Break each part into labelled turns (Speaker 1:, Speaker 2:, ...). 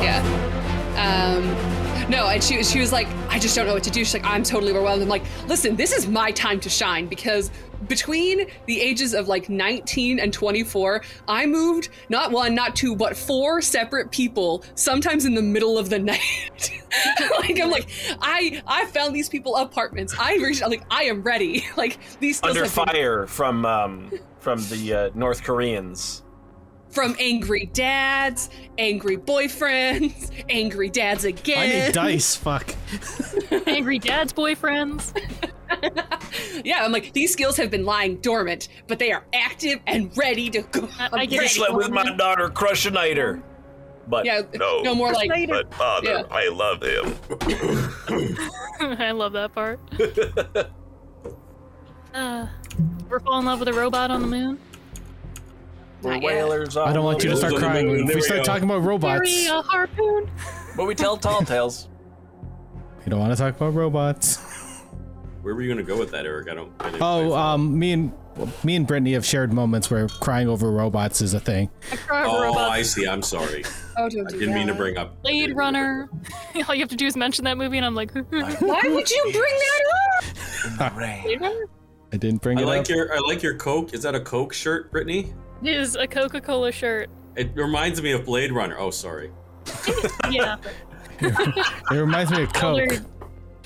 Speaker 1: Yeah. Um, no, and she she was like, I just don't know what to do. She's like, I'm totally overwhelmed. I'm like, listen, this is my time to shine because between the ages of like 19 and 24, I moved not one, not two, but four separate people, sometimes in the middle of the night. like I'm like, I I found these people apartments. I reached I'm like I am ready. Like these skills
Speaker 2: Under
Speaker 1: have been-
Speaker 2: fire from um, from the uh, North Koreans.
Speaker 1: from angry dads, angry boyfriends, angry dads again.
Speaker 3: I need dice. Fuck.
Speaker 4: Angry dad's boyfriends.
Speaker 1: Yeah, I'm like, these skills have been lying dormant, but they are active and ready to go.
Speaker 4: I- I
Speaker 1: I'm
Speaker 4: get it.
Speaker 1: ready.
Speaker 4: Slept with my
Speaker 2: daughter, Crushinator. But
Speaker 1: Yeah,
Speaker 5: No.
Speaker 1: no more like,
Speaker 5: But father,
Speaker 1: Yeah.
Speaker 5: I love him.
Speaker 4: I love that part. uh, we're falling in love with a robot on the moon.
Speaker 2: we're
Speaker 1: Not yet.
Speaker 2: whalers.
Speaker 3: I don't want you to
Speaker 2: Oh,
Speaker 3: start
Speaker 6: Those are the
Speaker 3: crying.
Speaker 6: moon.
Speaker 3: If
Speaker 6: There
Speaker 3: we
Speaker 6: we
Speaker 3: start
Speaker 6: go.
Speaker 3: talking about robots,
Speaker 4: Carry
Speaker 3: you
Speaker 4: a harpoon.
Speaker 2: But we tell tall tales.
Speaker 3: don't want to talk about robots.
Speaker 6: Where were you gonna go with that, Eric? I don't. I didn't
Speaker 3: Oh,
Speaker 6: quite follow.
Speaker 3: um, me and me and Brittany have shared moments where crying over robots is a thing.
Speaker 4: I cry over
Speaker 6: Oh,
Speaker 4: robots.
Speaker 6: I see. I'm sorry.
Speaker 1: oh, don't
Speaker 6: I
Speaker 1: do
Speaker 6: didn't mean to
Speaker 1: that.
Speaker 6: bring up.
Speaker 4: Blade Runner. All you have to do is mention that movie, and I'm like, Blade
Speaker 1: Why would you bring that up?
Speaker 4: Runner
Speaker 3: I didn't bring
Speaker 6: I
Speaker 3: it
Speaker 6: like
Speaker 3: up.
Speaker 6: your I like your Coke. Is that a Coke shirt, Brittany?
Speaker 4: is a Coca-Cola shirt.
Speaker 6: It reminds me of Blade Runner. Oh, sorry.
Speaker 4: Yeah,
Speaker 3: it reminds me of Coke.
Speaker 4: colored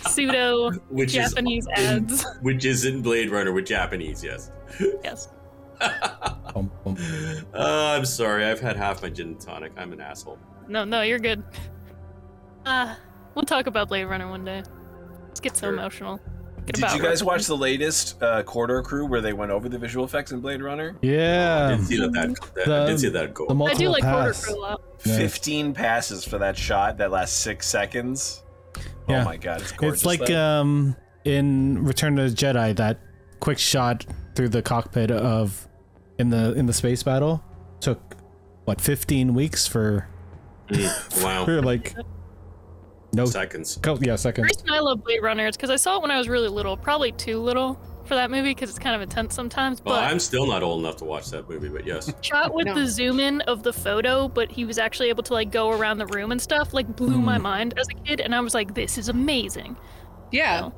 Speaker 4: pseudo
Speaker 6: Which
Speaker 4: Japanese
Speaker 6: is in-
Speaker 4: ads.
Speaker 6: which is in Blade Runner with Japanese. Yes.
Speaker 4: Yes.
Speaker 3: Bum, bum.
Speaker 6: Uh, I'm sorry. I've had half my gin and tonic. I'm an asshole.
Speaker 4: No, no, you're good. Uh, we'll talk about Blade Runner one day. Let's get so
Speaker 6: Sure.
Speaker 4: emotional. Get
Speaker 2: Did
Speaker 4: about
Speaker 2: you guys
Speaker 4: Runner.
Speaker 2: watch the latest uh, Corridor Crew where they went over the visual effects in Blade Runner?
Speaker 3: Yeah,
Speaker 6: did see that, that, I
Speaker 3: the-
Speaker 6: did see that goal.
Speaker 3: the
Speaker 4: I
Speaker 3: multiple
Speaker 4: do like Porter
Speaker 3: pass.
Speaker 4: for a lot.
Speaker 3: Yeah.
Speaker 2: 15 passes for that shot that lasts six seconds.
Speaker 3: Yeah.
Speaker 2: Oh my god, it's gorgeous.
Speaker 3: It's like
Speaker 2: though.
Speaker 3: um in Return of the Jedi that quick shot through the cockpit of in the in the space battle took what 15 weeks for
Speaker 6: wow.
Speaker 3: for like no
Speaker 6: Seconds.
Speaker 3: co- yeah
Speaker 4: The
Speaker 3: seconds.
Speaker 4: reason I love Blade Runner is because I saw it when I was really little, probably too little for that movie because it's kind of intense sometimes.
Speaker 6: Well,
Speaker 4: But
Speaker 6: I'm still not old enough to watch that movie, but yes.
Speaker 4: shot with
Speaker 1: No.
Speaker 4: the zoom in of the photo, but he was actually able to like go around the room and stuff, like blew my
Speaker 6: Hmm.
Speaker 4: mind as a kid, and I was like, this is amazing.
Speaker 1: Yeah.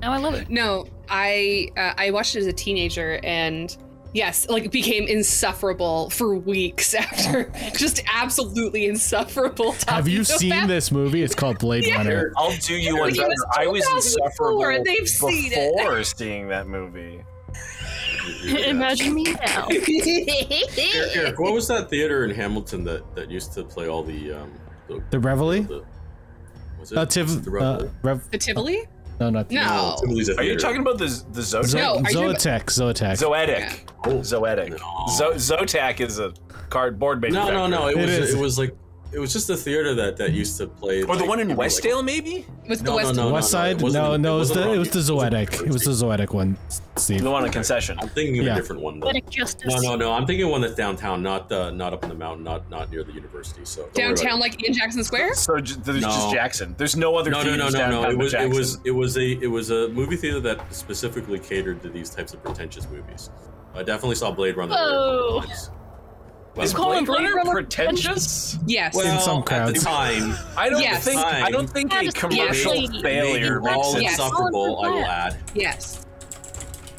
Speaker 4: Now I love it.
Speaker 1: No, I uh, I watched it as a teenager and yes, like it became insufferable for weeks after. Just absolutely insufferable.
Speaker 3: Have you
Speaker 1: talking
Speaker 3: seen
Speaker 1: about-
Speaker 3: this movie? It's called Blade
Speaker 1: Yeah.
Speaker 3: Runner.
Speaker 2: I'll do you one
Speaker 1: It was
Speaker 2: better. I was
Speaker 1: 2004,
Speaker 2: insufferable
Speaker 1: they've seen it.
Speaker 2: before seeing that movie.
Speaker 4: Imagine me now.
Speaker 6: Eric, Eric, what was that theater in Hamilton that, that used to play all the um the,
Speaker 3: The Reveille?
Speaker 6: the- was it
Speaker 3: Uh, Tiv-
Speaker 6: the
Speaker 3: uh,
Speaker 6: Reveille?
Speaker 3: Rev-
Speaker 1: The Tivoli?
Speaker 3: no, not
Speaker 1: No.
Speaker 6: Tivoli's a
Speaker 2: Are you
Speaker 6: theater.
Speaker 2: talking about the the
Speaker 3: Zo-
Speaker 2: Zotac?
Speaker 1: No, are you-
Speaker 3: Zootech, Zootech.
Speaker 2: Zoetic.
Speaker 6: Oh.
Speaker 2: Zoetic.
Speaker 6: No.
Speaker 2: Zo- Zotac is a cardboard
Speaker 6: No,
Speaker 2: manufacturer.
Speaker 6: no, no. It,
Speaker 3: It
Speaker 6: was
Speaker 3: is.
Speaker 6: it was like it was just a theater that that used to play.
Speaker 2: Or the
Speaker 6: like,
Speaker 2: one in
Speaker 6: kinda like-
Speaker 2: Westdale, maybe?
Speaker 1: With the
Speaker 6: No, no,
Speaker 1: West.
Speaker 6: no, no,
Speaker 3: West Side?
Speaker 6: it
Speaker 3: No,
Speaker 6: wasn't-
Speaker 3: no, it was the
Speaker 6: wasn't
Speaker 3: it was the
Speaker 6: Rocky.
Speaker 3: Zoetic. It was the Zoetic one. Steve.
Speaker 2: The one on concession.
Speaker 6: I'm thinking of
Speaker 3: Yeah.
Speaker 6: a different one though.
Speaker 4: Poetic justice.
Speaker 6: No, no, no. I'm thinking one that's downtown, not uh, not up in the mountain, not not near the university. So don't worry about
Speaker 1: Downtown
Speaker 6: it.
Speaker 1: like in Jackson Square?
Speaker 2: So j- there's
Speaker 6: No.
Speaker 2: just Jackson. There's no other
Speaker 6: No, no, no,
Speaker 2: theaters
Speaker 6: no, no.
Speaker 2: downtown
Speaker 6: It
Speaker 2: but
Speaker 6: was it
Speaker 2: Jackson.
Speaker 6: was it was a it was a movie theater that specifically catered to these types of pretentious movies. I definitely saw Blade Runner.
Speaker 4: Oh.
Speaker 6: Well,
Speaker 2: Is
Speaker 4: Call him
Speaker 2: Blade
Speaker 4: Blade
Speaker 2: Runner
Speaker 4: Runner
Speaker 2: pretentious?
Speaker 1: Yes.
Speaker 6: well,
Speaker 3: In some
Speaker 6: at the
Speaker 3: crowds.
Speaker 6: time,
Speaker 2: I don't
Speaker 1: Yes.
Speaker 2: think I don't
Speaker 6: Fine.
Speaker 2: think a
Speaker 4: Yes.
Speaker 2: commercial
Speaker 4: Yes.
Speaker 2: failure
Speaker 6: making all
Speaker 2: makes it.
Speaker 1: Yes.
Speaker 6: insufferable. I will add.
Speaker 1: yes.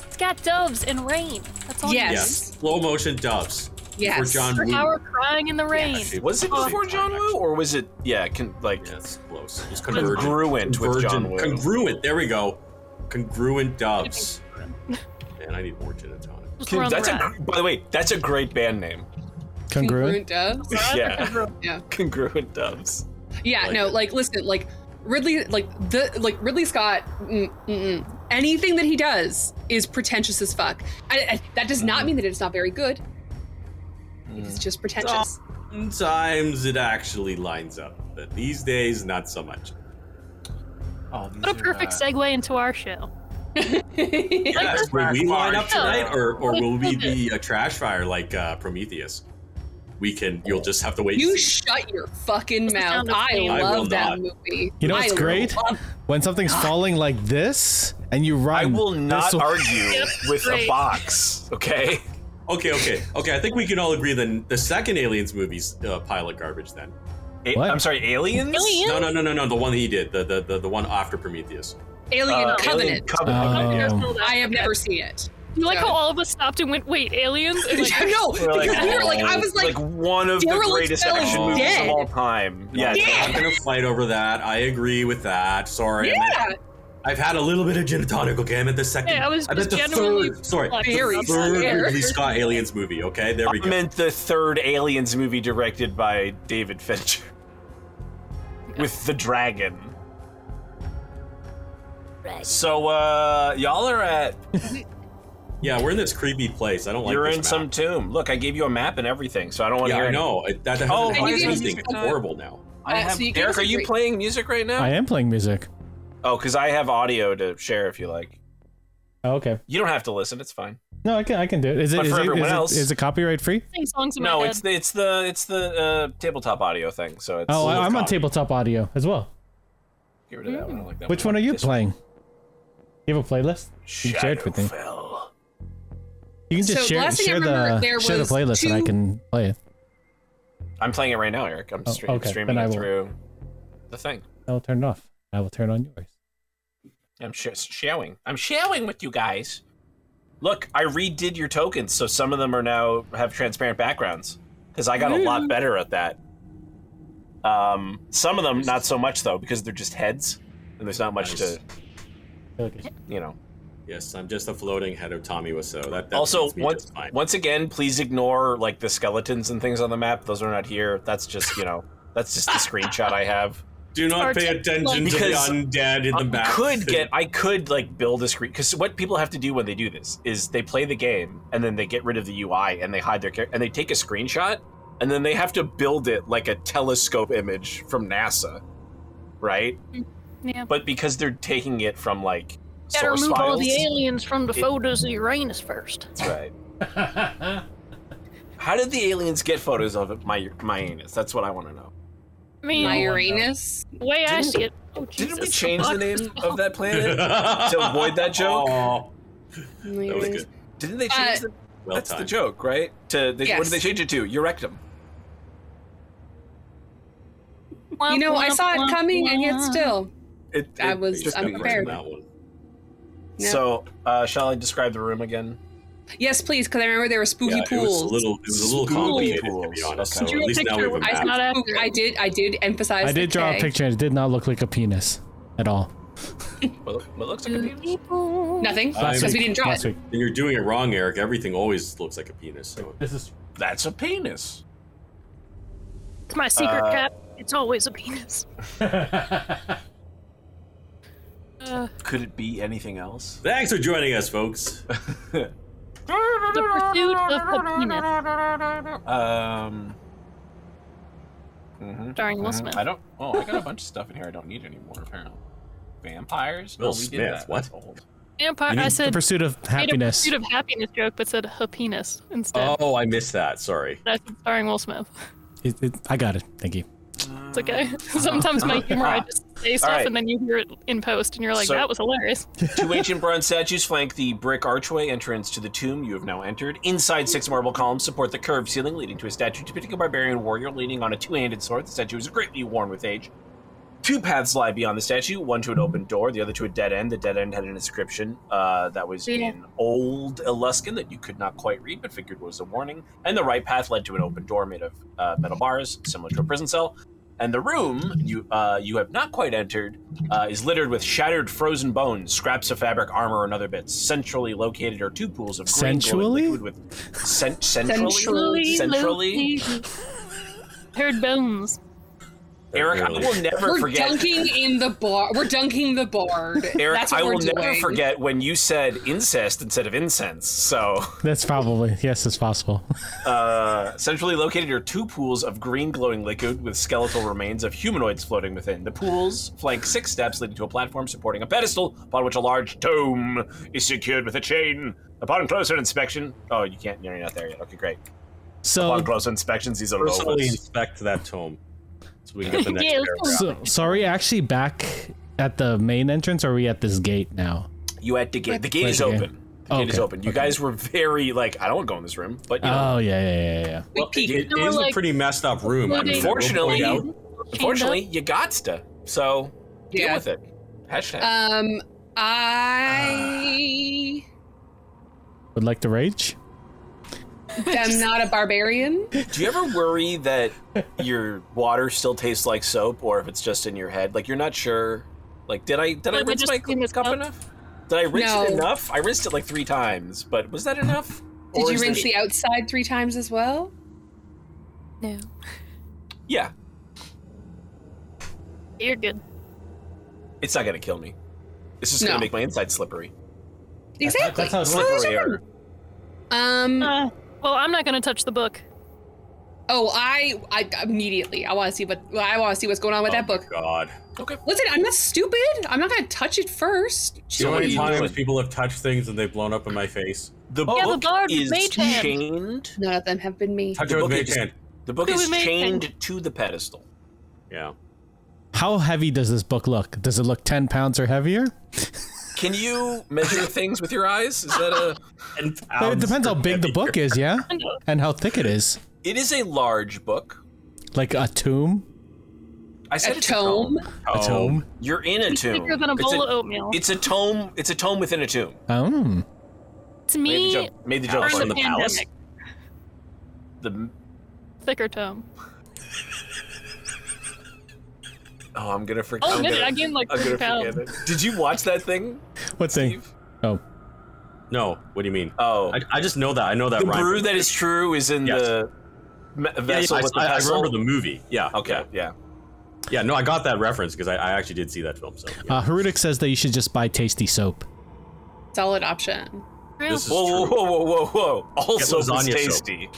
Speaker 4: It's got doves and rain. That's all.
Speaker 1: Yes.
Speaker 4: You
Speaker 6: Yes, slow motion doves
Speaker 1: Yes.
Speaker 6: for John
Speaker 4: need. For
Speaker 6: Woo.
Speaker 4: our crying in the rain.
Speaker 6: Actually,
Speaker 2: Was it
Speaker 6: at the same
Speaker 2: before
Speaker 6: time,
Speaker 2: John Woo,
Speaker 6: actually.
Speaker 2: or was it yeah, con- like
Speaker 6: Yeah, it's close. It's convergent.
Speaker 2: congruent with John Woo?
Speaker 6: Convergent- Congruent. There we go. Congruent doves. Man, I need more gin and tonic.
Speaker 4: Just
Speaker 2: Con-
Speaker 4: run
Speaker 2: that's a,
Speaker 4: around.
Speaker 2: gr- by the way, that's a great band name.
Speaker 3: Congruent.
Speaker 1: doves.
Speaker 2: yeah,
Speaker 1: Yeah.
Speaker 2: congruent doves.
Speaker 1: Yeah,
Speaker 6: Like-
Speaker 1: no, like listen, like Ridley, like the like Ridley Scott, mm, mm, mm. anything that he does is pretentious as fuck. I, I, that does
Speaker 6: Mm-hmm.
Speaker 1: not mean that it's not very good.
Speaker 6: Mm.
Speaker 1: It's just pretentious.
Speaker 6: Sometimes it actually lines up, but these days, not so much.
Speaker 2: Oh, these
Speaker 4: What a
Speaker 2: are,
Speaker 4: perfect
Speaker 2: uh,
Speaker 4: segue into our show.
Speaker 6: Yes, will we line up
Speaker 4: Yeah.
Speaker 6: tonight, or, or
Speaker 4: Like,
Speaker 6: will we
Speaker 4: look at-
Speaker 6: be a trash fire like uh, Prometheus? We can. You'll just have to wait.
Speaker 1: You
Speaker 6: and see.
Speaker 1: shut your fucking
Speaker 4: What's the
Speaker 1: mouth.
Speaker 4: sound of
Speaker 1: I
Speaker 4: pain?
Speaker 6: I will
Speaker 1: love that
Speaker 6: not.
Speaker 1: movie.
Speaker 3: You know
Speaker 1: I
Speaker 3: what's great?
Speaker 1: love-
Speaker 3: When something's falling like this and you run,
Speaker 2: I will not
Speaker 3: this will-
Speaker 2: argue with a
Speaker 4: Great.
Speaker 2: box. Okay.
Speaker 6: okay, okay, okay. I think we can all agree. Then the second Aliens movies uh, pilot garbage. Then
Speaker 2: A-
Speaker 3: What?
Speaker 2: I'm sorry, aliens.
Speaker 4: Alien?
Speaker 6: No, no, no, no, no. The one he did, the the the, the one after Prometheus.
Speaker 1: Alien
Speaker 2: Uh, Alien
Speaker 1: Covenant.
Speaker 2: Covenant.
Speaker 4: Okay, I
Speaker 3: Oh.
Speaker 4: saw that.
Speaker 1: I have
Speaker 4: Okay.
Speaker 1: never seen it.
Speaker 4: You like
Speaker 1: Yeah.
Speaker 4: how all of us stopped and went, wait, aliens? And, like,
Speaker 1: Yeah, no,
Speaker 2: We're
Speaker 1: because we were like,
Speaker 6: "Oh,
Speaker 1: I was like,
Speaker 2: one of the
Speaker 1: Derelict
Speaker 2: greatest
Speaker 1: Bell is
Speaker 2: action movies
Speaker 1: dead.
Speaker 2: of all time. Yeah,
Speaker 6: I'm not gonna fight over that. I agree with that. Sorry. I meant-
Speaker 1: yeah,
Speaker 6: I've had a little bit of gin and tonic, okay? I meant the second.
Speaker 4: Yeah, I was
Speaker 6: meant the
Speaker 4: just generally
Speaker 6: third. Sorry,
Speaker 4: like-
Speaker 1: Very
Speaker 6: the third
Speaker 1: scared.
Speaker 6: Ridley Scott Aliens movie, okay? There we
Speaker 2: I
Speaker 6: go.
Speaker 2: meant the third Aliens movie directed by David Fincher with the dragon. So uh y'all are at
Speaker 6: yeah, we're in this creepy place. I don't like
Speaker 2: you're
Speaker 6: this
Speaker 2: in
Speaker 6: map.
Speaker 2: some tomb. Look, I gave you a map and everything, so I don't want
Speaker 6: Yeah,
Speaker 2: to hear
Speaker 6: I
Speaker 2: any-
Speaker 6: know. It, that, that
Speaker 2: Oh, and
Speaker 6: hasn't
Speaker 1: you
Speaker 6: been
Speaker 1: gave us
Speaker 6: anything.
Speaker 1: music
Speaker 6: It's
Speaker 1: time.
Speaker 6: horrible now.
Speaker 2: I
Speaker 1: Uh,
Speaker 2: have,
Speaker 1: so you gave
Speaker 2: Derek,
Speaker 1: us a
Speaker 2: are you
Speaker 1: great-
Speaker 2: playing music right now?
Speaker 3: I am playing music.
Speaker 2: Oh, because I have audio to share if you like.
Speaker 3: Oh, okay.
Speaker 2: You don't have to listen; it's fine.
Speaker 3: No, I can I can do it. Is it
Speaker 2: But
Speaker 3: is
Speaker 2: for
Speaker 3: it- is
Speaker 2: everyone
Speaker 3: it-
Speaker 2: else-
Speaker 3: is it copyright free?
Speaker 4: sing songs in
Speaker 2: No,
Speaker 4: my
Speaker 2: it's
Speaker 4: head.
Speaker 2: the it's the it's the uh, tabletop audio thing. So it's
Speaker 3: Oh,
Speaker 6: a
Speaker 3: I,
Speaker 6: little
Speaker 3: I'm on
Speaker 6: copy.
Speaker 3: tabletop audio as well.
Speaker 2: get rid of that one. I don't like that
Speaker 3: Which
Speaker 2: one
Speaker 3: one are you
Speaker 2: This
Speaker 3: playing? You have a playlist. You can share it with me.
Speaker 2: Shadowfell.
Speaker 3: You can just
Speaker 1: So,
Speaker 3: share,
Speaker 1: last thing I
Speaker 3: share
Speaker 1: remember,
Speaker 3: the
Speaker 1: there
Speaker 3: share the
Speaker 1: was
Speaker 3: playlist, and I
Speaker 1: two-
Speaker 3: can play it.
Speaker 2: I'm playing it right now, Eric. I'm
Speaker 3: Oh,
Speaker 2: stre-
Speaker 3: okay,
Speaker 2: streaming
Speaker 3: then I
Speaker 2: it
Speaker 3: will.
Speaker 2: through the thing.
Speaker 3: I will turn it off. I will turn on yours.
Speaker 2: I'm sh- showing. I'm showing with you guys. Look, I redid your tokens, so some of them are now have transparent backgrounds because I got a lot better at that. Um, some of them not so much though because they're just heads, and there's not much
Speaker 6: Nice.
Speaker 2: to
Speaker 3: Okay.
Speaker 2: you know.
Speaker 6: Yes, I'm just a floating head of Tommy Wiseau. That, that
Speaker 2: also,
Speaker 6: fits me
Speaker 2: once
Speaker 6: just fine.
Speaker 2: once again, please ignore like the skeletons and things on the map. Those are not here. That's just you know. That's just the screenshot I have.
Speaker 6: Do not
Speaker 4: Arctic
Speaker 6: pay attention to the
Speaker 2: Because
Speaker 6: undead in the
Speaker 2: I
Speaker 6: back.
Speaker 2: could get, I could like build a screen because what people have to do when they do this is they play the game and then they get rid of the UI and they hide their char- and they take a screenshot and then they have to build it like a telescope image from NASA, right?
Speaker 4: Yeah.
Speaker 2: But because they're taking it from like
Speaker 4: Better
Speaker 2: source
Speaker 4: move
Speaker 2: files,
Speaker 4: all the aliens from the
Speaker 2: It-
Speaker 4: photos of Uranus first.
Speaker 2: That's right? How did the aliens get photos of it? my my anus? That's what I want to know.
Speaker 4: I mean,
Speaker 1: my Uranus.
Speaker 4: the way I
Speaker 2: Didn't-
Speaker 4: see it. Oh, Jesus.
Speaker 2: Didn't we change the
Speaker 4: fuck
Speaker 2: name
Speaker 4: this
Speaker 2: of that planet?
Speaker 6: to
Speaker 2: to avoid that joke?
Speaker 6: Oh, that was
Speaker 1: Uranus.
Speaker 6: good.
Speaker 2: Didn't they change
Speaker 1: Uh,
Speaker 2: the?
Speaker 6: Well
Speaker 2: that's the
Speaker 6: timed.
Speaker 2: joke, right? To they, what
Speaker 1: Yes.
Speaker 2: did they change it to? Your rectum.
Speaker 4: wall.
Speaker 1: You know, I saw
Speaker 4: Womp,
Speaker 1: it
Speaker 4: womp,
Speaker 1: coming, and yet
Speaker 4: womp.
Speaker 1: still.
Speaker 2: It,
Speaker 1: I
Speaker 2: it-
Speaker 1: was
Speaker 2: it just got weird.
Speaker 1: unprepared.
Speaker 6: That one.
Speaker 1: Yeah.
Speaker 2: So, uh, shall I describe the room again?
Speaker 1: Yes, please, because I remember there were spooky
Speaker 6: Yeah, it was a
Speaker 1: pools.
Speaker 6: little, it was a little
Speaker 2: Spooky
Speaker 6: complicated to
Speaker 2: pools.
Speaker 6: be honest. So
Speaker 2: Okay.
Speaker 6: at
Speaker 4: Drew a
Speaker 6: least now we
Speaker 4: picture
Speaker 6: have a
Speaker 4: with- It's
Speaker 6: map.
Speaker 4: not
Speaker 1: I,
Speaker 4: accurate.
Speaker 1: spook- I did. I did emphasize.
Speaker 3: I did
Speaker 1: the
Speaker 3: draw a
Speaker 1: K.
Speaker 3: picture, and it did not look like a penis at all.
Speaker 2: Well, it looks like a penis.
Speaker 1: Nothing,
Speaker 6: Uh,
Speaker 1: because Oh, we didn't draw
Speaker 3: Last
Speaker 1: it.
Speaker 3: week.
Speaker 6: And you're doing it wrong, Eric. Everything always looks like a penis. So
Speaker 3: This is
Speaker 2: That's a penis.
Speaker 4: It's my secret
Speaker 2: Uh,
Speaker 4: cap. It's always a penis. Uh,
Speaker 2: Could it be anything else?
Speaker 6: thanks for joining us, folks.
Speaker 4: the pursuit of the penis.
Speaker 2: Um. mhm,
Speaker 4: Starring Will
Speaker 2: mhm.
Speaker 4: Smith.
Speaker 2: I don't. Oh, I got a bunch of stuff in here I don't need anymore. Apparently, vampires.
Speaker 6: Will
Speaker 2: no, we
Speaker 6: Smith,
Speaker 2: Did that.
Speaker 6: what?
Speaker 2: That's old.
Speaker 4: Vampire.
Speaker 6: You
Speaker 4: I
Speaker 6: need
Speaker 3: the
Speaker 4: said
Speaker 3: pursuit of
Speaker 4: made a
Speaker 3: happiness.
Speaker 4: pursuit of happiness joke, but said her penis instead.
Speaker 6: Oh, I missed that. Sorry.
Speaker 4: I said starring Will Smith.
Speaker 3: It- it- I got it. Thank you.
Speaker 4: It's okay. Sometimes my humor, I just say stuff
Speaker 2: right.
Speaker 4: and then you hear it in post, and you're like,
Speaker 2: So-
Speaker 4: "That was hilarious."
Speaker 2: Two ancient bronze statues flank the brick archway entrance to the tomb you have now entered. Inside, six marble columns support the curved ceiling leading to a statue depicting a barbarian warrior leaning on a two handed sword. The statue is greatly worn with age. Two paths lie beyond the statue one to an open door, the other to a dead end. The dead end had an inscription uh, that was
Speaker 1: Yeah.
Speaker 2: in Old Eluskan that you could not quite read but figured was a warning. And the right path led to an open door made of uh, metal bars, similar to a prison cell. And the room you uh, you have not quite entered uh, is littered with shattered frozen bones, scraps of fabric, armor, and other bits. Centrally located are two pools of green glowing
Speaker 3: Sensually?
Speaker 2: liquid with cen- centrally.
Speaker 1: Central-
Speaker 2: Centrally?
Speaker 4: Paired bones.
Speaker 2: Eric, I will never
Speaker 1: We're
Speaker 2: forget.
Speaker 1: dunking in the bar. We're dunking the bard.
Speaker 2: Eric,
Speaker 1: That's what
Speaker 2: I
Speaker 1: we're
Speaker 2: will
Speaker 1: doing.
Speaker 2: never forget when you said incest instead of incense. So,
Speaker 3: That's probably yes, it's possible.
Speaker 2: uh, centrally located are two pools of green glowing liquid with skeletal remains of humanoids floating within. The pools flank six steps leading to a platform supporting a pedestal upon which a large tome is secured with a chain. Upon closer inspection, oh, you can't, you're not there yet. Okay, great.
Speaker 3: So,
Speaker 2: Upon
Speaker 3: Oh.
Speaker 2: closer inspections, these are
Speaker 6: Personally
Speaker 2: lowest.
Speaker 6: inspect that tome, so we can get the next
Speaker 4: Yeah, let's go.
Speaker 6: paragraph.
Speaker 3: so so are we actually back at the main entrance? Or are we at this gate now?
Speaker 2: You at the gate. The gate
Speaker 3: Right,
Speaker 2: is
Speaker 3: okay.
Speaker 2: open. The gate is
Speaker 3: Okay,
Speaker 2: open. You
Speaker 3: okay. Uh,
Speaker 2: guys were very like, I don't want to go in this room, but you know,
Speaker 3: Oh yeah, yeah, yeah, yeah.
Speaker 1: We
Speaker 2: Well,
Speaker 1: peeked.
Speaker 6: It
Speaker 4: They were
Speaker 6: is a
Speaker 4: like
Speaker 6: pretty messed up room. I mean,
Speaker 4: floating-
Speaker 6: we'll point
Speaker 2: Unfortunately-
Speaker 6: out
Speaker 2: Unfortunately, you got to. So deal
Speaker 1: Yeah.
Speaker 2: with it. Hashtag.
Speaker 1: Um, I
Speaker 3: Would like to rage?
Speaker 1: am not a barbarian.
Speaker 2: Do you ever worry that your water still tastes like soap, or if it's just in your head? Like you're not sure. Like did I did I
Speaker 4: Wait, we
Speaker 2: rinse
Speaker 4: just
Speaker 2: my
Speaker 4: cleaned this
Speaker 2: cup
Speaker 4: up?
Speaker 2: enough? Did I rinse it
Speaker 1: No.
Speaker 2: enough? I rinsed it like three times, but was that enough?
Speaker 1: Did
Speaker 2: Or
Speaker 1: you
Speaker 2: is
Speaker 1: rinse
Speaker 2: there-
Speaker 1: the outside three times as well?
Speaker 4: No.
Speaker 2: Yeah,
Speaker 4: You're good.
Speaker 2: it's not gonna kill me. It's just
Speaker 1: No.
Speaker 2: gonna make my inside slippery.
Speaker 1: Exactly.
Speaker 3: That's how it's
Speaker 1: So there's no-
Speaker 2: slippery are.
Speaker 1: Um.
Speaker 4: Uh, well, I'm not gonna touch the book.
Speaker 1: Oh, I, I immediately. I want to see what. well, I want to see what's going on with
Speaker 6: Oh
Speaker 1: that
Speaker 6: my
Speaker 1: book.
Speaker 6: God.
Speaker 2: Okay.
Speaker 1: Listen, I'm not stupid. I'm not gonna touch it first.
Speaker 6: You know how
Speaker 2: what are
Speaker 6: many
Speaker 2: you
Speaker 6: times
Speaker 2: doing?
Speaker 6: people have touched things and they've blown up in my face?
Speaker 2: The
Speaker 4: Yeah, the
Speaker 2: book
Speaker 4: bard with
Speaker 2: is
Speaker 4: mage hand.
Speaker 2: chained.
Speaker 1: None of them have been me.
Speaker 6: Touch
Speaker 2: The
Speaker 6: it with
Speaker 2: book
Speaker 6: mage
Speaker 2: is-
Speaker 6: hand.
Speaker 2: The book
Speaker 4: Who
Speaker 2: is
Speaker 4: made hand?
Speaker 2: chained to the pedestal.
Speaker 6: Yeah.
Speaker 3: How heavy does this book look? Does it look 10 pounds or heavier?
Speaker 2: Can you measure things with your eyes? Is that a?
Speaker 3: it depends how big the book is, yeah? And how thick it is.
Speaker 2: It is a large book.
Speaker 3: Like a tomb?
Speaker 2: I said
Speaker 1: A
Speaker 2: it's
Speaker 1: tome.
Speaker 2: A tome.
Speaker 3: A
Speaker 6: Oh.
Speaker 3: tomb?
Speaker 2: You're in a
Speaker 4: It's
Speaker 2: tomb.
Speaker 4: bigger than a
Speaker 2: It's
Speaker 4: bowl of oatmeal.
Speaker 2: It's a tome. It's a tome within a tomb.
Speaker 3: Oh.
Speaker 4: to
Speaker 2: Made the
Speaker 4: me,
Speaker 2: joke. Made the joke.
Speaker 4: during
Speaker 6: House
Speaker 2: sorry.
Speaker 6: on
Speaker 4: the
Speaker 6: the palace?
Speaker 4: pandemic,
Speaker 2: The-
Speaker 4: thicker tome.
Speaker 2: oh, I'm gonna forget.
Speaker 4: Oh,
Speaker 2: I'm
Speaker 4: no,
Speaker 2: gonna,
Speaker 4: I gained like
Speaker 2: I'm gonna
Speaker 4: 30
Speaker 2: forget
Speaker 4: pounds.
Speaker 2: it. Did you watch that thing?
Speaker 3: What thing?
Speaker 2: Steve?
Speaker 3: Oh.
Speaker 6: No, what do you mean?
Speaker 2: Oh,
Speaker 6: I, I just know that. I know that
Speaker 2: the
Speaker 6: rhyme.
Speaker 2: brew that is true is in
Speaker 6: Yes.
Speaker 2: the me-
Speaker 6: Yeah, yeah,
Speaker 2: vessel
Speaker 6: I,
Speaker 2: with the
Speaker 6: I- I
Speaker 2: vessel.
Speaker 6: remember the movie. Yeah.
Speaker 2: Okay, yeah.
Speaker 6: Yeah, yeah, no, I got that reference because I, I actually did see that film. So yeah.
Speaker 3: Uh, Harudik says that you should just buy tasty soap.
Speaker 1: Solid option.
Speaker 4: Real.
Speaker 6: this is
Speaker 2: Whoa, whoa,
Speaker 6: true.
Speaker 2: whoa, whoa, whoa, whoa! Also, was
Speaker 6: lasagna
Speaker 2: tasty.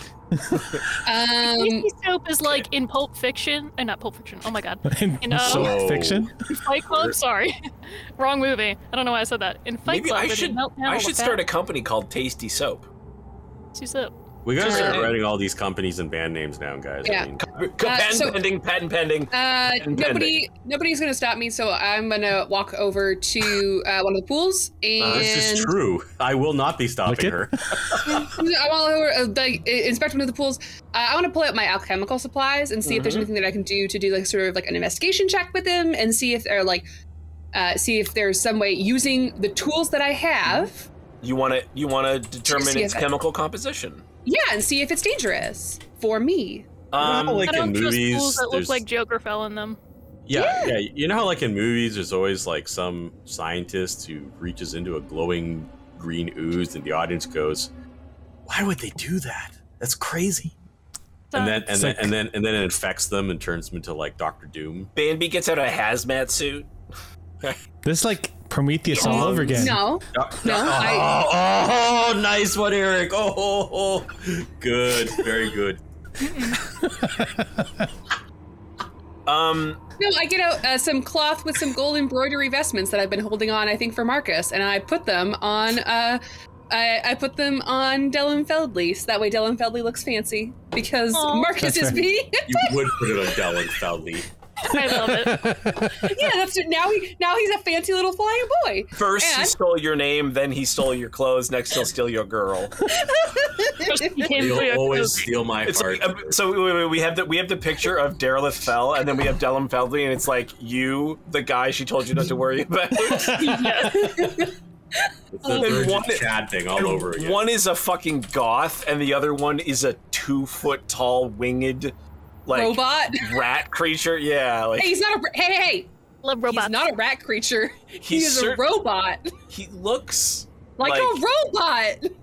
Speaker 1: Um.
Speaker 4: Tasty soap is like in Pulp Fiction, and not Pulp Fiction. Oh my God, You know-
Speaker 3: soap fiction?
Speaker 4: Fight Club. Sorry, wrong movie. I don't know why I said that. In Fight
Speaker 2: Maybe
Speaker 4: Club,
Speaker 2: I
Speaker 4: where they
Speaker 2: should.
Speaker 4: melt down
Speaker 2: I
Speaker 4: all
Speaker 2: should
Speaker 4: the
Speaker 2: start a company called Tasty Soap.
Speaker 4: Tasty soap.
Speaker 6: We gotta
Speaker 1: Sure.
Speaker 6: start writing all these companies and band names down, guys.
Speaker 1: Yeah.
Speaker 6: I mean,
Speaker 4: Uh,
Speaker 2: patent
Speaker 1: so-
Speaker 2: pending. Patent pending.
Speaker 1: Uh,
Speaker 2: Pending.
Speaker 1: nobody, nobody's gonna stop me, so I'm gonna walk over to uh, one of the pools and
Speaker 6: Uh, this is true. I will not be
Speaker 3: Lick
Speaker 6: stopping
Speaker 3: it?
Speaker 6: her.
Speaker 1: I want to over, uh, like i- inspect one of the pools. Uh, I want to pull out my alchemical supplies and see if there's
Speaker 6: Mm-hmm.
Speaker 2: Mhm.
Speaker 1: anything that I can do to do like sort of like an investigation check with them and see if they're like, uh, see if there's some way using the tools that I
Speaker 6: Mm-hmm.
Speaker 1: have,
Speaker 2: You want to. You want to determine
Speaker 1: See
Speaker 2: its
Speaker 1: if I-
Speaker 2: chemical composition.
Speaker 1: yeah, and see if it's dangerous for me.
Speaker 6: Um,
Speaker 4: I
Speaker 6: like in
Speaker 4: don't trust
Speaker 6: movies,
Speaker 4: fools that
Speaker 6: there's-
Speaker 4: look like Joker fell in them.
Speaker 6: Yeah, yeah, You know how, like in movies, there's always like some scientist who reaches into a glowing green ooze, and the audience goes, "Why would they do that? That's crazy." And then, and then,
Speaker 3: Sick.
Speaker 6: and then, and then it infects them and turns them into like Doctor Doom.
Speaker 2: Bambi gets out a hazmat suit.
Speaker 3: This is like Prometheus all
Speaker 1: Um,
Speaker 3: over again.
Speaker 1: No, no,
Speaker 6: oh,
Speaker 1: I,
Speaker 6: oh, oh, nice one, Eric. Oh, oh, oh. good, very good.
Speaker 2: Um,
Speaker 1: no, I get out uh, some cloth with some gold embroidery vestments that I've been holding on, I think, for Marcus, and I put them on. Uh, I, I put them on Dellen Feldley, so that way Dellen Feldley looks fancy because
Speaker 4: Aw.
Speaker 1: Marcus
Speaker 3: That's
Speaker 1: is
Speaker 3: right.
Speaker 1: me.
Speaker 6: You would put it on Dallin Fowley.
Speaker 4: I love it.
Speaker 1: yeah, that's it. Now he now he's a fancy little flying boy.
Speaker 2: first he
Speaker 1: And-
Speaker 2: stole your name, then he stole your clothes. Next he'll steal your girl.
Speaker 4: Just became
Speaker 6: You'll
Speaker 4: clear.
Speaker 6: always steal my
Speaker 2: It's,
Speaker 6: heart.
Speaker 2: uh, so wait, wait, we have the we have the picture of Derelith Fell, and then we have Dellum Feldley, and it's like you, the guy she told you not to worry about.
Speaker 6: it's the
Speaker 2: and
Speaker 6: Virgin
Speaker 2: one-
Speaker 6: Chad thing all
Speaker 2: And
Speaker 6: over again.
Speaker 2: One is a fucking goth, and the other one is a two foot tall winged, like
Speaker 1: robot.
Speaker 2: rat creature. Yeah, like
Speaker 1: Hey, he's not a hey hey. hey.
Speaker 4: Love robots.
Speaker 1: He's not a rat creature. He
Speaker 2: He's
Speaker 1: is
Speaker 2: cer-
Speaker 1: a robot,
Speaker 2: he looks
Speaker 1: like, a
Speaker 2: Like-
Speaker 1: robot.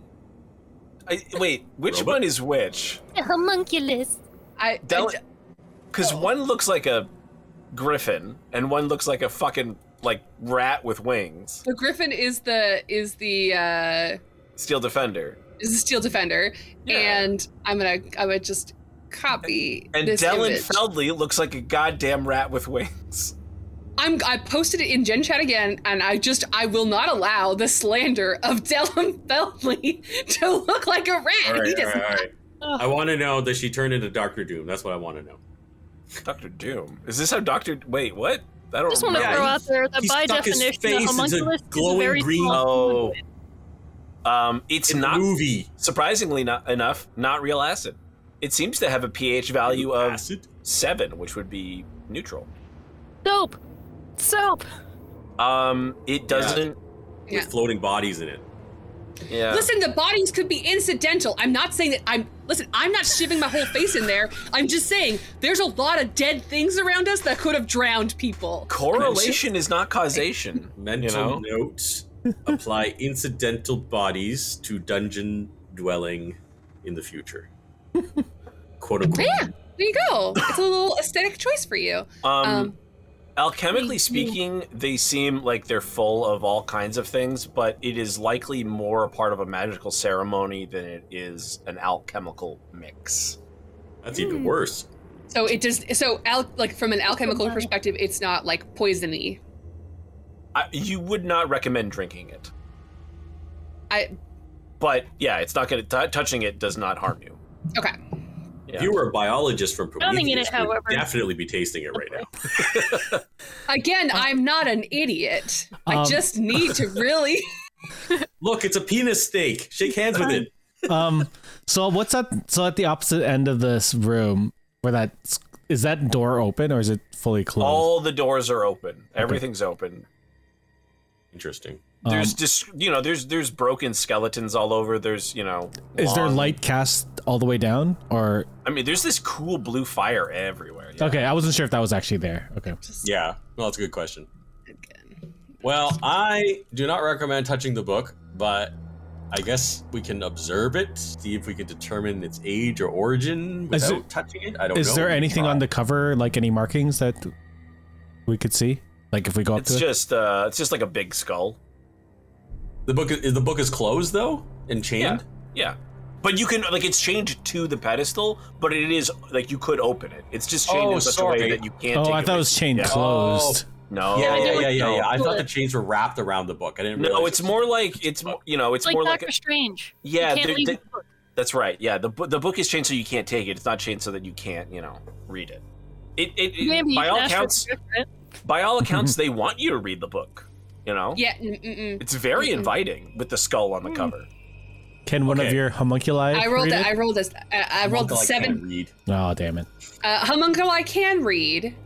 Speaker 2: I, wait, which
Speaker 6: Robot?
Speaker 2: one is which?
Speaker 4: a homunculus.
Speaker 1: I, I
Speaker 2: Because
Speaker 1: Oh.
Speaker 2: one looks like a griffin, and one looks like a fucking like rat with wings.
Speaker 1: the Griffin is the is the uh
Speaker 2: Steel Defender.
Speaker 1: is the steel defender,
Speaker 2: Yeah.
Speaker 1: and I'm gonna I would just copy
Speaker 2: And
Speaker 1: this
Speaker 2: Dellen
Speaker 1: image.
Speaker 2: Feldley looks like a goddamn rat with wings.
Speaker 1: I'm I posted it in Gen Chat again, and I just I will not allow the slander of Dellen Feldley to look like a rat.
Speaker 6: All right,
Speaker 1: he does
Speaker 6: all right, all right. I want to know that she turned into Doctor Doom. That's what I want to know.
Speaker 2: Doctor Doom. Is this how Doctor? Wait, what? I don't
Speaker 4: Just want to
Speaker 2: remember.
Speaker 4: throw out there that
Speaker 6: he
Speaker 4: by
Speaker 6: stuck his
Speaker 4: definition,
Speaker 6: face
Speaker 4: a
Speaker 6: into
Speaker 4: homunculus is a
Speaker 6: glowing
Speaker 4: very
Speaker 6: green-
Speaker 4: small.
Speaker 2: Oh. Um, it's
Speaker 6: In the
Speaker 2: not
Speaker 6: movie.
Speaker 2: surprisingly not enough not real acid. It seems to have a pH value of
Speaker 6: acid.
Speaker 2: seven, which would be neutral.
Speaker 4: Soap! Soap!
Speaker 2: Um, it doesn't.
Speaker 1: Yeah.
Speaker 6: with floating bodies in it.
Speaker 2: Yeah.
Speaker 1: Listen, the bodies could be incidental. I'm not saying that I'm. Listen, I'm not shoving my whole face in there. I'm just saying there's a lot of dead things around us that could have drowned people.
Speaker 2: Correlation is not causation.
Speaker 6: Mental
Speaker 2: you know?
Speaker 6: note: apply incidental bodies to dungeon dwelling in the future. Quote unquote.
Speaker 1: Yeah, there you go. It's a little aesthetic choice for you.
Speaker 2: Um,
Speaker 1: Um,
Speaker 2: alchemically
Speaker 1: we-
Speaker 2: speaking, they seem like they're full of all kinds of things, but it is likely more a part of a magical ceremony than it is an alchemical mix.
Speaker 6: That's even worse.
Speaker 1: So it just so al- like from an alchemical perspective, it's not like poisony.
Speaker 2: I, you would not recommend drinking it,
Speaker 1: I
Speaker 2: but yeah, it's not going to touching it does not harm you.
Speaker 1: okay.
Speaker 2: Yeah.
Speaker 6: If you were a biologist from
Speaker 4: Nothing in
Speaker 6: Prometheus,
Speaker 4: it,
Speaker 6: you would
Speaker 4: however.
Speaker 6: definitely be tasting it right now.
Speaker 1: Again, I'm not an idiot. I
Speaker 3: Um,
Speaker 1: just need to really.
Speaker 6: Look, it's a penis steak. Shake hands with it.
Speaker 3: Um. So what's that? So at the opposite end of this room, where that is that door open or is it fully closed?
Speaker 2: All the doors are open. Everything's open.
Speaker 6: Interesting.
Speaker 3: Um,
Speaker 2: There's just you know there's there's broken skeletons all over. There's you know
Speaker 3: is there
Speaker 2: long-
Speaker 3: light cast all the way down or?
Speaker 2: I mean there's this cool blue fire everywhere. yeah.
Speaker 3: Okay, I wasn't sure if that was actually there. Okay.
Speaker 6: Yeah. Well, that's a good question. Well, I do not recommend touching the book, but I guess we can observe it, see if we can determine its age or origin
Speaker 3: Is
Speaker 6: without touching it.
Speaker 2: Oh,
Speaker 6: I don't know.
Speaker 3: Is there anything on the cover, like any markings that we could see? Like if we go up
Speaker 2: It's
Speaker 3: to it?
Speaker 2: just uh it's just like a big skull.
Speaker 6: the book? Is the book is closed though and chained?
Speaker 2: Yeah. But you can like it's chained to the pedestal, but it is like you could open it. It's just chained
Speaker 6: Oh,
Speaker 2: in such
Speaker 6: sorry.
Speaker 2: a way that you can't.
Speaker 3: Oh,
Speaker 2: take
Speaker 3: I
Speaker 2: it
Speaker 3: thought it
Speaker 2: with
Speaker 3: was
Speaker 2: you.
Speaker 3: chain
Speaker 2: Yeah. Oh.
Speaker 3: closed.
Speaker 2: No.
Speaker 6: Yeah,
Speaker 4: no,
Speaker 6: yeah, yeah,
Speaker 4: it's
Speaker 6: yeah, yeah. I
Speaker 4: not.
Speaker 6: thought the chains were wrapped around the book. I didn't.
Speaker 2: No,
Speaker 6: realize
Speaker 2: it's
Speaker 6: it.
Speaker 2: more like it's mo- you know it's
Speaker 4: It's like
Speaker 2: more like
Speaker 4: Doctor
Speaker 2: a,
Speaker 4: Strange. You
Speaker 2: yeah.
Speaker 4: can't
Speaker 2: there-
Speaker 4: leave
Speaker 2: there-
Speaker 4: the book.
Speaker 2: that's right. Yeah, the bu- the book is chained so you can't take it. It's not chained so that you can't you know read it. It, it, it-
Speaker 4: Maybe you
Speaker 2: by
Speaker 4: can
Speaker 2: all
Speaker 4: ask for
Speaker 2: accounts,
Speaker 4: different.
Speaker 2: by all accounts, they want you to read the book. You know,
Speaker 1: Yeah. mm, mm, mm.
Speaker 2: it's very
Speaker 4: Mm-hmm.
Speaker 2: inviting with the skull on the
Speaker 4: Mm.
Speaker 2: cover.
Speaker 3: Can one of
Speaker 6: Okay.
Speaker 3: your homunculi?
Speaker 1: I rolled.
Speaker 3: read
Speaker 1: A,
Speaker 3: it?
Speaker 1: I rolled this. I, I rolled a
Speaker 6: Uncle, I
Speaker 1: seven.
Speaker 6: can't read.
Speaker 3: Oh damn it!
Speaker 1: Uh, homunculi I can read.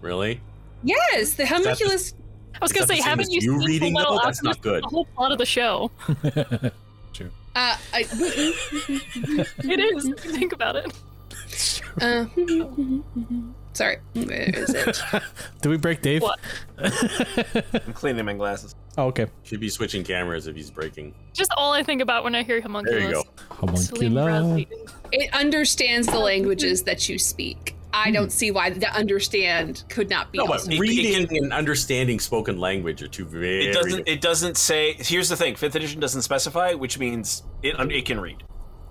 Speaker 6: Really?
Speaker 1: Yes, the
Speaker 6: that the-
Speaker 1: homunculus.
Speaker 4: I was gonna
Speaker 6: Is that
Speaker 4: say,
Speaker 6: the same
Speaker 4: haven't
Speaker 6: as
Speaker 4: you,
Speaker 6: you
Speaker 4: seen
Speaker 6: reading,
Speaker 4: the Little
Speaker 6: though? That's not
Speaker 4: Alchemist?
Speaker 6: good.
Speaker 4: The whole plot of the show.
Speaker 1: Uh, I,
Speaker 4: it is. if you Think about it.
Speaker 1: uh, sorry. Where is it?
Speaker 3: Did we break Dave?
Speaker 4: What?
Speaker 2: I'm cleaning my glasses.
Speaker 3: Oh, okay.
Speaker 6: Should be switching cameras if he's breaking.
Speaker 4: Just all I think about when I hear
Speaker 6: There
Speaker 4: homunculus.
Speaker 6: you go.
Speaker 4: Celine Bradley.
Speaker 3: Homunculi.
Speaker 1: It understands the languages that you speak. I don't see why the understand could not be.
Speaker 6: No, but
Speaker 1: also-
Speaker 2: it-
Speaker 6: reading and understanding spoken language are two very.
Speaker 2: It doesn't. It doesn't say. Here's the thing. Fifth edition doesn't specify, which means it un- it can read.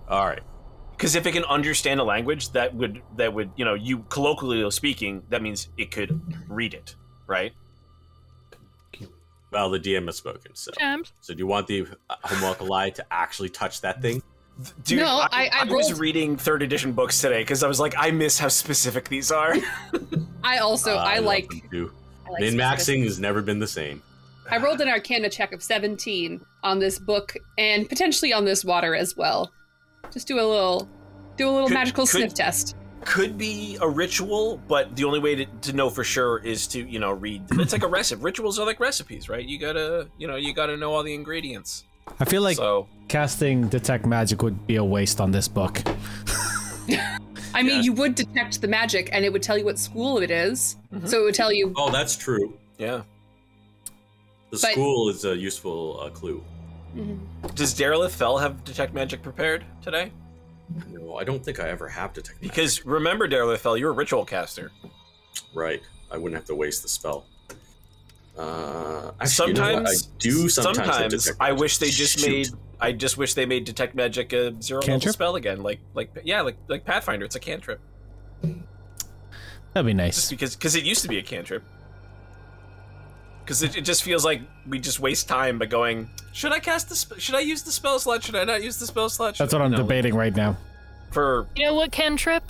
Speaker 6: All right.
Speaker 2: Because if it can understand a language, that would that would you know you colloquially speaking, that means it could read it, right?
Speaker 6: Well, the DM has spoken. So,
Speaker 4: James.
Speaker 6: so do you want the uh, homunculi to actually touch that thing?
Speaker 2: Dude,
Speaker 1: No, I- I
Speaker 2: was
Speaker 1: rolled-
Speaker 2: reading third edition books today because I was like, I miss how specific these are.
Speaker 1: I also
Speaker 6: Uh,
Speaker 1: I,
Speaker 6: love
Speaker 1: like,
Speaker 6: them too.
Speaker 1: I like
Speaker 6: Min maxing has never been the same.
Speaker 1: I rolled an Arcana check of 17 on this book and potentially on this water as well. Just do a little, do a little
Speaker 2: Could-
Speaker 1: magical
Speaker 2: could-
Speaker 1: sniff test.
Speaker 2: Could be a ritual, but the only way to, to know for sure is to you know read. It's like a recipe. Rituals are like recipes, right? You gotta you know you gotta know all the ingredients.
Speaker 3: I feel like
Speaker 2: so
Speaker 3: casting detect magic would be a waste on this book.
Speaker 1: I mean, you would detect the magic, and it would tell you what school it is. So it would tell you.
Speaker 6: Oh, that's true.
Speaker 2: yeah.
Speaker 6: The
Speaker 1: But-
Speaker 6: school is a useful uh, clue.
Speaker 2: Does Derelith Fell have detect magic prepared today?
Speaker 6: No, I don't think I ever have detected.
Speaker 2: Because remember, Derelith Fell, you're a ritual caster.
Speaker 6: Right. I wouldn't have to waste the spell. Uh, actually, you know what?
Speaker 2: sometimes
Speaker 6: I do sometimes. have detect
Speaker 2: I
Speaker 6: magic.
Speaker 2: wish they just
Speaker 6: Shoot.
Speaker 2: made I just wish they made detect magic a zero level
Speaker 3: Cantrip?
Speaker 2: spell again like like yeah like like Pathfinder it's a cantrip
Speaker 3: That'd be
Speaker 2: just
Speaker 3: nice.
Speaker 2: because cuz it used to be a cantrip cuz it, it just feels like we just waste time by going should I cast the sp- should I use the spell slot should I not use the spell slot
Speaker 3: That's
Speaker 2: Should
Speaker 3: what
Speaker 2: I-"
Speaker 3: I'm
Speaker 2: No, like,
Speaker 3: debating right now.
Speaker 2: for
Speaker 4: You know what can trip?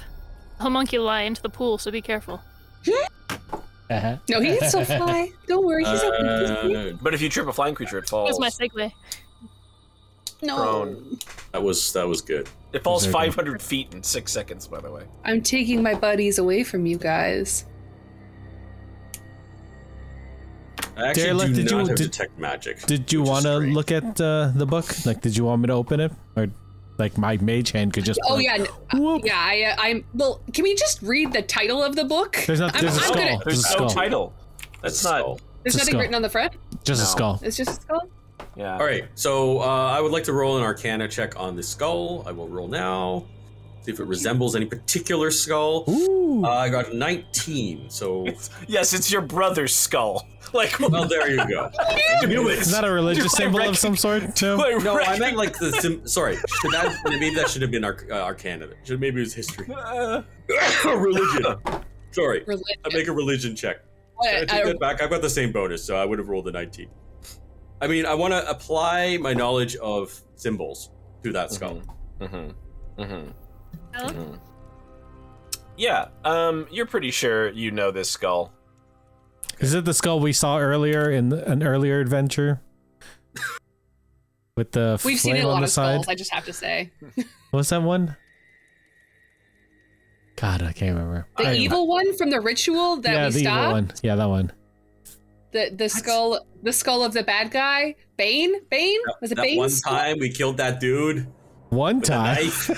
Speaker 4: Homunculi into the pool, so be careful.
Speaker 3: Uh-huh.
Speaker 1: No, he can still fly. Don't worry, he's okay.
Speaker 6: Uh,
Speaker 2: but if you trip a flying creature it
Speaker 4: That
Speaker 2: falls
Speaker 4: was my segue.
Speaker 1: No,
Speaker 2: prone.
Speaker 6: that was that was good.
Speaker 2: it falls
Speaker 3: Very good.
Speaker 2: 500 feet in 6 seconds by the way
Speaker 1: I'm taking my buddies away from you guys.
Speaker 6: I actually
Speaker 3: Derelict,
Speaker 6: do
Speaker 3: did
Speaker 6: not
Speaker 3: you-
Speaker 6: have
Speaker 3: did-
Speaker 6: detect magic.
Speaker 3: Did you
Speaker 6: which is
Speaker 3: want to
Speaker 6: great.
Speaker 3: look at uh, the book? Like, did you want me to open it, or like my mage hand could just?
Speaker 1: Oh
Speaker 3: like-
Speaker 1: yeah, n- uh,
Speaker 3: Whoop.
Speaker 1: yeah. I, uh, I'm. Well, can we just read the title of the book?
Speaker 3: There's not-
Speaker 1: I'm-
Speaker 3: there's a
Speaker 1: I'm
Speaker 3: skull.
Speaker 1: gonna-
Speaker 2: There's
Speaker 3: There's a
Speaker 2: no
Speaker 3: skull.
Speaker 2: title.
Speaker 6: That's
Speaker 2: That's not-
Speaker 6: skull.
Speaker 1: there's
Speaker 3: It's a
Speaker 1: nothing
Speaker 3: skull.
Speaker 1: written on the front.
Speaker 3: just a
Speaker 2: No.
Speaker 3: skull.
Speaker 1: It's just a skull.
Speaker 2: Yeah.
Speaker 6: All right, so uh, I would like to roll an Arcana check on the skull. I will roll now. See if it resembles any particular skull.
Speaker 3: Ooh,
Speaker 6: Uh, I got a 19, so
Speaker 2: Yes, it's your brother's skull. Like,
Speaker 6: well, there you go.
Speaker 2: I knew it.
Speaker 3: is that a
Speaker 2: Do I
Speaker 3: religious symbol
Speaker 2: recognize-
Speaker 3: of some sort?
Speaker 2: Do
Speaker 3: No.
Speaker 6: No, I meant like the sim- sorry. Should that, maybe that should have been Arc- uh, Arcana. Should maybe it was history.
Speaker 2: Uh,
Speaker 6: religion. Sorry,
Speaker 1: Religion.
Speaker 6: I make a religion check. Can I
Speaker 1: Uh,
Speaker 6: take that back. I've got the same bonus, so I would have rolled a 19. I mean, I want to apply my knowledge of symbols to that skull.
Speaker 2: Mm-hmm. Mm-hmm.
Speaker 4: Alan?
Speaker 2: Mhm. Yeah, um, you're pretty sure you know this skull.
Speaker 3: Is it the skull we saw earlier in the- an earlier adventure? With the
Speaker 1: We've seen a
Speaker 3: flail on
Speaker 1: lot
Speaker 3: the
Speaker 1: of
Speaker 3: side.
Speaker 1: skulls. I just have to say,
Speaker 3: What's that one? God, I can't remember.
Speaker 1: the
Speaker 3: I-
Speaker 1: evil one from the ritual that
Speaker 3: yeah,
Speaker 1: we
Speaker 3: the
Speaker 1: stopped.
Speaker 3: evil one. Yeah, that one.
Speaker 1: The the skull, the skull of the bad guy, Bane. Bane was it
Speaker 6: That
Speaker 1: Bane?
Speaker 6: one time we killed that dude
Speaker 3: One
Speaker 6: with a
Speaker 3: time.
Speaker 6: knife.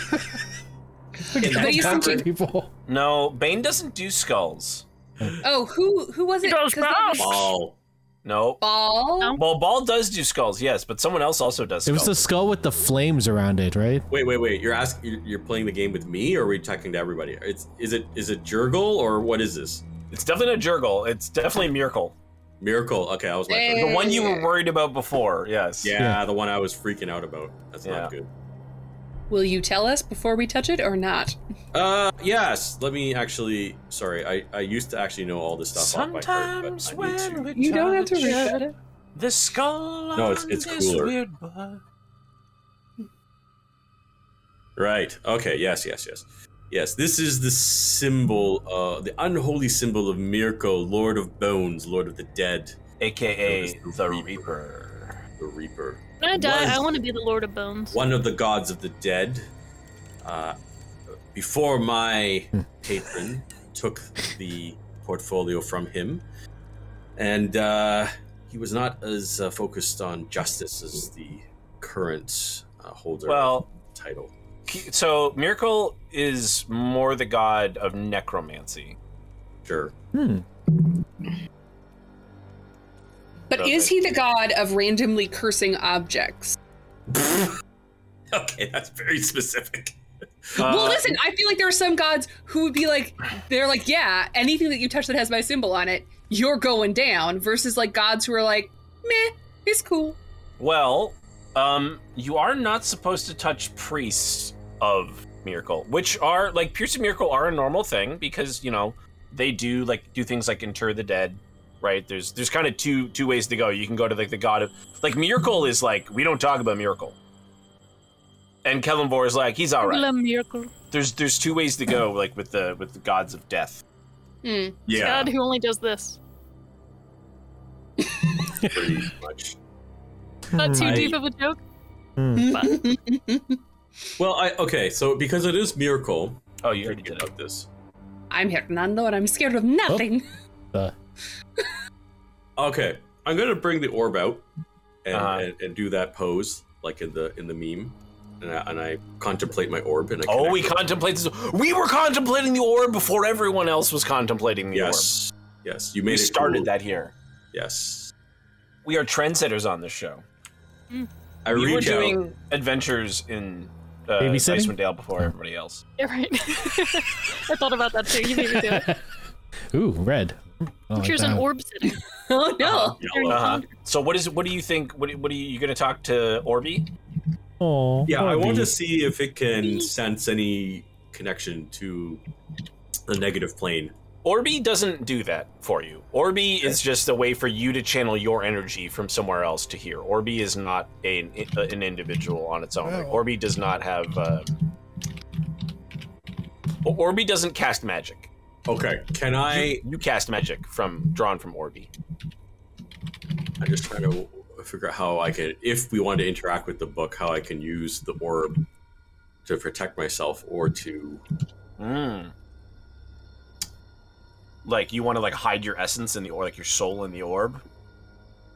Speaker 3: We
Speaker 6: And
Speaker 3: got
Speaker 1: that
Speaker 3: a couple
Speaker 1: cupboard.
Speaker 3: people.
Speaker 2: No, Bane doesn't do skulls.
Speaker 1: Oh, who who was it?
Speaker 4: It goes
Speaker 1: 'Cause that was
Speaker 6: Ball.
Speaker 2: No.
Speaker 1: Ball.
Speaker 4: No.
Speaker 2: Well, Ball does do skulls, yes, but someone else also does
Speaker 3: It was
Speaker 2: skulls.
Speaker 3: the skull with the flames around it, right?
Speaker 6: Wait, wait, wait. You're asking. You're, you're playing the game with me, or are we talking to everybody? It's is it is it Jurgle or what is this?
Speaker 2: It's definitely a Jurgle. It's definitely a Miracle.
Speaker 6: Miracle. Okay, I was my
Speaker 1: Hey.
Speaker 6: first.
Speaker 2: The one you were worried about before, yes.
Speaker 6: Yeah,
Speaker 3: Yeah.
Speaker 6: the one I was freaking out about. That's
Speaker 2: Yeah.
Speaker 6: not good.
Speaker 1: Will you tell us before we touch it or not?
Speaker 6: Uh, yes. Let me actually. Sorry, I I used to actually know all this stuff off by heart, but
Speaker 2: Sometimes
Speaker 6: I need to-
Speaker 2: when we
Speaker 1: You don't have to
Speaker 2: touch
Speaker 1: read it.
Speaker 2: The skull.
Speaker 6: No, it's-
Speaker 2: on
Speaker 6: it's
Speaker 2: this
Speaker 6: cooler.
Speaker 2: weird bug.
Speaker 6: Right. Okay. Yes. Yes. Yes. Yes. This is the symbol, uh, the unholy symbol of Mirko, Lord of Bones, Lord of the Dead,
Speaker 2: AKA
Speaker 6: Notice
Speaker 2: the
Speaker 6: the
Speaker 2: Reaper.
Speaker 6: the Reaper,
Speaker 4: When I die,
Speaker 6: Was-
Speaker 4: I want to be the Lord of Bones.
Speaker 6: one of the gods of the dead. Uh, before my patron took the portfolio from him, and uh, he was not as uh, focused on justice as the current uh, holder of
Speaker 2: Well,
Speaker 6: the title.
Speaker 2: so Miracle is more the god of necromancy.
Speaker 6: Sure.
Speaker 3: Hmm.
Speaker 1: But
Speaker 2: Okay.
Speaker 1: is he the god of randomly cursing objects?
Speaker 6: Okay, that's very specific.
Speaker 1: well,
Speaker 2: Uh,
Speaker 1: listen, I feel like there are some gods who would be like, they're like, yeah, anything that you touch that has my symbol on it, you're going down, versus like gods who are like, meh, it's cool.
Speaker 2: Well, um, you are not supposed to touch priests of miracle, which are like priests of miracle are a normal thing because you know they do like do things like inter the dead, right? There's there's kind of two two ways to go. You can go to like the god of like miracle is like we don't talk about miracle, and Kellenvor is like he's all right.
Speaker 4: Little miracle.
Speaker 2: There's there's two ways to go like with the with the gods of death.
Speaker 1: Hmm.
Speaker 4: God who only does this.
Speaker 6: pretty much.
Speaker 4: Not
Speaker 3: Hmm.
Speaker 4: too
Speaker 6: I-
Speaker 4: deep of a joke.
Speaker 6: Well, I okay, so because it is miracle,
Speaker 2: Oh, you already
Speaker 6: you already
Speaker 2: did it.
Speaker 6: about this.
Speaker 1: I'm Hernando and I'm scared of nothing.
Speaker 3: The-
Speaker 6: Okay, I'm gonna bring the orb out and,
Speaker 2: Uh-huh.
Speaker 6: and, and do that pose like in the in the meme, and I, and I contemplate my orb and I
Speaker 2: Oh,
Speaker 6: connect
Speaker 2: we
Speaker 6: it.
Speaker 2: contemplate this. We were contemplating the orb before everyone else was contemplating the orb.
Speaker 6: yes, yes, you made
Speaker 2: we
Speaker 6: it
Speaker 2: started
Speaker 6: cool.
Speaker 2: that here.
Speaker 6: Yes,
Speaker 2: We are trendsetters on this show.
Speaker 6: I
Speaker 2: we were
Speaker 6: reach out.
Speaker 2: doing adventures in uh,
Speaker 3: Babysitting?
Speaker 2: Icewind Dale before everybody else.
Speaker 4: Yeah, right. I thought about that too. You made me do it.
Speaker 3: Ooh, red. Oh,
Speaker 4: Here's an orb sitting.
Speaker 1: oh no.
Speaker 6: Yellow.
Speaker 2: Uh-huh. So what is what do you think? What, do- what are you, you going to talk to Orby?
Speaker 3: Oh,
Speaker 6: Yeah, I want to see if it can sense any connection to the negative plane.
Speaker 2: Orby doesn't do that for you. Orby is just a way for you to channel your energy from somewhere else to here. Orby is not an an individual on its own.
Speaker 6: Oh.
Speaker 2: Like, Orby does not have. Uh, Or- Orby doesn't cast magic.
Speaker 6: Okay, can I?
Speaker 2: You cast magic from drawn from Orby.
Speaker 6: I'm just trying to figure out how I can, if we want to interact with the book, how I can use the orb to protect myself or to. Hmm.
Speaker 2: Mm. Like you want to like hide your essence in the or like your soul in the orb.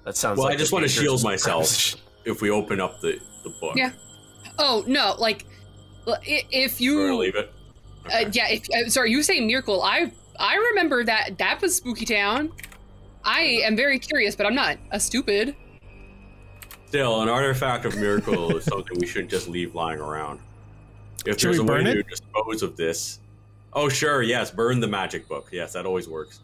Speaker 2: That sounds.
Speaker 6: Well,
Speaker 2: like
Speaker 6: I just
Speaker 2: the
Speaker 6: want to
Speaker 2: dangerous
Speaker 6: shield myself
Speaker 2: supremacy.
Speaker 6: if we open up the, the book.
Speaker 1: Yeah. Oh no, like l- i- if
Speaker 6: Or
Speaker 1: you
Speaker 6: leave it. Okay.
Speaker 1: uh, yeah, if uh, sorry, you say miracle. I I remember that that was spooky town. I am very curious, but I'm not a stupid.
Speaker 6: Still, an artifact of miracle is something we shouldn't just leave lying around. If
Speaker 3: Should
Speaker 6: there's
Speaker 3: we
Speaker 6: a
Speaker 3: burn
Speaker 6: way
Speaker 3: it?
Speaker 6: to dispose of this, oh sure, yes, burn the magic book. Yes, that always works.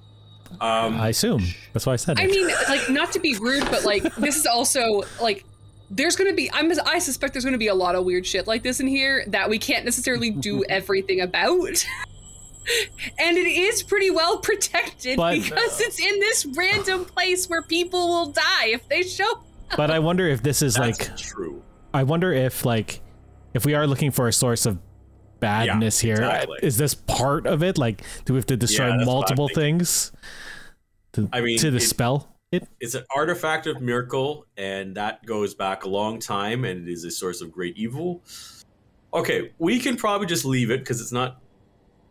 Speaker 6: Um,
Speaker 3: I assume that's why I said it.
Speaker 1: I mean, like not to be rude, but like this is also like there's going to be I'm I suspect there's going to be a lot of weird shit like this in here that we can't necessarily do everything about. and it is pretty well protected
Speaker 3: But-
Speaker 1: because it's in this random place where people will die if they show
Speaker 3: but I wonder if this is
Speaker 6: that's
Speaker 3: like
Speaker 6: true.
Speaker 3: I wonder if like if we are looking for a source of badness here, is
Speaker 6: exactly.
Speaker 3: this part of it? Like, do we have to destroy
Speaker 6: that's what I'm
Speaker 3: multiple
Speaker 6: thinking.
Speaker 3: things to,
Speaker 6: I mean,
Speaker 3: to the
Speaker 6: it-
Speaker 3: spell? It
Speaker 6: It's an artifact of miracle, and that goes back a long time, and it is a source of great evil. Okay, we can probably just leave it because it's not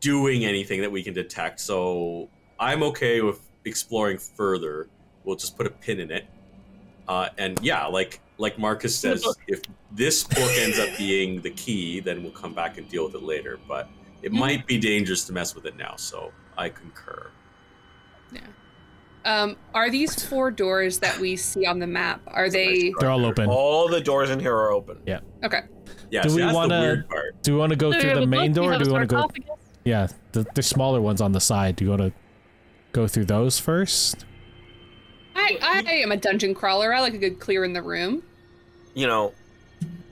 Speaker 6: doing anything that we can detect. So I'm okay with exploring further. We'll just put a pin in it, uh, and yeah, like like Marcus
Speaker 4: In the
Speaker 6: says, if this book ends up being the key, then we'll come back and deal with it later. But it
Speaker 1: Mhm.
Speaker 6: might be dangerous to mess with it now. So I concur.
Speaker 1: Um, are these four doors that we see on the map? Are they
Speaker 3: they're all open.
Speaker 2: All the doors in here are open.
Speaker 3: Yeah.
Speaker 1: okay?
Speaker 6: Yeah,
Speaker 3: Do
Speaker 6: so
Speaker 3: we
Speaker 6: that's
Speaker 3: wanna-
Speaker 6: the weird part.
Speaker 3: Do we want to go
Speaker 4: So
Speaker 3: through
Speaker 4: yeah,
Speaker 3: the
Speaker 4: but
Speaker 3: main
Speaker 4: look,
Speaker 3: door? Or
Speaker 4: have
Speaker 3: do
Speaker 4: a
Speaker 3: we want to go?
Speaker 4: sarcophagus.
Speaker 3: Yeah, the, there's smaller ones on the side. Do you want to go through those first?
Speaker 1: I, I am a dungeon crawler. I like a good clear in the room.
Speaker 2: You know,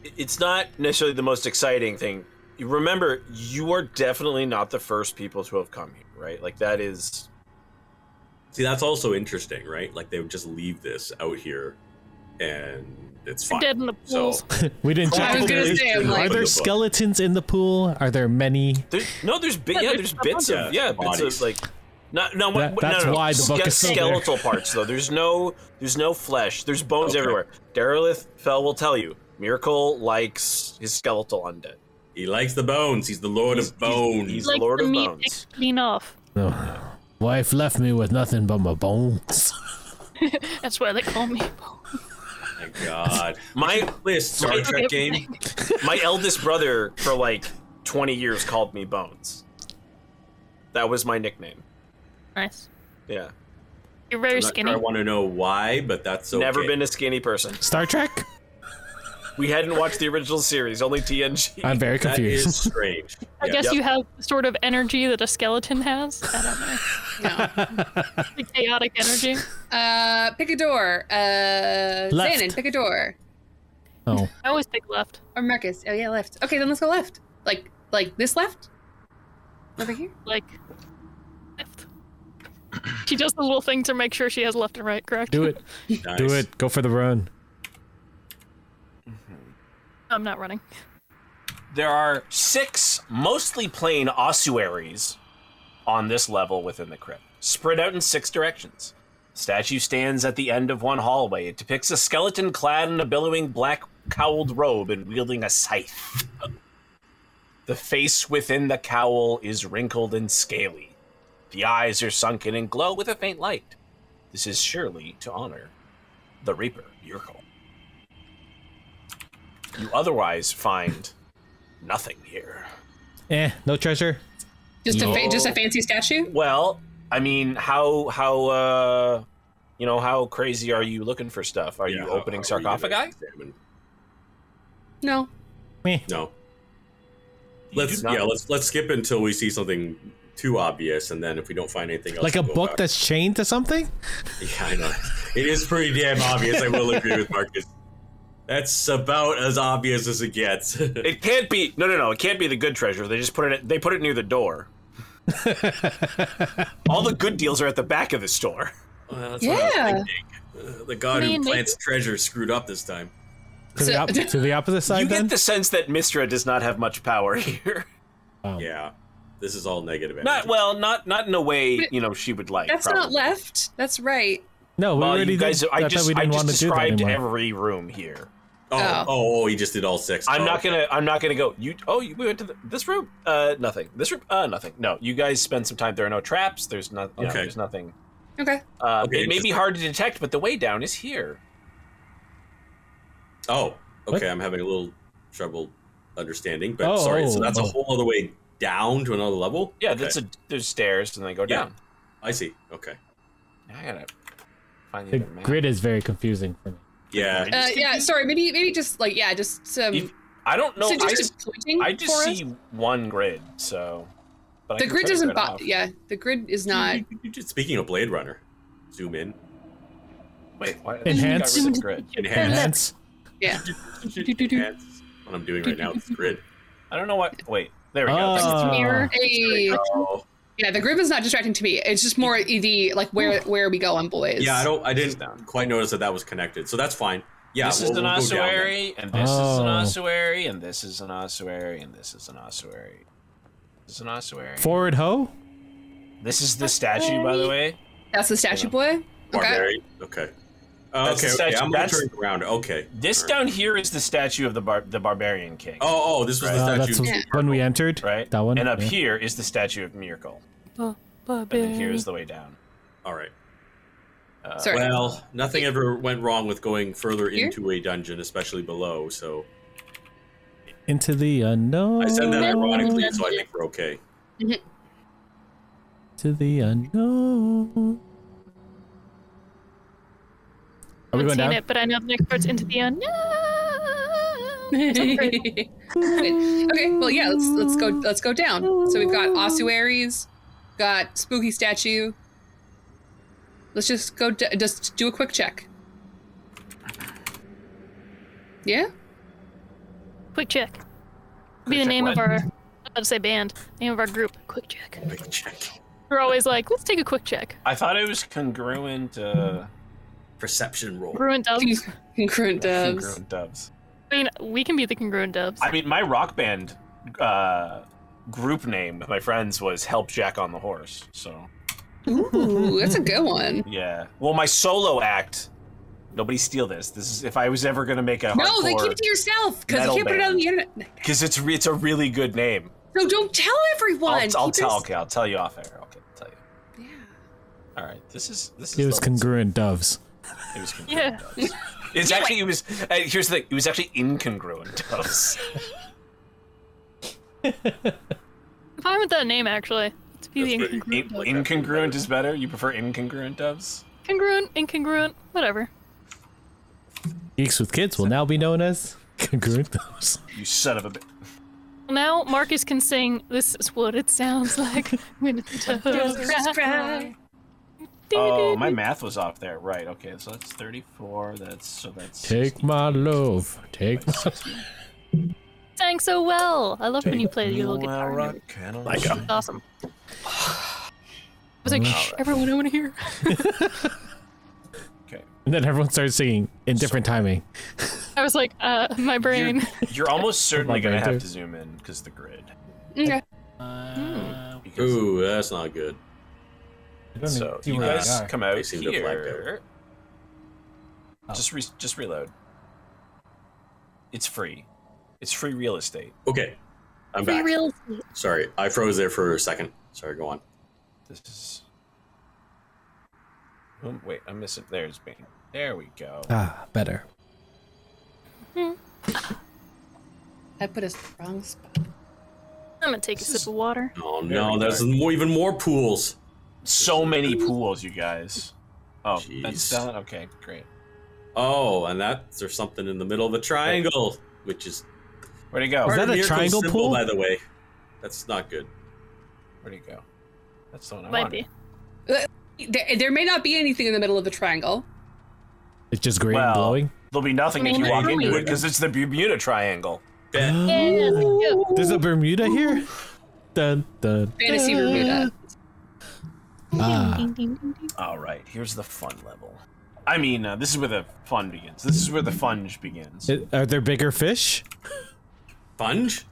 Speaker 2: it- it's not necessarily the most exciting thing. You Remember, you are definitely not the first people to have come here, right? Like that is
Speaker 6: See, that's also interesting, right? Like they would just leave this out here, and it's fine.
Speaker 4: Dead in the
Speaker 6: so
Speaker 4: pools.
Speaker 3: We didn't check.
Speaker 1: I was
Speaker 3: the
Speaker 1: gonna
Speaker 3: pool.
Speaker 1: say, I'm
Speaker 6: Probably
Speaker 1: like-
Speaker 3: Are
Speaker 6: open
Speaker 3: there
Speaker 6: the book.
Speaker 3: skeletons in the pool? Are there many?
Speaker 2: There, no, there's bit, yeah, there's bits of yeah, bits
Speaker 6: bodies.
Speaker 2: of like, not no,
Speaker 3: That-
Speaker 2: no,
Speaker 3: that's
Speaker 2: no, no.
Speaker 3: why the book
Speaker 2: Ske-
Speaker 3: is still there.
Speaker 2: skeletal parts though. There's no there's no flesh. There's bones
Speaker 6: Okay.
Speaker 2: everywhere. Derelith Fell will tell you. Miracle likes his skeletal undead.
Speaker 6: He likes the bones. He's the lord
Speaker 2: He's-
Speaker 6: of
Speaker 2: he's-
Speaker 6: bones.
Speaker 2: he's-
Speaker 4: like
Speaker 2: Lord
Speaker 4: the
Speaker 2: of
Speaker 4: meat
Speaker 2: Bones.
Speaker 4: is clean off.
Speaker 3: No. Wife left me with nothing but my bones.
Speaker 4: That's why they call me.
Speaker 6: My God,
Speaker 2: My
Speaker 6: this Star
Speaker 2: Right.
Speaker 6: Trek game.
Speaker 2: my eldest brother for like 20 years called me Bones. That was my nickname.
Speaker 4: Nice.
Speaker 2: Yeah,
Speaker 4: You're
Speaker 6: I'm
Speaker 4: very
Speaker 6: not
Speaker 4: skinny.
Speaker 6: Sure I want to know why, but that's okay.
Speaker 2: never been a skinny person.
Speaker 3: Star Trek?
Speaker 2: We hadn't watched the original series, only TNG.
Speaker 3: I'm very
Speaker 6: That is
Speaker 3: confused.
Speaker 6: strange.
Speaker 4: I
Speaker 6: Yeah.
Speaker 4: guess
Speaker 2: Yep.
Speaker 4: you have the sort of energy that a skeleton has. I don't know.
Speaker 1: No.
Speaker 4: The chaotic energy.
Speaker 1: Uh, pick a door. Uh,
Speaker 3: Left.
Speaker 1: Zanin, pick a door.
Speaker 3: Oh,
Speaker 4: I always pick left.
Speaker 1: Or Marcus. Oh yeah, left. Okay, then let's go left. Like, like this left. Over here.
Speaker 4: Like left. She does the little thing to make sure she has left and right, correct?
Speaker 3: do it.
Speaker 6: Nice.
Speaker 3: Do it. Go for the run.
Speaker 4: I'm not running.
Speaker 2: There are six mostly plain ossuaries on this level within the crypt, spread out in six directions. The statue stands at the end of one hallway. It depicts a skeleton clad in a billowing black cowled robe and wielding a scythe. The face within the cowl is wrinkled and scaly. The eyes are sunken and glow with a faint light. This is surely to honor the Reaper, Yurko. You otherwise find nothing here.
Speaker 3: Eh, no treasure.
Speaker 1: Just a fa-
Speaker 2: No.
Speaker 1: just a fancy statue.
Speaker 2: Well, I mean, how how uh you know, how crazy are you looking for stuff? Are
Speaker 6: Yeah,
Speaker 2: you
Speaker 6: how-
Speaker 2: opening
Speaker 6: how are you gonna
Speaker 2: sarcophagi?
Speaker 6: examine-
Speaker 1: No.
Speaker 3: Meh.
Speaker 6: No. Let's
Speaker 2: do not-
Speaker 6: yeah. Let's let's skip until we see something too obvious, and then if we don't find anything else,
Speaker 3: Like a
Speaker 6: we'll go
Speaker 3: book
Speaker 6: back.
Speaker 3: that's chained to something?
Speaker 6: Yeah, I know. It is pretty damn obvious. I will agree with Marcus. That's about as obvious as it gets.
Speaker 2: It can't be. No, no, no. It can't be the good treasure. They just put it. They put it near the door. All the good deals are at the back of the store.
Speaker 6: Well, that's what I
Speaker 1: Yeah.
Speaker 6: was thinking. Uh, the god
Speaker 4: I mean,
Speaker 6: who
Speaker 4: maybe-
Speaker 6: plants treasure screwed up this time.
Speaker 3: To, the,
Speaker 1: So-
Speaker 3: op- to the opposite
Speaker 2: you
Speaker 3: side,
Speaker 2: get
Speaker 3: then?
Speaker 2: the sense that Mistra does not have much power here.
Speaker 3: Wow.
Speaker 6: Yeah, this is all negative energy.
Speaker 2: Not well. Not not in a way
Speaker 1: But
Speaker 2: you know she would like.
Speaker 1: That's not
Speaker 2: probably.
Speaker 1: left. That's right.
Speaker 3: No, we
Speaker 2: Well,
Speaker 3: already
Speaker 2: you guys.
Speaker 3: did.
Speaker 2: I
Speaker 3: thought
Speaker 2: just.
Speaker 3: we
Speaker 2: I
Speaker 3: didn't
Speaker 2: just
Speaker 3: want to do that
Speaker 2: described
Speaker 3: anymore.
Speaker 2: every room here.
Speaker 6: oh,
Speaker 1: Oh.
Speaker 6: oh, oh, he just did all six.
Speaker 2: I'm
Speaker 6: Oh,
Speaker 2: not
Speaker 6: okay.
Speaker 2: gonna. I'm not gonna go. You. Oh, you we went to the, this room. Uh, nothing. This room. Uh, nothing. No, you guys spend some time. There are no traps. There's not. You know,
Speaker 6: Okay.
Speaker 2: there's nothing.
Speaker 1: Okay.
Speaker 2: Uh,
Speaker 6: Okay,
Speaker 2: it may be hard to detect, but the way down is here.
Speaker 6: Oh,
Speaker 3: What?
Speaker 6: okay. I'm having a little trouble understanding, but
Speaker 3: Oh,
Speaker 6: sorry. So
Speaker 3: oh,
Speaker 6: that's a
Speaker 3: oh.
Speaker 6: whole other way down to another level.
Speaker 2: Yeah,
Speaker 6: okay.
Speaker 2: that's a there's stairs and they go
Speaker 6: Yeah.
Speaker 2: down.
Speaker 6: I see. Okay.
Speaker 2: I gotta find the,
Speaker 3: The
Speaker 2: other map.
Speaker 3: grid is very confusing for me.
Speaker 6: Yeah.
Speaker 1: Uh, yeah. Sorry. Maybe maybe just like yeah, just um, some
Speaker 2: If- I don't know. I,
Speaker 1: suggestive
Speaker 2: s-
Speaker 1: pointing
Speaker 2: I just
Speaker 1: for us.
Speaker 2: see one grid, so. But I
Speaker 1: the
Speaker 2: can
Speaker 1: grid
Speaker 2: turn
Speaker 1: doesn't.
Speaker 2: off.
Speaker 1: Bo- yeah, the grid is not.
Speaker 6: You- you just- Speaking of Blade Runner, zoom in.
Speaker 2: Wait, why?
Speaker 3: Enhance.
Speaker 2: Got rid of the grid.
Speaker 6: Enhance.
Speaker 3: Enhance.
Speaker 1: Yeah.
Speaker 6: Enhance. What I'm doing right now with the grid.
Speaker 2: I don't know what. Wait, there we go.
Speaker 3: Oh.
Speaker 2: Thank you.
Speaker 4: mirror.
Speaker 1: Hey.
Speaker 6: Oh,
Speaker 1: Yeah, the grid is not distracting to me. It's just more the like where where we go on boys.
Speaker 6: yeah. I don't. I
Speaker 2: This is
Speaker 6: didn't
Speaker 2: down.
Speaker 6: quite notice that that was connected. So that's fine. Yeah.
Speaker 2: this
Speaker 6: we'll-
Speaker 2: is an
Speaker 6: we'll go down there.
Speaker 2: ossuary, and this is an
Speaker 3: Oh.
Speaker 2: ossuary, and this is an ossuary, and this is an ossuary. This is an ossuary.
Speaker 3: Forward ho.
Speaker 2: This is the statue, by the way.
Speaker 1: That's the statue boy. Okay.
Speaker 6: Barbarian. Okay.
Speaker 2: That's the
Speaker 6: okay. okay.
Speaker 2: statue-
Speaker 6: I'm gonna
Speaker 2: that's-
Speaker 6: turn it around. Okay.
Speaker 2: This
Speaker 6: All right.
Speaker 2: down here is the statue of the bar- the barbarian king.
Speaker 6: Oh, oh, this was
Speaker 2: Right.
Speaker 3: Uh,
Speaker 6: the
Speaker 3: that's
Speaker 6: statue.
Speaker 1: Yeah.
Speaker 3: when we entered.
Speaker 2: right.
Speaker 3: That one.
Speaker 2: And up
Speaker 3: yeah.
Speaker 2: here is the statue of Miracle. And then here is the way down.
Speaker 6: All right.
Speaker 2: Uh,
Speaker 1: Sorry.
Speaker 6: Well, nothing ever went wrong with going further
Speaker 1: Here?
Speaker 6: into a dungeon, especially below. So
Speaker 3: Into the unknown.
Speaker 6: I said that ironically, so I think we're okay.
Speaker 3: To the unknown. Are we
Speaker 4: haven't
Speaker 3: going
Speaker 4: seen
Speaker 3: down?
Speaker 4: it, but I know the next part's into the end.
Speaker 1: okay. Well, yeah. Let's let's go
Speaker 3: Mm.
Speaker 1: let's go down. So we've got ossuaries, got spooky statue. Let's just go. D- just do a quick check. Yeah.
Speaker 4: Quick check. Be the
Speaker 2: check
Speaker 4: name of
Speaker 2: what?
Speaker 4: our. I'd say band. Name of our group. Quick check.
Speaker 6: Quick check.
Speaker 4: We're always like, let's take a quick check.
Speaker 2: I thought it was congruent. Uh,
Speaker 6: Perception roll.
Speaker 4: Congruent
Speaker 2: Oh.
Speaker 4: dubs.
Speaker 1: Congruent doves.
Speaker 2: Congruent doves.
Speaker 4: I mean, we can be the congruent dubs.
Speaker 2: I mean, my rock band uh, group name with my friends was Help Jack on the Horse. So,
Speaker 1: Ooh, that's a good one.
Speaker 2: yeah. Well, my solo act, nobody steal this. This is if I was ever going to make a
Speaker 1: No, then keep
Speaker 2: hardcore
Speaker 1: it to yourself because you
Speaker 2: metal
Speaker 1: can't put it on
Speaker 2: band.
Speaker 1: the internet.
Speaker 2: because it's re- it's a really good name.
Speaker 1: No, don't tell everyone.
Speaker 2: I'll, I'll
Speaker 1: Keep
Speaker 2: tell.
Speaker 1: yours-
Speaker 2: Okay, I'll tell you off air. Okay, I'll tell you.
Speaker 1: Yeah.
Speaker 2: All right. This is this is.
Speaker 3: It was
Speaker 2: level-
Speaker 3: congruent doves.
Speaker 2: It was congruent.
Speaker 4: yeah.
Speaker 2: doves. It's actually it was. Uh, here's the thing. It was actually incongruent doves.
Speaker 4: I'm fine with that name, actually. Let's be the
Speaker 6: That's pretty-
Speaker 4: incongruent. dubs.
Speaker 2: incongruent is better. You prefer incongruent doves?
Speaker 4: Congruent, incongruent, whatever.
Speaker 3: Geeks with kids will now be known as congruent doves.
Speaker 2: You son of a. bi-
Speaker 4: Well, now Marcus can sing. This is what it sounds like when it's
Speaker 1: Just cry.
Speaker 2: Oh, my math was off there. Right. Okay. So that's 34. That's so that's.
Speaker 3: Take my love. Take my
Speaker 4: sang so well. I love when you play your little
Speaker 2: Well,
Speaker 4: guitar.
Speaker 2: rock
Speaker 4: It's
Speaker 2: and
Speaker 3: Like
Speaker 2: roll.
Speaker 3: a-
Speaker 4: awesome. I was like, Shh, everyone, I want to hear.
Speaker 2: Okay.
Speaker 3: And then everyone starts singing in different timing.
Speaker 4: I was like, uh, my brain.
Speaker 2: You're, you're almost certainly
Speaker 3: brain
Speaker 2: gonna have
Speaker 3: too.
Speaker 2: to zoom in because the grid.
Speaker 1: Okay.
Speaker 2: Because-
Speaker 6: Ooh, that's not good.
Speaker 2: So you guys come out
Speaker 6: They seem to have blacked
Speaker 2: here.
Speaker 3: Oh.
Speaker 2: Just re- just reload. It's free. It's free real estate.
Speaker 6: Okay, I'm
Speaker 4: Free
Speaker 6: back.
Speaker 4: real
Speaker 6: Sorry, I froze there for a second. Sorry, go on.
Speaker 2: This is. Oh, wait, I'm missing. There's Bane. There we go.
Speaker 3: Ah, better.
Speaker 1: I put a wrong spot.
Speaker 4: I'm gonna take a sip of water.
Speaker 6: Oh
Speaker 2: There
Speaker 6: no,
Speaker 2: we
Speaker 6: there's
Speaker 2: are.
Speaker 6: more, even more pools.
Speaker 2: So many pools, you guys. Oh, that's
Speaker 6: Jeez.
Speaker 2: done. Okay, great.
Speaker 6: Oh, and that there's something in the middle of a triangle, which is
Speaker 2: Where'd he go?
Speaker 3: Is
Speaker 6: part
Speaker 3: that
Speaker 6: of
Speaker 3: a
Speaker 6: Miracle's
Speaker 3: triangle
Speaker 6: symbol,
Speaker 3: pool?
Speaker 6: By the way, that's not good.
Speaker 2: Where'd he go? That's the one I
Speaker 4: Might
Speaker 2: wanted.
Speaker 4: be.
Speaker 1: There, there may not be anything in the middle of the triangle.
Speaker 3: It's just green
Speaker 2: Well,
Speaker 3: blowing.
Speaker 2: There'll be nothing if you
Speaker 4: Maybe
Speaker 2: walk
Speaker 4: not.
Speaker 2: into it because it's the Bermuda Triangle.
Speaker 6: Bet.
Speaker 4: Yeah, yeah.
Speaker 3: There's a Bermuda here? Dun, dun,
Speaker 1: Fantasy
Speaker 3: dun.
Speaker 1: Bermuda.
Speaker 3: Ah,
Speaker 2: All right, here's the fun level. I mean, uh, this is where the fun begins. This is where the funge begins.
Speaker 3: It- are there bigger fish?
Speaker 6: Funge?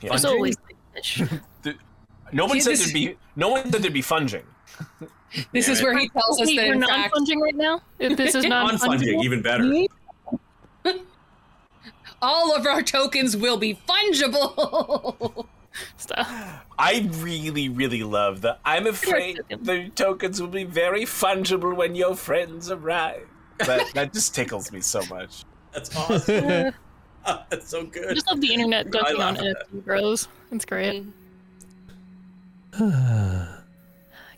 Speaker 2: Yeah.
Speaker 4: There's always fish.
Speaker 2: Th- no one
Speaker 1: Yeah,
Speaker 2: said
Speaker 1: this-
Speaker 2: there'd be no one said there'd be funging.
Speaker 1: This
Speaker 6: Damn
Speaker 1: is
Speaker 6: it.
Speaker 1: where he tells us
Speaker 4: Wait,
Speaker 1: that
Speaker 4: we're
Speaker 1: in
Speaker 4: non
Speaker 1: fact.
Speaker 4: funging right now. If This is non
Speaker 6: On
Speaker 4: funging.
Speaker 6: funding, even better.
Speaker 1: All of our tokens will be fungible.
Speaker 4: stuff.
Speaker 2: I really, really love that. I'm afraid the tokens will be very fungible when your friends arrive. That, that just tickles me so much.
Speaker 6: That's awesome. That's so
Speaker 4: I
Speaker 6: good.
Speaker 4: just love the internet dunking on
Speaker 6: love that.
Speaker 4: NFT bros. It's great.
Speaker 1: Mm.
Speaker 4: I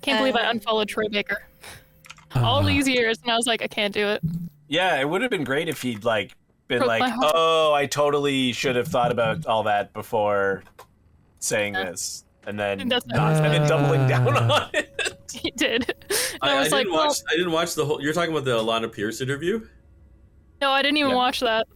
Speaker 4: can't believe I
Speaker 1: Um,
Speaker 4: unfollowed Troy Baker
Speaker 3: Uh,
Speaker 4: all these years, and I was like, I can't do it.
Speaker 2: Yeah, it would have been great if he'd like been
Speaker 4: Broke my
Speaker 2: like,
Speaker 4: heart.
Speaker 2: "Oh, I totally should have thought about all that before saying
Speaker 4: Yeah.
Speaker 2: this," and then
Speaker 4: And that's not
Speaker 2: not, and then doubling down
Speaker 3: Uh.
Speaker 2: on it.
Speaker 4: He did. And
Speaker 6: I,
Speaker 4: I, was
Speaker 6: I
Speaker 4: like,
Speaker 6: didn't
Speaker 4: well,
Speaker 6: watch. I didn't watch the whole. You're talking about the Alana Pierce interview.
Speaker 4: no, I didn't even
Speaker 2: Yeah.
Speaker 4: watch that.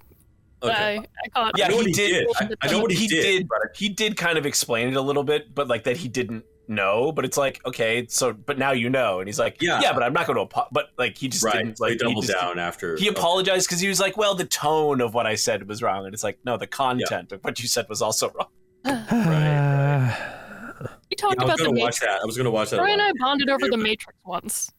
Speaker 4: but
Speaker 6: Okay.
Speaker 4: I, I caught.
Speaker 2: Yeah,
Speaker 6: I know what
Speaker 2: he
Speaker 6: he
Speaker 2: did.
Speaker 6: did. I, I know what he,
Speaker 2: he
Speaker 6: did.
Speaker 2: did.
Speaker 6: but
Speaker 2: He did kind of explain it a little bit, but like that he didn't know. But it's like, okay, so but now you know, and he's like,
Speaker 6: Yeah.
Speaker 2: yeah, but I'm not going to. Apo-. But like he just
Speaker 6: right.
Speaker 2: didn't like
Speaker 6: they
Speaker 2: he
Speaker 6: doubled
Speaker 2: just didn't-
Speaker 6: down after. uh,
Speaker 2: He apologized because he was like, well, the tone of what I said was wrong, and it's like, no, the content of what you said was also wrong.
Speaker 4: We talked
Speaker 6: Yeah, I was
Speaker 4: about the
Speaker 6: gonna watch
Speaker 4: Matrix.
Speaker 6: that. I was gonna watch that.
Speaker 4: Troy and I
Speaker 6: Alana.
Speaker 4: bonded over the
Speaker 6: Yeah.
Speaker 4: Matrix once.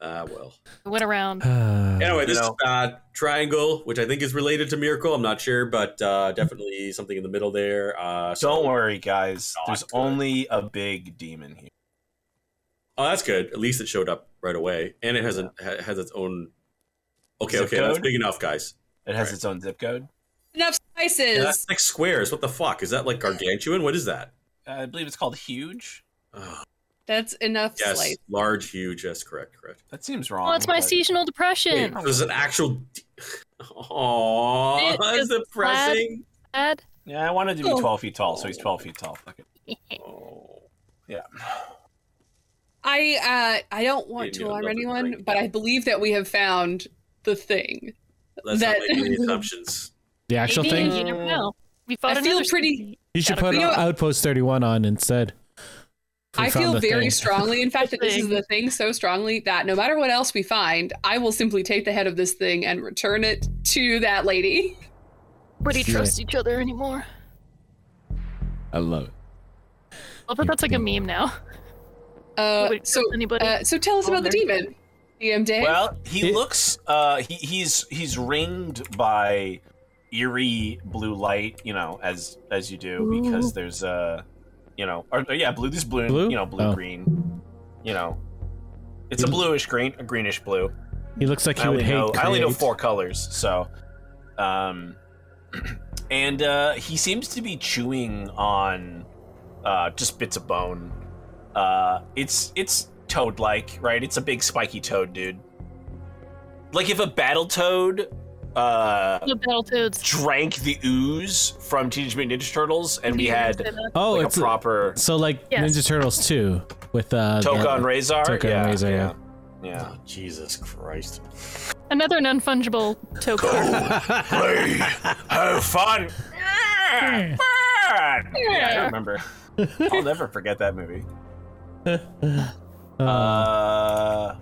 Speaker 6: Ah, well.
Speaker 4: We went around.
Speaker 6: Anyway, this
Speaker 2: know.
Speaker 6: is uh, triangle, which I think is related to miracle. I'm not sure, but uh, definitely something in the middle there. Uh, so-
Speaker 2: Don't worry, guys.
Speaker 6: Not
Speaker 2: There's
Speaker 6: good.
Speaker 2: only a big demon here.
Speaker 6: Oh, that's good. At least it showed up right away, and it has a, ha- has its own. Okay,
Speaker 2: Zip
Speaker 6: okay, that's
Speaker 2: code?
Speaker 6: big enough, guys.
Speaker 2: It has
Speaker 6: Right.
Speaker 2: its own zip code.
Speaker 1: Enough
Speaker 6: And
Speaker 1: spices.
Speaker 6: that's six squares. What the fuck is that? Like gargantuan? What is that?
Speaker 2: I believe it's called huge.
Speaker 6: Oh,
Speaker 1: That's enough
Speaker 6: yes,
Speaker 1: slice.
Speaker 6: large, huge. Yes, correct, correct.
Speaker 2: That seems wrong.
Speaker 4: Well, it's my
Speaker 2: but-
Speaker 4: seasonal
Speaker 6: Oh, Wait,
Speaker 4: depression.
Speaker 6: there's an actual. Aww,
Speaker 4: It
Speaker 6: that's
Speaker 4: is
Speaker 6: depressing.
Speaker 4: Dad.
Speaker 2: Yeah, I wanted to be
Speaker 1: Oh.
Speaker 2: 12 feet tall, so he's 12 feet tall. Fuck it.
Speaker 6: Oh,
Speaker 2: Yeah.
Speaker 1: I uh, I don't want
Speaker 6: You
Speaker 1: to
Speaker 6: know,
Speaker 1: alarm
Speaker 6: nothing
Speaker 1: anyone,
Speaker 6: like-
Speaker 1: but I believe that we have found the thing.
Speaker 6: let's
Speaker 1: That-
Speaker 6: not make any assumptions.
Speaker 3: the actual
Speaker 4: Maybe,
Speaker 3: thing?
Speaker 4: You never know. We fought
Speaker 1: I feel
Speaker 4: another
Speaker 1: pretty-
Speaker 4: species.
Speaker 3: You should
Speaker 4: Gotta
Speaker 3: put
Speaker 1: be- You know-
Speaker 3: Outpost 31 on instead. If we
Speaker 1: I
Speaker 3: found
Speaker 1: feel
Speaker 3: the
Speaker 1: very
Speaker 3: thing.
Speaker 1: strongly, in fact, that this is
Speaker 4: Thing.
Speaker 1: the thing so strongly that no matter what else we find, I will simply take the head of this thing and return it to that lady.
Speaker 4: Would he
Speaker 3: Yeah.
Speaker 4: trust each other anymore?
Speaker 3: I love it.
Speaker 4: Love that that's like a meme now.
Speaker 1: Uh,
Speaker 4: Nobody
Speaker 1: so,
Speaker 4: trusts anybody.
Speaker 1: uh, so tell us about the demon, DM Dave.
Speaker 2: Well, he
Speaker 3: It-
Speaker 2: looks. Uh, he, he's he's ringed by eerie blue light. You know, as as you do, because there's uh, you know, or, or yeah, blue. This blue,
Speaker 3: Blue?
Speaker 2: you know, blue
Speaker 3: Oh.
Speaker 2: green. You know, it's a bluish green, a greenish blue.
Speaker 3: He looks like he
Speaker 2: I
Speaker 3: would
Speaker 2: only,
Speaker 3: hate.
Speaker 2: know, I only know
Speaker 3: create.
Speaker 2: four colors, so. Um, and uh, he seems to be chewing on uh, just bits of bone. Uh, it's it's toad-like, right? It's a big spiky toad, dude. Like if a battle toad uh,
Speaker 4: the Battletoads.
Speaker 2: drank the ooze from Teenage Mutant Ninja Turtles, and we had
Speaker 3: Oh,
Speaker 2: like
Speaker 3: it's
Speaker 2: a proper
Speaker 3: so like
Speaker 4: Yes.
Speaker 3: Ninja Turtles 2 with uh, the-
Speaker 2: Toka and Razor.
Speaker 3: Toka and
Speaker 2: yeah,
Speaker 3: Razor, yeah.
Speaker 2: yeah.
Speaker 6: Oh, Jesus Christ.
Speaker 4: Another non fungible token.
Speaker 2: Play. Have fun. Yeah, I remember. I'll never forget that movie.
Speaker 3: Uh,
Speaker 2: Uh,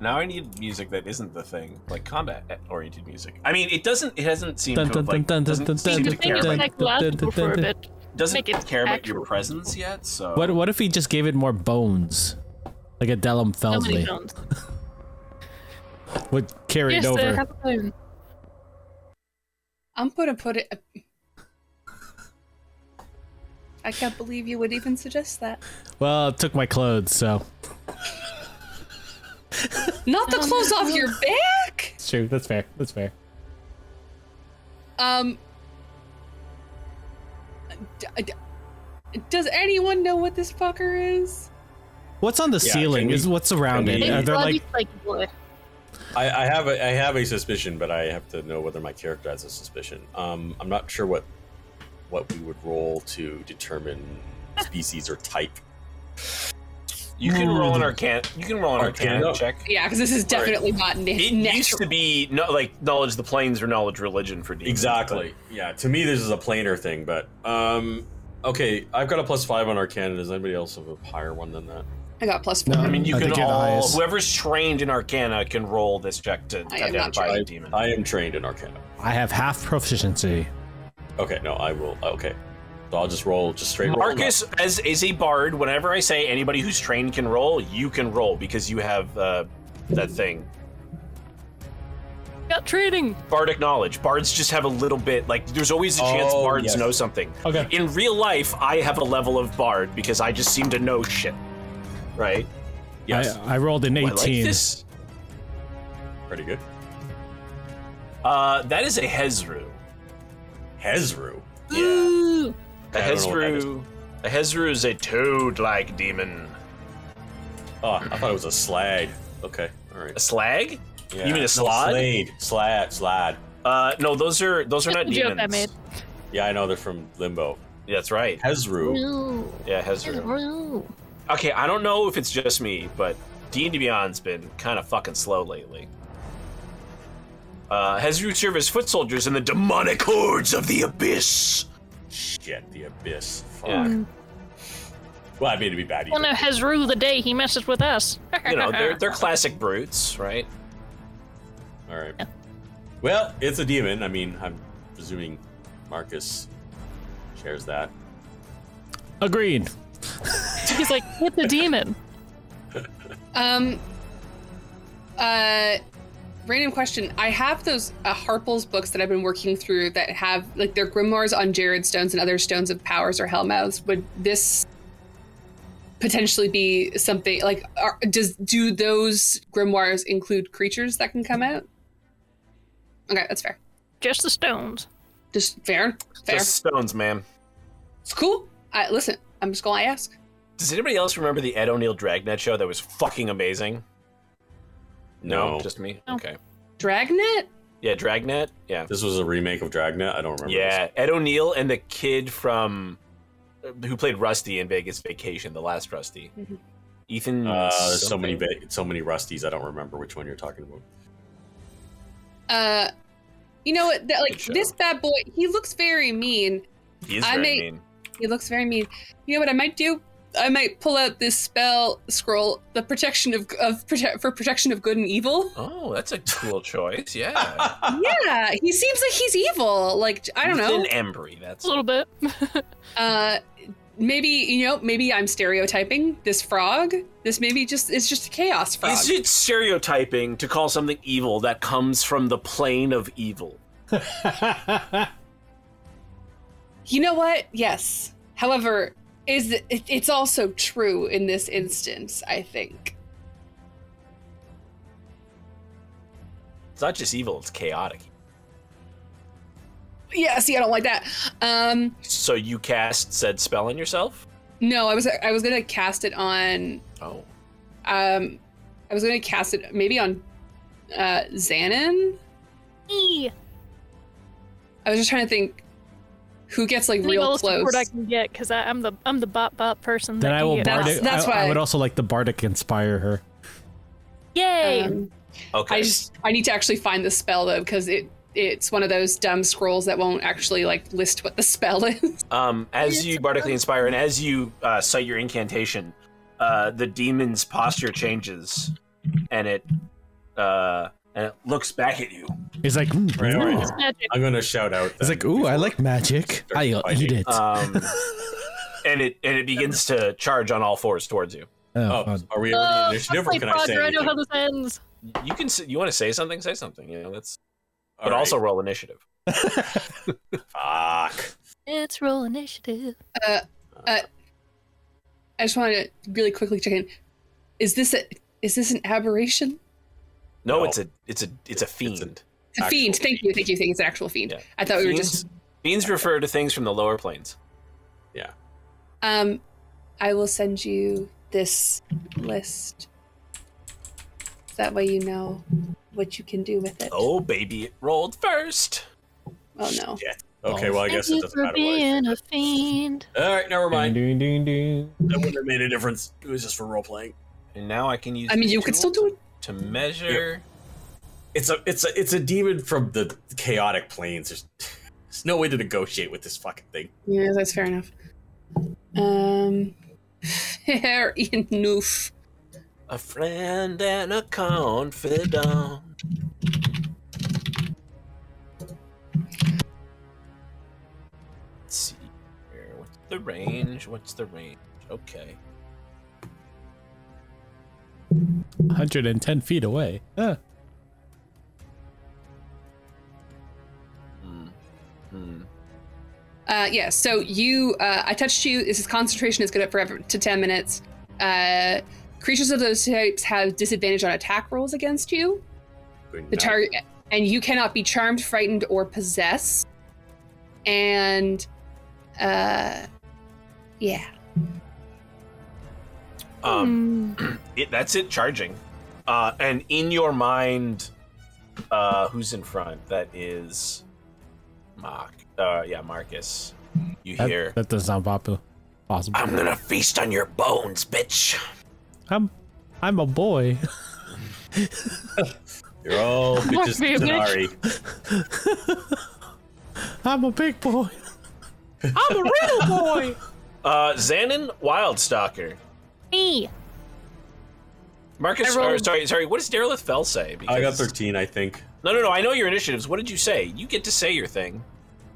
Speaker 2: now I need music that isn't the thing, like combat-oriented music. I mean, it doesn't. It hasn't seemed to
Speaker 3: dun, dun,
Speaker 2: have,
Speaker 3: dun,
Speaker 2: like,
Speaker 3: dun, dun,
Speaker 2: doesn't
Speaker 3: dun,
Speaker 2: seem to
Speaker 4: the
Speaker 3: dun,
Speaker 4: thing
Speaker 2: care
Speaker 4: is
Speaker 3: dun,
Speaker 2: about
Speaker 4: like
Speaker 3: dun,
Speaker 4: lasted
Speaker 3: dun,
Speaker 4: for a
Speaker 3: dun.
Speaker 4: bit.
Speaker 2: doesn't
Speaker 4: make it
Speaker 2: care about your
Speaker 4: actual.
Speaker 2: presence yet. So
Speaker 3: What what if he just gave it more bones? Like a Dellum
Speaker 4: So many
Speaker 3: Felsley
Speaker 4: bones.
Speaker 3: would carry
Speaker 4: Yes,
Speaker 3: it
Speaker 4: they
Speaker 3: over.
Speaker 4: have a bone.
Speaker 1: I'm gonna put it. I can't believe you would even suggest that.
Speaker 3: Well, it took my clothes, so
Speaker 1: Not the clothes off your back.
Speaker 3: it's true. That's fair. That's fair.
Speaker 1: Um. d- d- Does anyone know what this fucker is?
Speaker 3: What's on the
Speaker 6: Yeah,
Speaker 3: ceiling?
Speaker 6: can we-
Speaker 3: is what's around
Speaker 6: can
Speaker 3: it?
Speaker 6: we-
Speaker 3: Are
Speaker 4: Maybe
Speaker 3: there
Speaker 4: Bobby's
Speaker 3: like
Speaker 4: like boy.
Speaker 6: I, I have a I have a suspicion, but I have to know whether my character has a suspicion. Um, I'm not sure what what we would roll to determine species or type.
Speaker 2: you can roll
Speaker 3: Hmm.
Speaker 2: an arcan. You can roll an
Speaker 6: Arcana.
Speaker 2: arcana check.
Speaker 1: Yeah, because this is
Speaker 6: Sorry.
Speaker 1: definitely not na-
Speaker 2: It used
Speaker 1: natural.
Speaker 2: to be no, like knowledge of the planes or knowledge religion for demons.
Speaker 6: Exactly. Yeah. To me, this is a planar thing, but um, okay. I've got a plus five on Arcana. Does anybody else have a higher one than that?
Speaker 1: I got plus four.
Speaker 3: No,
Speaker 2: I mean, you
Speaker 3: I
Speaker 2: can
Speaker 3: think you're the
Speaker 2: all.
Speaker 3: highest.
Speaker 2: Whoever's trained in Arcana can roll this check to
Speaker 1: I am not
Speaker 2: identify a
Speaker 6: trained.
Speaker 2: demon.
Speaker 6: I am trained in Arcana.
Speaker 3: I have half proficiency.
Speaker 6: Okay. No, I will. Okay. So I'll just roll just straight. roll them up.
Speaker 2: Marcus, as is a bard, whenever I say anybody who's trained can roll, you can roll because you have uh, that thing.
Speaker 4: Got trading.
Speaker 2: bardic knowledge. Bards just have a little bit like there's always a chance
Speaker 6: Oh,
Speaker 2: bards
Speaker 6: yes.
Speaker 2: know something.
Speaker 3: Okay.
Speaker 2: In real life, I have a level of bard because I just seem to know shit. Right?
Speaker 6: uh,
Speaker 2: Yes.
Speaker 3: I, I rolled an
Speaker 2: Oh, I
Speaker 3: 18.
Speaker 2: like this.
Speaker 6: Pretty good.
Speaker 2: Uh, that is a Hezru.
Speaker 6: Hezru.
Speaker 2: Yeah.
Speaker 4: Ooh.
Speaker 2: A
Speaker 6: I don't know what that is.
Speaker 2: Hezru. A Hezru is a toad-like demon.
Speaker 6: Oh, I thought it was a slag. Okay, all right.
Speaker 2: A slag?
Speaker 6: Yeah.
Speaker 2: You mean a
Speaker 6: No,
Speaker 2: slod?
Speaker 6: slade. Slad. Slad.
Speaker 2: Uh, no, those are those are not
Speaker 4: Joke
Speaker 2: demons.
Speaker 4: I made.
Speaker 6: Yeah, I know they're from Limbo.
Speaker 2: That's right.
Speaker 4: Mm-hmm.
Speaker 6: Hezru.
Speaker 4: Ooh.
Speaker 2: Yeah, Hezru. Okay, I don't know if it's just me, but D and D Beyond's been kind of fucking slow lately. Uh, Hezru serve as foot soldiers in the demonic hordes of the abyss.
Speaker 6: Shit, the abyss. Fuck.
Speaker 2: Yeah.
Speaker 4: Mm.
Speaker 6: Well, I mean, it'd be bad.
Speaker 4: Well,
Speaker 6: either.
Speaker 4: now Hezru the day he messes with us.
Speaker 2: You know, they're they're classic brutes, right?
Speaker 6: All right. Well, it's a demon. I mean, I'm presuming Marcus shares that.
Speaker 3: Agreed.
Speaker 4: He's like, it's a demon.
Speaker 1: Um. Uh, random question. I have those uh, Harple's books that I've been working through that have like their grimoires on Jared stones and other stones of powers or hellmouths. Would this potentially be something like? Are, does do those grimoires include creatures that can come out? Okay, that's fair.
Speaker 4: Just the stones.
Speaker 1: Just fair, fair.
Speaker 2: Just stones, man.
Speaker 1: It's cool. I, listen, I'm just gonna ask.
Speaker 2: Does anybody else remember the Ed O'Neill Dragnet show that was fucking amazing?
Speaker 6: No,
Speaker 2: just me.
Speaker 4: No.
Speaker 2: Okay.
Speaker 1: Dragnet?
Speaker 2: Yeah, Dragnet. Yeah.
Speaker 6: this was a remake of Dragnet. I don't remember.
Speaker 2: Yeah, Ed O'Neill and the kid from uh, who played Rusty in Vegas Vacation, the last Rusty.
Speaker 1: Mhm.
Speaker 2: Ethan.
Speaker 6: This. Uh, there's so
Speaker 2: something.
Speaker 6: many, va- so many Rusties. I don't remember which one you're talking about.
Speaker 1: Uh, you know what? That, like
Speaker 2: Good show.
Speaker 1: this bad boy, he looks very mean.
Speaker 2: He is
Speaker 1: I
Speaker 2: very
Speaker 1: may-
Speaker 2: mean.
Speaker 1: He looks very mean. You know what I might do? I might pull out this spell scroll, the protection of of prote- for protection of good and evil.
Speaker 2: Oh, that's a cool choice. Yeah.
Speaker 1: Yeah, he seems like he's evil. Like I don't know.
Speaker 2: Ethan Embry. That's
Speaker 4: A little bit.
Speaker 1: Uh, maybe you know. Maybe I'm stereotyping this frog. This maybe just it's just a chaos frog.
Speaker 2: Is it stereotyping to call something evil that comes from the plane of evil?
Speaker 1: You know what? Yes. However, is it, it's also true in this instance, I think.
Speaker 2: It's not just evil, it's chaotic.
Speaker 1: Yeah, see, I don't like that. Um
Speaker 2: So you cast said spell on yourself?
Speaker 1: no, I was I was going to cast it on
Speaker 2: Oh.
Speaker 1: um I was going to cast it maybe on uh Xanon.
Speaker 4: Eee.
Speaker 1: I was just trying to think who gets like
Speaker 4: Need all
Speaker 1: real
Speaker 4: the
Speaker 1: close.
Speaker 4: support I can get because I'm the I'm the bop bop person.
Speaker 3: then
Speaker 4: that
Speaker 3: I
Speaker 4: can
Speaker 3: will
Speaker 4: get
Speaker 3: bardic.
Speaker 1: That's- that's
Speaker 3: I, I
Speaker 1: why-
Speaker 3: would also like the bardic inspire her.
Speaker 4: Yay!
Speaker 1: Um,
Speaker 2: Okay.
Speaker 1: I just I need to actually find the spell though because it it's one of those dumb scrolls that won't actually like list what the spell is.
Speaker 2: Um, as you bardically inspire and as you uh, cite your incantation, uh, the demon's posture changes, and it uh, and it looks back at you.
Speaker 3: It's like, "Ooh,
Speaker 6: Right, all
Speaker 3: ooh."
Speaker 6: right.
Speaker 4: Magic.
Speaker 6: I'm gonna shout out.
Speaker 3: it's
Speaker 6: then
Speaker 3: like, ooh, I
Speaker 6: before-
Speaker 3: like magic.
Speaker 6: Start
Speaker 3: I'll eat
Speaker 6: fighting.
Speaker 3: it.
Speaker 2: Um, and it and it begins to charge on all fours towards you.
Speaker 3: oh,
Speaker 6: Oh,
Speaker 3: fun.
Speaker 6: are we
Speaker 4: Oh,
Speaker 6: already in initiative, or
Speaker 4: play
Speaker 6: can I say
Speaker 4: Frogger, I know
Speaker 6: anything?
Speaker 4: how this ends.
Speaker 2: You can s- you want to say something, say something. You know that's.
Speaker 6: All
Speaker 2: But
Speaker 6: right.
Speaker 2: also roll initiative.
Speaker 6: fuck.
Speaker 4: It's roll initiative.
Speaker 1: I just want to really quickly check in. Is this a is this an aberration?
Speaker 2: No,
Speaker 6: No.
Speaker 2: it's a it's a it's a fiend.
Speaker 1: It's a fiend.
Speaker 6: Actual
Speaker 1: Thank you, thank you, thank you. It's an actual fiend.
Speaker 2: Yeah.
Speaker 1: I thought we were Oh, just.
Speaker 2: Fiends- fiends refer to things from the lower planes.
Speaker 1: Um, I will send you this list. That way you know what you can do with it.
Speaker 2: Oh baby, it rolled first.
Speaker 1: Oh no.
Speaker 6: Okay, well I guess it doesn't matter. What I
Speaker 4: being a fiend.
Speaker 6: said. All right, never mind.
Speaker 3: Ding, ding, ding, ding.
Speaker 6: That wouldn't have made a difference. It was just for role playing.
Speaker 2: And now I can use.
Speaker 1: I mean,
Speaker 2: this
Speaker 1: you could
Speaker 2: tool
Speaker 1: still do it.
Speaker 2: to measure.
Speaker 6: It's a it's a it's a demon from the chaotic planes. There's, there's no way to negotiate with this fucking thing.
Speaker 1: Yeah, that's fair enough. Um, fair enough.
Speaker 2: A friend and a confidant. Let's see here. What's the range? What's the range? Okay.
Speaker 3: 110 feet away. Ah.
Speaker 2: Hmm.
Speaker 1: Uh, yeah. So you, uh, I touched you. This is concentration is good up forever to ten minutes. Uh, creatures of those types have disadvantage on attack rolls against you.
Speaker 6: Good
Speaker 1: The
Speaker 6: night.
Speaker 1: target, and you cannot be charmed, frightened, or possessed. And, uh, yeah.
Speaker 4: Hmm.
Speaker 2: Um, it, that's it charging. Uh, and in your mind, uh, who's in front? That is Mark. Uh, yeah, Marcus. You
Speaker 3: That,
Speaker 2: hear?
Speaker 3: that does not pop possible.
Speaker 2: I'm gonna feast on your bones, bitch.
Speaker 3: I'm I'm a boy.
Speaker 6: You're all bitches
Speaker 4: me, bitch.
Speaker 6: Denari.
Speaker 3: I'm a big boy.
Speaker 2: I'm a real boy. Uh, Xanon Wildstalker.
Speaker 4: Me.
Speaker 2: Marcus,
Speaker 4: I rolled-
Speaker 2: or, sorry, sorry. What does Darylith Fell say? Because,
Speaker 6: I got 13, I think.
Speaker 2: No, no, no. I know your initiatives. What did you say? You get to say your thing.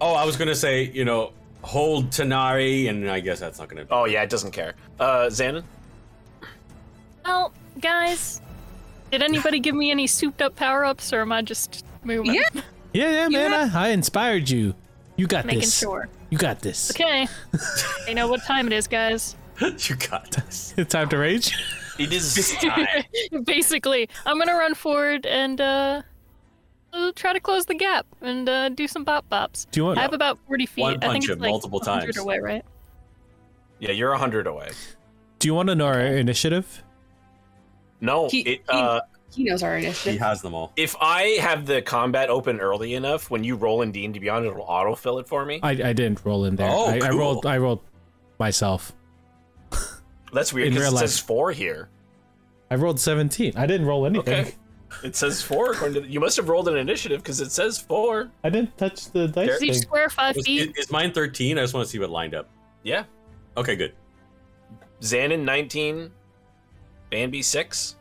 Speaker 6: Oh, I was gonna say, you know, hold Tanari, and I guess that's not gonna.
Speaker 2: Oh yeah, it doesn't care. Uh, Xanon.
Speaker 4: Well, guys, did anybody give me any souped up power ups, or am I just moving?
Speaker 1: Yeah.
Speaker 3: Yeah, yeah, man.
Speaker 1: have-
Speaker 3: I, I inspired you. You got
Speaker 4: Making
Speaker 3: this.
Speaker 4: sure.
Speaker 3: You got this.
Speaker 4: Okay. I know what time it is, guys.
Speaker 6: you got this.
Speaker 3: It's time to rage.
Speaker 2: It is time.
Speaker 4: Basically, I'm gonna run forward and uh, uh, try to close the gap and uh, do some bop bops.
Speaker 3: Do you want-
Speaker 4: I have about 40 feet.
Speaker 6: One
Speaker 4: I
Speaker 6: punch
Speaker 4: think it's
Speaker 6: him
Speaker 4: like
Speaker 6: multiple
Speaker 4: 100
Speaker 6: times.
Speaker 4: away, right?
Speaker 2: yeah, you're a hundred away.
Speaker 3: Do you want to know our initiative?
Speaker 2: No,
Speaker 1: He-
Speaker 2: it,
Speaker 1: he-
Speaker 2: uh,
Speaker 1: He knows our
Speaker 6: He
Speaker 1: initiative.
Speaker 6: has them all.
Speaker 2: if I have the combat open early enough, when you roll in D and D Beyond, it'll autofill it for me.
Speaker 3: I, I didn't roll in there.
Speaker 6: Oh,
Speaker 3: I, I
Speaker 6: cool.
Speaker 3: rolled I rolled myself.
Speaker 2: That's weird
Speaker 3: in
Speaker 2: because it
Speaker 3: real
Speaker 2: says
Speaker 3: life.
Speaker 2: four here.
Speaker 3: I rolled 17. I didn't roll anything.
Speaker 2: Okay. It says four. According to the, you must have rolled an initiative because it says four.
Speaker 3: I didn't touch the dice
Speaker 2: There-
Speaker 4: Is each
Speaker 3: thing.
Speaker 4: square five
Speaker 6: Was, is,
Speaker 4: feet?
Speaker 6: is mine 13? I just want to see what lined up.
Speaker 2: Yeah,
Speaker 6: Okay, good.
Speaker 2: Xanon nineteen, Bambi six.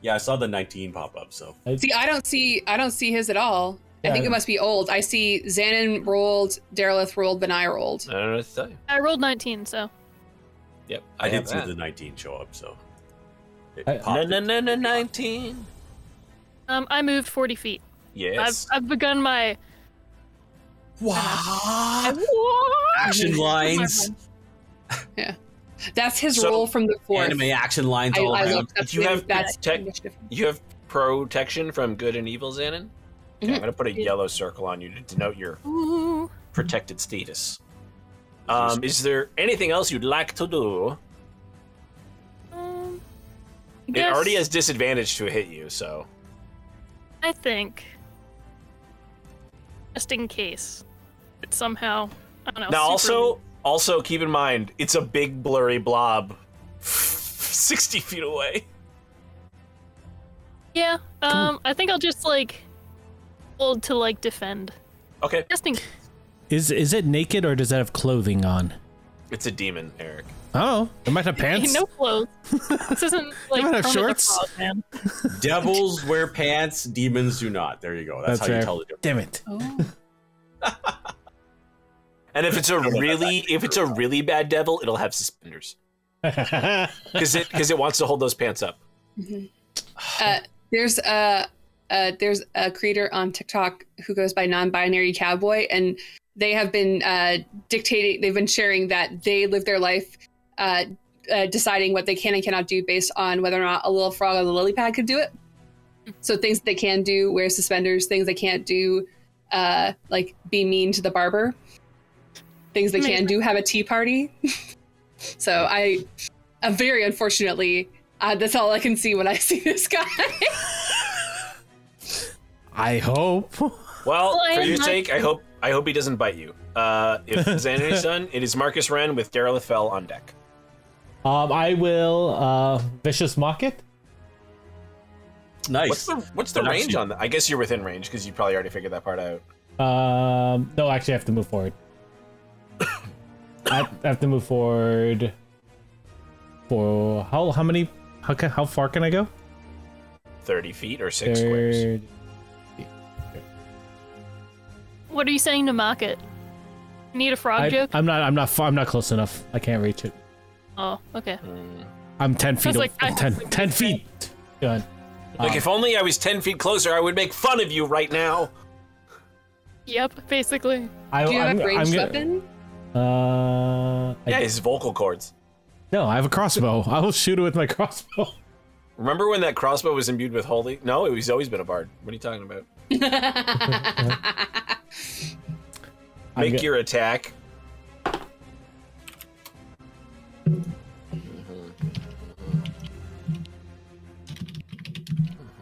Speaker 6: Yeah, I saw the 19 pop up, so.
Speaker 1: See, I don't see, I don't see his at all.
Speaker 3: Yeah,
Speaker 1: I think
Speaker 3: I-
Speaker 1: it must be old. I see Xanon rolled, Darylith rolled, Benai rolled.
Speaker 2: I don't know what to tell you.
Speaker 4: I rolled 19, so
Speaker 2: Yep,
Speaker 6: I,
Speaker 2: have
Speaker 6: did see
Speaker 2: that.
Speaker 6: the 19 show up, so. It
Speaker 3: I-
Speaker 6: popped
Speaker 2: Na- na-
Speaker 6: it.
Speaker 2: na- na- nineteen.
Speaker 4: um, I moved 40 feet.
Speaker 2: Yes.
Speaker 4: I've, I've begun my
Speaker 6: Wow! Action lines.
Speaker 1: That's his
Speaker 2: So,
Speaker 1: roll from the fourth.
Speaker 6: Anime action lines
Speaker 1: I,
Speaker 6: all
Speaker 1: I
Speaker 6: around.
Speaker 1: looked up
Speaker 2: You
Speaker 1: the-
Speaker 2: have
Speaker 1: that's
Speaker 2: tech-
Speaker 1: initiative.
Speaker 2: You have protection from good and evil, Xanon. Okay, I'm
Speaker 1: Mhm.
Speaker 2: gonna put a yellow circle on you to denote your
Speaker 4: Mm-hmm. Ooh.
Speaker 2: protected status. Um, is there anything else you'd like to do?
Speaker 4: Um,
Speaker 2: It already
Speaker 4: guess-
Speaker 2: has disadvantage to hit you, so
Speaker 4: I think. Just in case. But somehow. I don't know.
Speaker 2: now
Speaker 4: super
Speaker 2: also also keep in mind it's a big blurry blob, sixty feet away.
Speaker 4: weak. Yeah. Um, I think I'll just, like, hold to, like, defend.
Speaker 2: Okay,
Speaker 4: Just in case.
Speaker 3: Is is it naked or does it have clothing on?
Speaker 2: it's a demon, Eric.
Speaker 3: Oh, it might have pants.
Speaker 4: no clothes. this isn't, like,
Speaker 3: might have
Speaker 4: Kermit the
Speaker 3: shorts.
Speaker 4: Frog, man.
Speaker 6: Devils wear pants, demons do not. There you go.
Speaker 3: That's
Speaker 6: That's, how
Speaker 3: fair.
Speaker 6: you tell the difference.
Speaker 3: Damn it.
Speaker 2: And if it's a really if it's a really bad devil, it'll have suspenders because it because it wants to hold those pants up.
Speaker 1: Uh, there's a uh, there's a creator on TikTok who goes by non-binary cowboy, and they have been uh, dictating. They've been sharing that they live their life. Uh, uh, deciding what they can and cannot do based on whether or not a little frog on the lily pad could do it. So things they can do, wear suspenders. Things they can't do, uh, like be mean to the barber. Things they can
Speaker 4: Amazing.
Speaker 1: do, have a tea party. so I, uh, very unfortunately, uh, that's all I can see when I see this guy.
Speaker 3: I hope.
Speaker 2: Well,
Speaker 4: Well, I
Speaker 2: for
Speaker 4: am
Speaker 2: your
Speaker 4: not-
Speaker 2: sake, I hope I hope he doesn't bite you. Uh, if Xanony's son, it is Marcus Wren with Darylith Fell on deck.
Speaker 3: Um, I will uh vicious mock it.
Speaker 6: Nice.
Speaker 2: What's the what's the
Speaker 6: And
Speaker 2: range
Speaker 6: actually-
Speaker 2: on that? I guess you're within range because you probably already figured that part out.
Speaker 3: Um, no, actually, I have to move forward. I I have to move forward. For how how many how ca how far can I go?
Speaker 2: Thirty feet or six squares.
Speaker 3: Third-
Speaker 4: What are you saying to mock it? Need a frog
Speaker 3: I,
Speaker 4: joke?
Speaker 3: I'm not I'm not far, I'm not close enough. I can't reach it.
Speaker 4: Oh, okay.
Speaker 3: I'm ten feet.
Speaker 4: was
Speaker 3: Like,
Speaker 4: like, I-
Speaker 3: 10, 10 feet. Good.
Speaker 2: Like if only I was ten feet closer, I would make fun of you right now.
Speaker 4: Yep, basically.
Speaker 3: I,
Speaker 1: do you have
Speaker 3: I'm-
Speaker 1: a
Speaker 3: I'm
Speaker 1: ranged
Speaker 3: gonna-
Speaker 1: weapon?
Speaker 3: Uh, I-
Speaker 2: Yeah, his vocal cords.
Speaker 3: no, I have a crossbow. I will shoot it with my crossbow.
Speaker 2: Remember when that crossbow was imbued with holy? No, it was always been a bard. What are you talking about?
Speaker 3: I'm
Speaker 2: Make
Speaker 3: go-
Speaker 2: your attack.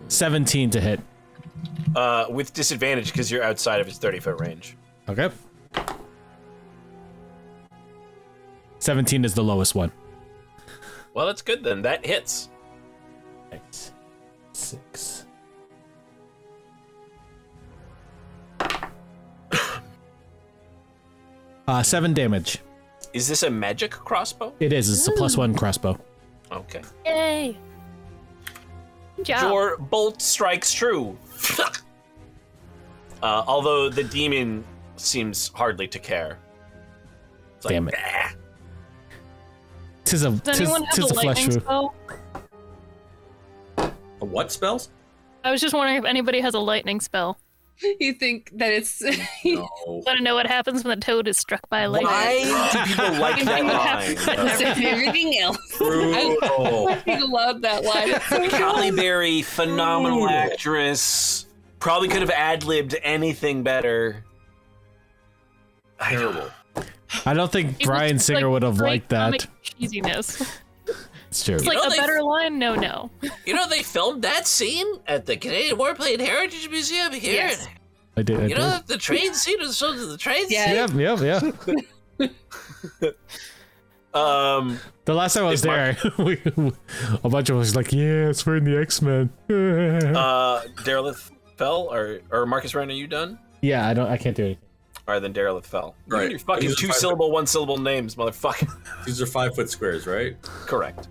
Speaker 3: Seventeen to hit.
Speaker 2: Uh, with disadvantage because you're outside of its 30 foot range.
Speaker 3: Okay. Seventeen is the lowest one.
Speaker 2: Well, that's good then. That hits.
Speaker 3: Six. Six. Uh, seven damage.
Speaker 2: Is this a magic crossbow?
Speaker 3: It is. It's a plus one crossbow.
Speaker 2: Okay.
Speaker 4: Yay! Good job.
Speaker 2: Your bolt strikes true. uh, although the demon seems hardly to care. It's like,
Speaker 3: Damn it.
Speaker 2: "Bah."
Speaker 3: Tis a
Speaker 4: Does
Speaker 3: tis,
Speaker 4: anyone have
Speaker 3: tis
Speaker 4: the
Speaker 3: a flesh
Speaker 4: lightning
Speaker 3: wound.
Speaker 4: spell?
Speaker 6: A what spells?
Speaker 4: I was just wondering if anybody has a lightning spell.
Speaker 1: you think that it's
Speaker 6: No.
Speaker 4: Want to know what happens when the toad is struck by lightning?
Speaker 2: Why do people like that line?
Speaker 1: everything else?
Speaker 6: Brutal.
Speaker 1: I love that line. It's so
Speaker 2: Halle Berry, phenomenal actress. Probably could have ad libbed anything better. Terrible.
Speaker 3: I don't think
Speaker 4: It was
Speaker 3: Brian
Speaker 4: just,
Speaker 3: Singer
Speaker 4: like,
Speaker 3: would have
Speaker 4: straight
Speaker 3: liked that.
Speaker 4: comic Cheesiness.
Speaker 3: It's true.
Speaker 4: It's like
Speaker 2: know,
Speaker 4: a
Speaker 2: they-
Speaker 4: better line. No, no.
Speaker 2: You know, they filmed that scene at the Canadian Warplane Heritage Museum here.
Speaker 1: Yes.
Speaker 3: I did. I
Speaker 2: You
Speaker 3: did.
Speaker 2: know, the train scene was filmed at the train
Speaker 1: Yeah.
Speaker 3: Yeah, yeah, yeah.
Speaker 2: scene. Um,
Speaker 3: The last time I was
Speaker 2: If
Speaker 3: there, we, a bunch of us was like, "Yes, we're in the X Men." Hmm.
Speaker 2: uh, Derelith fell, or, or Marcus Ryan, are you done?
Speaker 3: yeah, I don't. I can't do anything.
Speaker 2: All right, then Derelith fell. You and
Speaker 6: Right.
Speaker 2: Your fucking
Speaker 6: These are
Speaker 2: two
Speaker 6: five-
Speaker 2: syllable, one syllable names, motherfucker.
Speaker 6: These are five foot squares, right?
Speaker 2: Correct.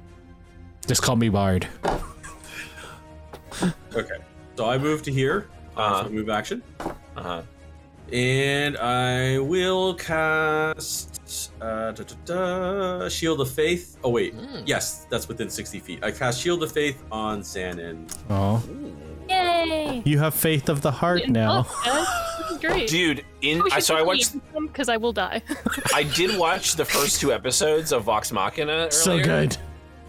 Speaker 3: Just call me Bard.
Speaker 6: Okay. So I move to here. Uh,
Speaker 2: Uh-huh.
Speaker 6: so move action.
Speaker 2: Uh huh.
Speaker 6: And I will cast uh, da, da, da, Shield of Faith. Oh wait,
Speaker 2: Hmm.
Speaker 6: yes, that's within sixty feet. I cast Shield of Faith on Xanon.
Speaker 3: Oh,
Speaker 4: Yay!
Speaker 3: you have faith of the heart now.
Speaker 4: Oh, yeah. This is great.
Speaker 2: Dude, in I, so I watched,
Speaker 4: because I will die.
Speaker 2: I did watch the first two episodes of Vox Machina. Earlier,
Speaker 3: So good.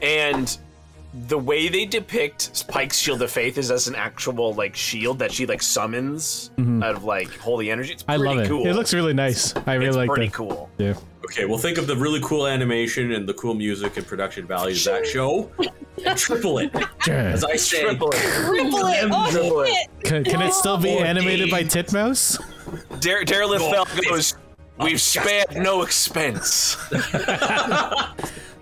Speaker 2: and the way they depict Pike's shield of faith is as an actual like shield that she like summons out of like holy energy. It's
Speaker 3: Mm-hmm. I
Speaker 2: pretty
Speaker 3: love it.
Speaker 2: cool.
Speaker 3: It looks really nice. I really
Speaker 2: it's
Speaker 3: like
Speaker 2: pretty
Speaker 3: that.
Speaker 2: cool.
Speaker 3: Yeah.
Speaker 6: Okay, well think of the really cool animation and the cool music and production values of that show. And triple it,
Speaker 3: Sure.
Speaker 6: as I Oh, say.
Speaker 2: Triple it. Oh. Triple it.
Speaker 3: Can, can it still be
Speaker 6: Oh,
Speaker 3: animated by
Speaker 6: geez.
Speaker 3: Titmouse?
Speaker 2: Dare Derelith Fell goes. We've spared no expense.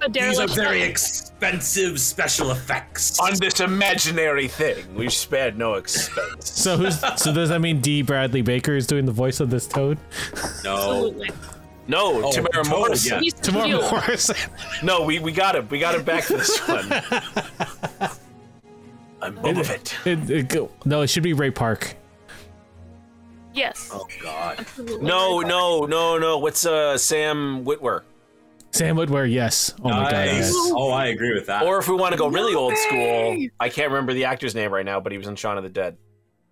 Speaker 4: But
Speaker 6: These are
Speaker 4: derelict.
Speaker 6: very expensive special effects.
Speaker 2: on this imaginary thing. We've spared no expense.
Speaker 3: So who's? so does that mean D. Bradley Baker is doing the voice of this toad?
Speaker 6: No,
Speaker 4: Absolutely.
Speaker 2: No,
Speaker 6: Oh,
Speaker 2: Tamara
Speaker 6: totally,
Speaker 2: Morrison.
Speaker 4: He's the
Speaker 3: Tomorrow
Speaker 4: shield.
Speaker 3: Morrison.
Speaker 2: No, we, we got him. We got him back for this one. I'm both of it.
Speaker 3: It, it go, no, it should be Ray Park.
Speaker 4: Yes.
Speaker 6: oh god,
Speaker 4: absolutely.
Speaker 2: No, no, no, no. What's uh Sam Whitwer?
Speaker 3: Sam Woodware, yes. Oh my god.
Speaker 6: nice.
Speaker 3: yes.
Speaker 6: Oh, I agree with that.
Speaker 2: Or if we want to go really old school, I can't remember the actor's name right now, but he was in Shaun of the Dead.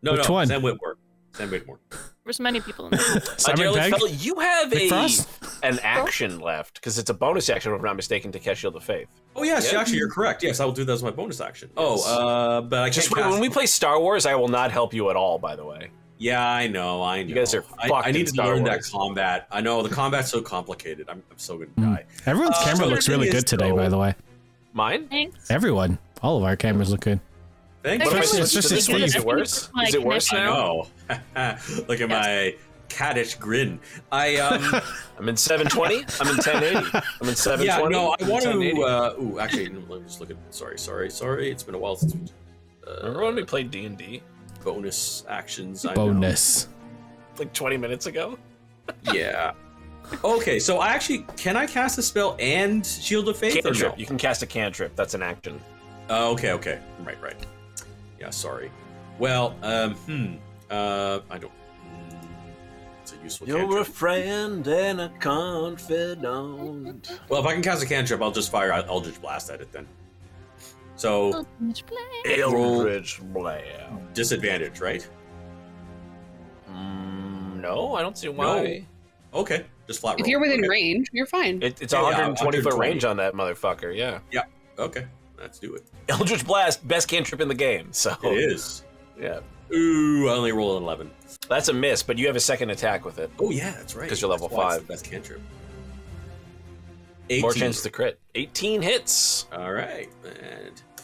Speaker 6: no,
Speaker 3: Which
Speaker 6: no,
Speaker 3: one?
Speaker 6: Sam Whitmore. Sam Whitmore.
Speaker 4: There's many people in this.
Speaker 2: Uh,
Speaker 3: Simon
Speaker 2: Darylin
Speaker 3: Pegg?
Speaker 2: Fell, you have a,
Speaker 3: Frost?
Speaker 2: an action left because it's a bonus action, if I'm not mistaken, to catch Shield of Faith.
Speaker 6: Oh yes,
Speaker 2: Yeah.
Speaker 6: actually you're correct. Yes, I will do that as my bonus action. Oh, uh, but I
Speaker 2: Just
Speaker 6: can't.
Speaker 2: when,
Speaker 6: cast-
Speaker 2: when we play Star Wars, I will not help you at all. By the way,
Speaker 6: yeah, I know. I know.
Speaker 2: guys are
Speaker 6: I,
Speaker 2: fucked
Speaker 6: I
Speaker 2: in
Speaker 6: need to
Speaker 2: Star
Speaker 6: learn
Speaker 2: Wars.
Speaker 6: that combat. I know the combat's so complicated. I'm, I'm so gonna die.
Speaker 3: Everyone's
Speaker 6: Uh,
Speaker 3: camera
Speaker 6: so
Speaker 3: looks
Speaker 6: the thing
Speaker 3: really
Speaker 6: is,
Speaker 3: good today, by
Speaker 6: though-
Speaker 3: the way.
Speaker 2: mine.
Speaker 4: Thanks.
Speaker 3: Everyone, all of our cameras look good.
Speaker 6: Thank
Speaker 4: What
Speaker 6: you.
Speaker 4: am I
Speaker 3: Especially-
Speaker 2: supposed to
Speaker 3: especially
Speaker 2: do?
Speaker 3: Steve.
Speaker 2: Is it worse? Is it worse
Speaker 6: I
Speaker 2: now?
Speaker 6: know. Look at my caddish grin. I um,
Speaker 2: I'm in 720. I'm in 1080. I'm in 720.
Speaker 6: yeah, no, I
Speaker 2: I'm in
Speaker 6: want to.
Speaker 2: 1080.
Speaker 6: Uh, ooh, actually, no, let me just look at. Sorry, sorry, sorry. It's been a while since we
Speaker 2: Remember when we played D and D
Speaker 6: bonus actions. I know.
Speaker 3: Bonus.
Speaker 2: like 20 minutes ago?
Speaker 6: Yeah. Okay, so I actually can I cast a spell and Shield of Faith or
Speaker 2: Cantrip.
Speaker 6: no?
Speaker 2: You can cast a cantrip. That's an action.
Speaker 6: Oh, okay, okay. Right, right. Yeah, sorry. Well, um, hmm. Uh, I don't. mm, It's a useful cantrip.
Speaker 2: friend and a confidant.
Speaker 6: well, if I can cast a cantrip, I'll just fire out Eldritch Blast at it then. So,
Speaker 2: Eldritch Blast.
Speaker 6: disadvantage, right?
Speaker 2: Mm, no, I don't see why.
Speaker 6: Okay. Just flat roll.
Speaker 1: If you're within
Speaker 6: okay.
Speaker 1: range, you're fine.
Speaker 2: It, it's
Speaker 6: Yeah, yeah,
Speaker 2: 120 foot
Speaker 6: 120.
Speaker 2: range on that motherfucker. Yeah,
Speaker 6: Okay, let's do it.
Speaker 2: Eldritch Blast, best cantrip in the game. So
Speaker 6: It is.
Speaker 2: yeah,
Speaker 6: Ooh, I only rolled an 11.
Speaker 2: that's a miss, but you have a second attack with it.
Speaker 6: Oh, yeah, that's right.
Speaker 2: 'Cause you're level
Speaker 6: That's why it's
Speaker 2: five.
Speaker 6: the best cantrip.
Speaker 2: More
Speaker 6: 18.
Speaker 2: chance to crit. 18 hits.
Speaker 6: All right, and I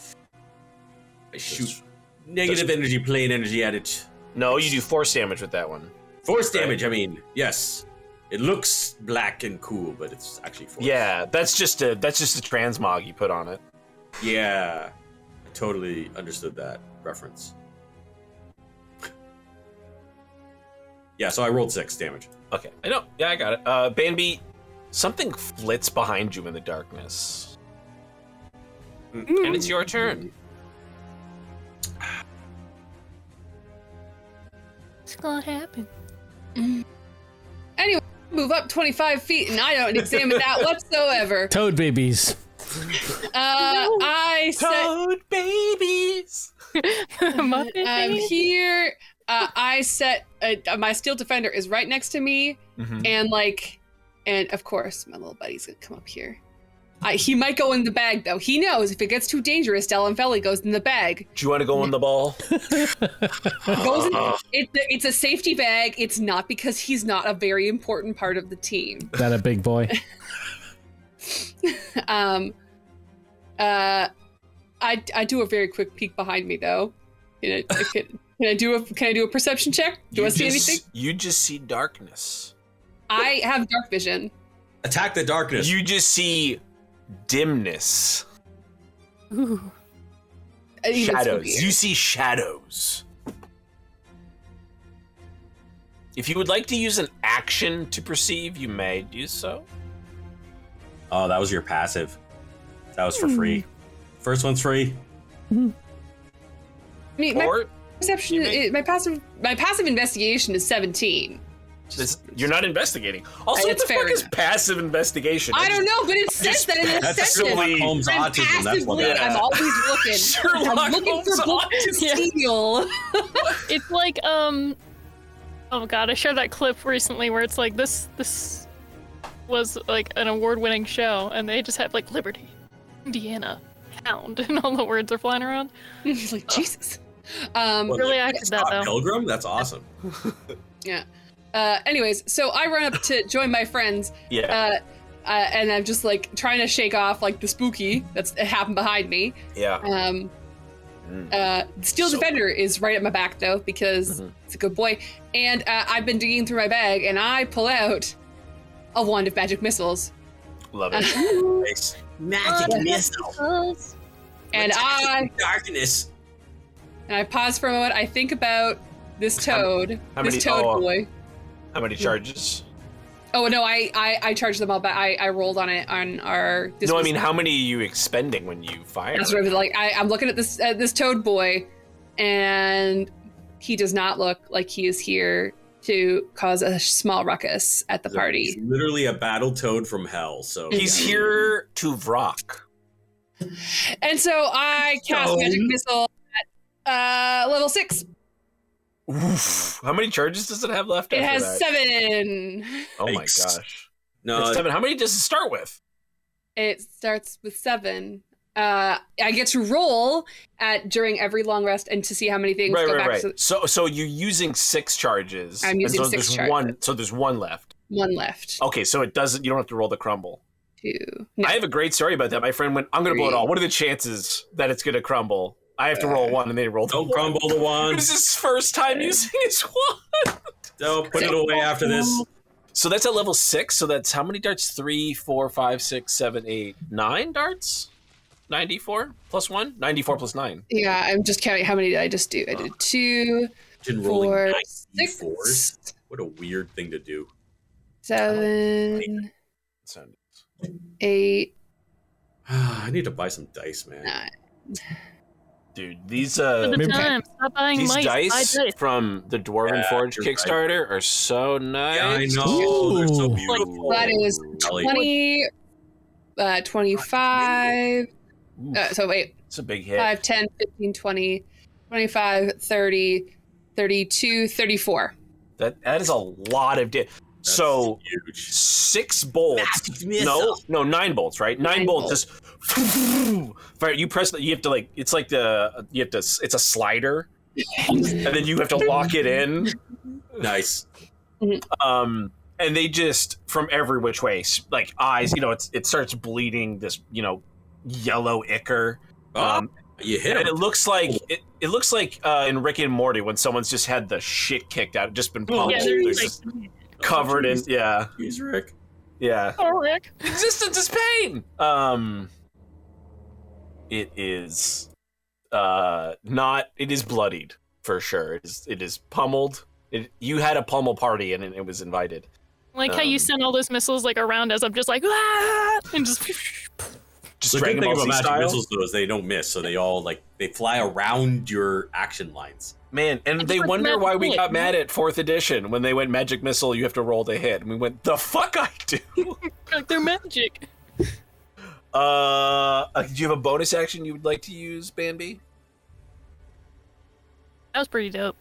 Speaker 2: That's-
Speaker 6: shoot negative energy, plane energy at it.
Speaker 2: No, you do force damage with that one.
Speaker 6: Force damage. I mean, yes, it looks black and cool, but it's actually force.
Speaker 2: Yeah, that's just a that's just a transmog you put on it.
Speaker 6: yeah. I totally understood that reference. yeah, so I rolled six damage.
Speaker 2: Okay, I know. Yeah, I got it. Uh, Bambi, something flits behind you in the darkness,
Speaker 1: Mm.
Speaker 2: and it's your turn.
Speaker 4: It's gonna happen.
Speaker 1: Anyway, move up 25 feet, and I don't examine that whatsoever.
Speaker 3: Toad babies.
Speaker 1: Uh, I set.
Speaker 2: Toad babies.
Speaker 4: Muppet
Speaker 1: I'm
Speaker 4: baby.
Speaker 1: here. Uh, I set. Uh, my steel defender is right next to me,
Speaker 2: Mhm.
Speaker 1: and like, and of course, my little buddy's gonna come up here. I, he might go in the bag though. He knows if it gets too dangerous, Felly goes in the bag.
Speaker 2: Do you want to go in the ball?
Speaker 1: Goes in,
Speaker 6: Uh-huh.
Speaker 1: it's a- it's a safety bag. It's not because he's not a very important part of the team.
Speaker 3: That a big boy.
Speaker 1: Um, uh, I I do a very quick peek behind me though. Can I, I can, can I do a can I do a perception check? Do I
Speaker 2: You
Speaker 1: see
Speaker 2: just-
Speaker 1: anything?
Speaker 2: You just see darkness.
Speaker 1: I have dark vision.
Speaker 6: Attack the darkness.
Speaker 2: You just see dimness,
Speaker 4: Ooh.
Speaker 1: Uh, even
Speaker 2: shadows.
Speaker 1: spookier.
Speaker 2: You see shadows. If you would like to use an action to perceive, you may do so.
Speaker 6: oh, that was your passive. That was for free. First one's free.
Speaker 1: I mean, my
Speaker 2: Or
Speaker 1: perception,
Speaker 2: you may-
Speaker 1: uh, my passive, my passive investigation is seventeen.
Speaker 2: this, you're not investigating. Also, what
Speaker 1: It's
Speaker 2: the fuck
Speaker 1: fair
Speaker 2: is
Speaker 1: enough.
Speaker 2: passive investigation?
Speaker 1: I don't know, but it says
Speaker 2: just-
Speaker 1: that in this
Speaker 6: That's
Speaker 1: sentence.
Speaker 6: Sherlock
Speaker 2: Essentially-
Speaker 6: Holmes'
Speaker 1: I'm
Speaker 6: autism. That's what
Speaker 1: passively,
Speaker 6: that
Speaker 1: I'm
Speaker 6: is.
Speaker 1: always looking.
Speaker 2: Sherlock
Speaker 1: I'm looking for
Speaker 2: Holmes'
Speaker 1: books to
Speaker 4: autism.
Speaker 1: steal.
Speaker 4: It's like um Oh god, I showed that clip recently where it's like this this was like an award-winning show and they just have like liberty, Indiana, pound and all the words are flying around.
Speaker 1: He's
Speaker 2: Oh.
Speaker 1: like Jesus. Um,
Speaker 6: Well,
Speaker 4: Really
Speaker 6: like,
Speaker 4: acted that,
Speaker 6: Scott
Speaker 4: though.
Speaker 6: Pilgrim? That's awesome.
Speaker 1: uh, anyways, so I run up to join my friends
Speaker 2: Yeah.
Speaker 1: uh, uh, and I'm just like trying to shake off like the spooky that's that happened behind me.
Speaker 2: yeah.
Speaker 1: Um,
Speaker 2: Mm.
Speaker 1: uh, Steel
Speaker 2: So-
Speaker 1: Defender is right at my back though because
Speaker 2: Mhm.
Speaker 1: it's a good boy, and uh, I've been digging through my bag and I pull out a wand of magic missiles,
Speaker 2: Love
Speaker 1: uh,
Speaker 2: it.
Speaker 6: Nice. Magic missile.
Speaker 1: and I
Speaker 6: darkness.
Speaker 1: and I pause for a moment. I think about this toad,
Speaker 2: how many-
Speaker 1: this toad
Speaker 2: oh, uh,
Speaker 1: boy.
Speaker 2: How many charges?
Speaker 1: Oh no, I I, I charged them all, but I I rolled on it on our.
Speaker 2: no, I mean, how many are you expending when you fire?
Speaker 1: That's what I was like. I, I'm looking at this at this toad boy, and he does not look like he is here to cause a small ruckus at the
Speaker 6: He's
Speaker 1: party.
Speaker 6: literally a battle toad from hell. So
Speaker 2: He's here to vrock.
Speaker 1: And so I cast
Speaker 6: So-
Speaker 1: magic missile at uh, level six.
Speaker 2: Oof. How many charges does it have left?
Speaker 1: It
Speaker 2: after
Speaker 1: has
Speaker 2: that?
Speaker 1: seven.
Speaker 2: Oh my
Speaker 6: Yikes. Uh,
Speaker 2: gosh.
Speaker 6: No,
Speaker 2: It's seven. How many does it start with?
Speaker 1: It starts with seven. Uh, I get to roll at during every long rest and to see how many things
Speaker 2: Right,
Speaker 1: go
Speaker 2: right,
Speaker 1: back
Speaker 2: right.
Speaker 1: to
Speaker 2: so, so you're using six charges.
Speaker 1: I'm
Speaker 2: and
Speaker 1: using
Speaker 2: so
Speaker 1: six
Speaker 2: there's
Speaker 1: charges.
Speaker 2: One, so there's one left.
Speaker 1: one left.
Speaker 2: Okay, so it doesn't. You don't have to roll the crumble.
Speaker 1: Two. No,
Speaker 2: Oh. I have a great story about that. My friend went. I'm going to blow it
Speaker 1: Three. Uh,
Speaker 2: all. What are the chances that it's going to crumble? I have to roll one, and they rolled.
Speaker 6: don't
Speaker 2: one.
Speaker 6: crumble the
Speaker 2: It
Speaker 6: wand.
Speaker 2: was his first time using his wand.
Speaker 6: Don't put it away after this.
Speaker 2: So that's at level six. So that's how many darts? Three, four, five, six, seven, eight, nine darts. Ninety-four plus one. Ninety-four plus nine.
Speaker 1: yeah, I'm just counting how many did I just do. I
Speaker 2: Uh,
Speaker 1: did two,
Speaker 6: Imagine rolling
Speaker 1: four,
Speaker 6: 94s.
Speaker 1: six,
Speaker 6: What a weird thing to do.
Speaker 1: seven,
Speaker 2: So-
Speaker 1: eight,
Speaker 6: I need to buy some dice, man.
Speaker 1: Nah.
Speaker 2: Dude, these
Speaker 4: For
Speaker 2: uh,
Speaker 4: the
Speaker 3: Maybe-
Speaker 4: time, stop buying
Speaker 2: These
Speaker 4: mice.
Speaker 2: dice,
Speaker 4: buy dice.
Speaker 2: from the Dwarven
Speaker 6: Yeah,
Speaker 2: Forge
Speaker 6: you're right.
Speaker 2: Kickstarter are so nice.
Speaker 6: Yeah, I know. They're so
Speaker 3: Ooh.
Speaker 6: beautiful.
Speaker 1: That is
Speaker 6: Golly.
Speaker 1: 20, uh, 25.
Speaker 2: Ooh,
Speaker 1: Uh, so wait,
Speaker 2: it's a big hit.
Speaker 1: 5, 10, 15, 20, 25, 30, 32, 34.
Speaker 2: That that is a lot of di- so
Speaker 6: huge.
Speaker 2: six bolts.
Speaker 6: Magic missile.
Speaker 2: No, no, nine bolts, right? Nine,
Speaker 1: Nine
Speaker 2: bolts. Just fire. You press. the- You have to like. It's like the. You have to. It's a slider, and then you have to lock it in.
Speaker 6: Nice.
Speaker 2: Um, and they just from every which way, s- like eyes. You know, it's it starts bleeding. This you know, yellow ichor.
Speaker 6: Um,
Speaker 2: Um,
Speaker 6: you hit
Speaker 2: and it
Speaker 6: him.
Speaker 2: looks like it, it looks like uh, in Rick and Morty when someone's just had the shit kicked out, just been pummeled,
Speaker 4: yeah,
Speaker 2: They're
Speaker 4: they're
Speaker 2: just
Speaker 4: like,
Speaker 2: covered in yeah,
Speaker 6: Jeez, Rick.
Speaker 2: yeah.
Speaker 4: oh, Rick.
Speaker 2: Existence is pain. Um, it is uh not. It is bloodied for sure. It is. It is pummeled. It, you had a pummel party and it, it was invited.
Speaker 4: Like how you
Speaker 2: Um,
Speaker 4: send all those missiles like around us. I'm just like, ah! and just
Speaker 2: Just
Speaker 6: The good
Speaker 2: Dragon
Speaker 6: thing
Speaker 2: Ball
Speaker 6: about
Speaker 2: Z
Speaker 6: magic
Speaker 2: style.
Speaker 6: missiles though is they don't miss, so they all like they fly around your action lines.
Speaker 2: man. And
Speaker 4: It's
Speaker 2: they
Speaker 4: like
Speaker 2: wonder
Speaker 4: magic
Speaker 2: why we
Speaker 4: bullet.
Speaker 2: got mad at fourth edition when they went magic missile. You have to roll to hit, and we went the fuck I do.
Speaker 4: like they're magic.
Speaker 2: uh, uh, do you have a bonus action you would like to use, Bambi?
Speaker 4: That was pretty dope.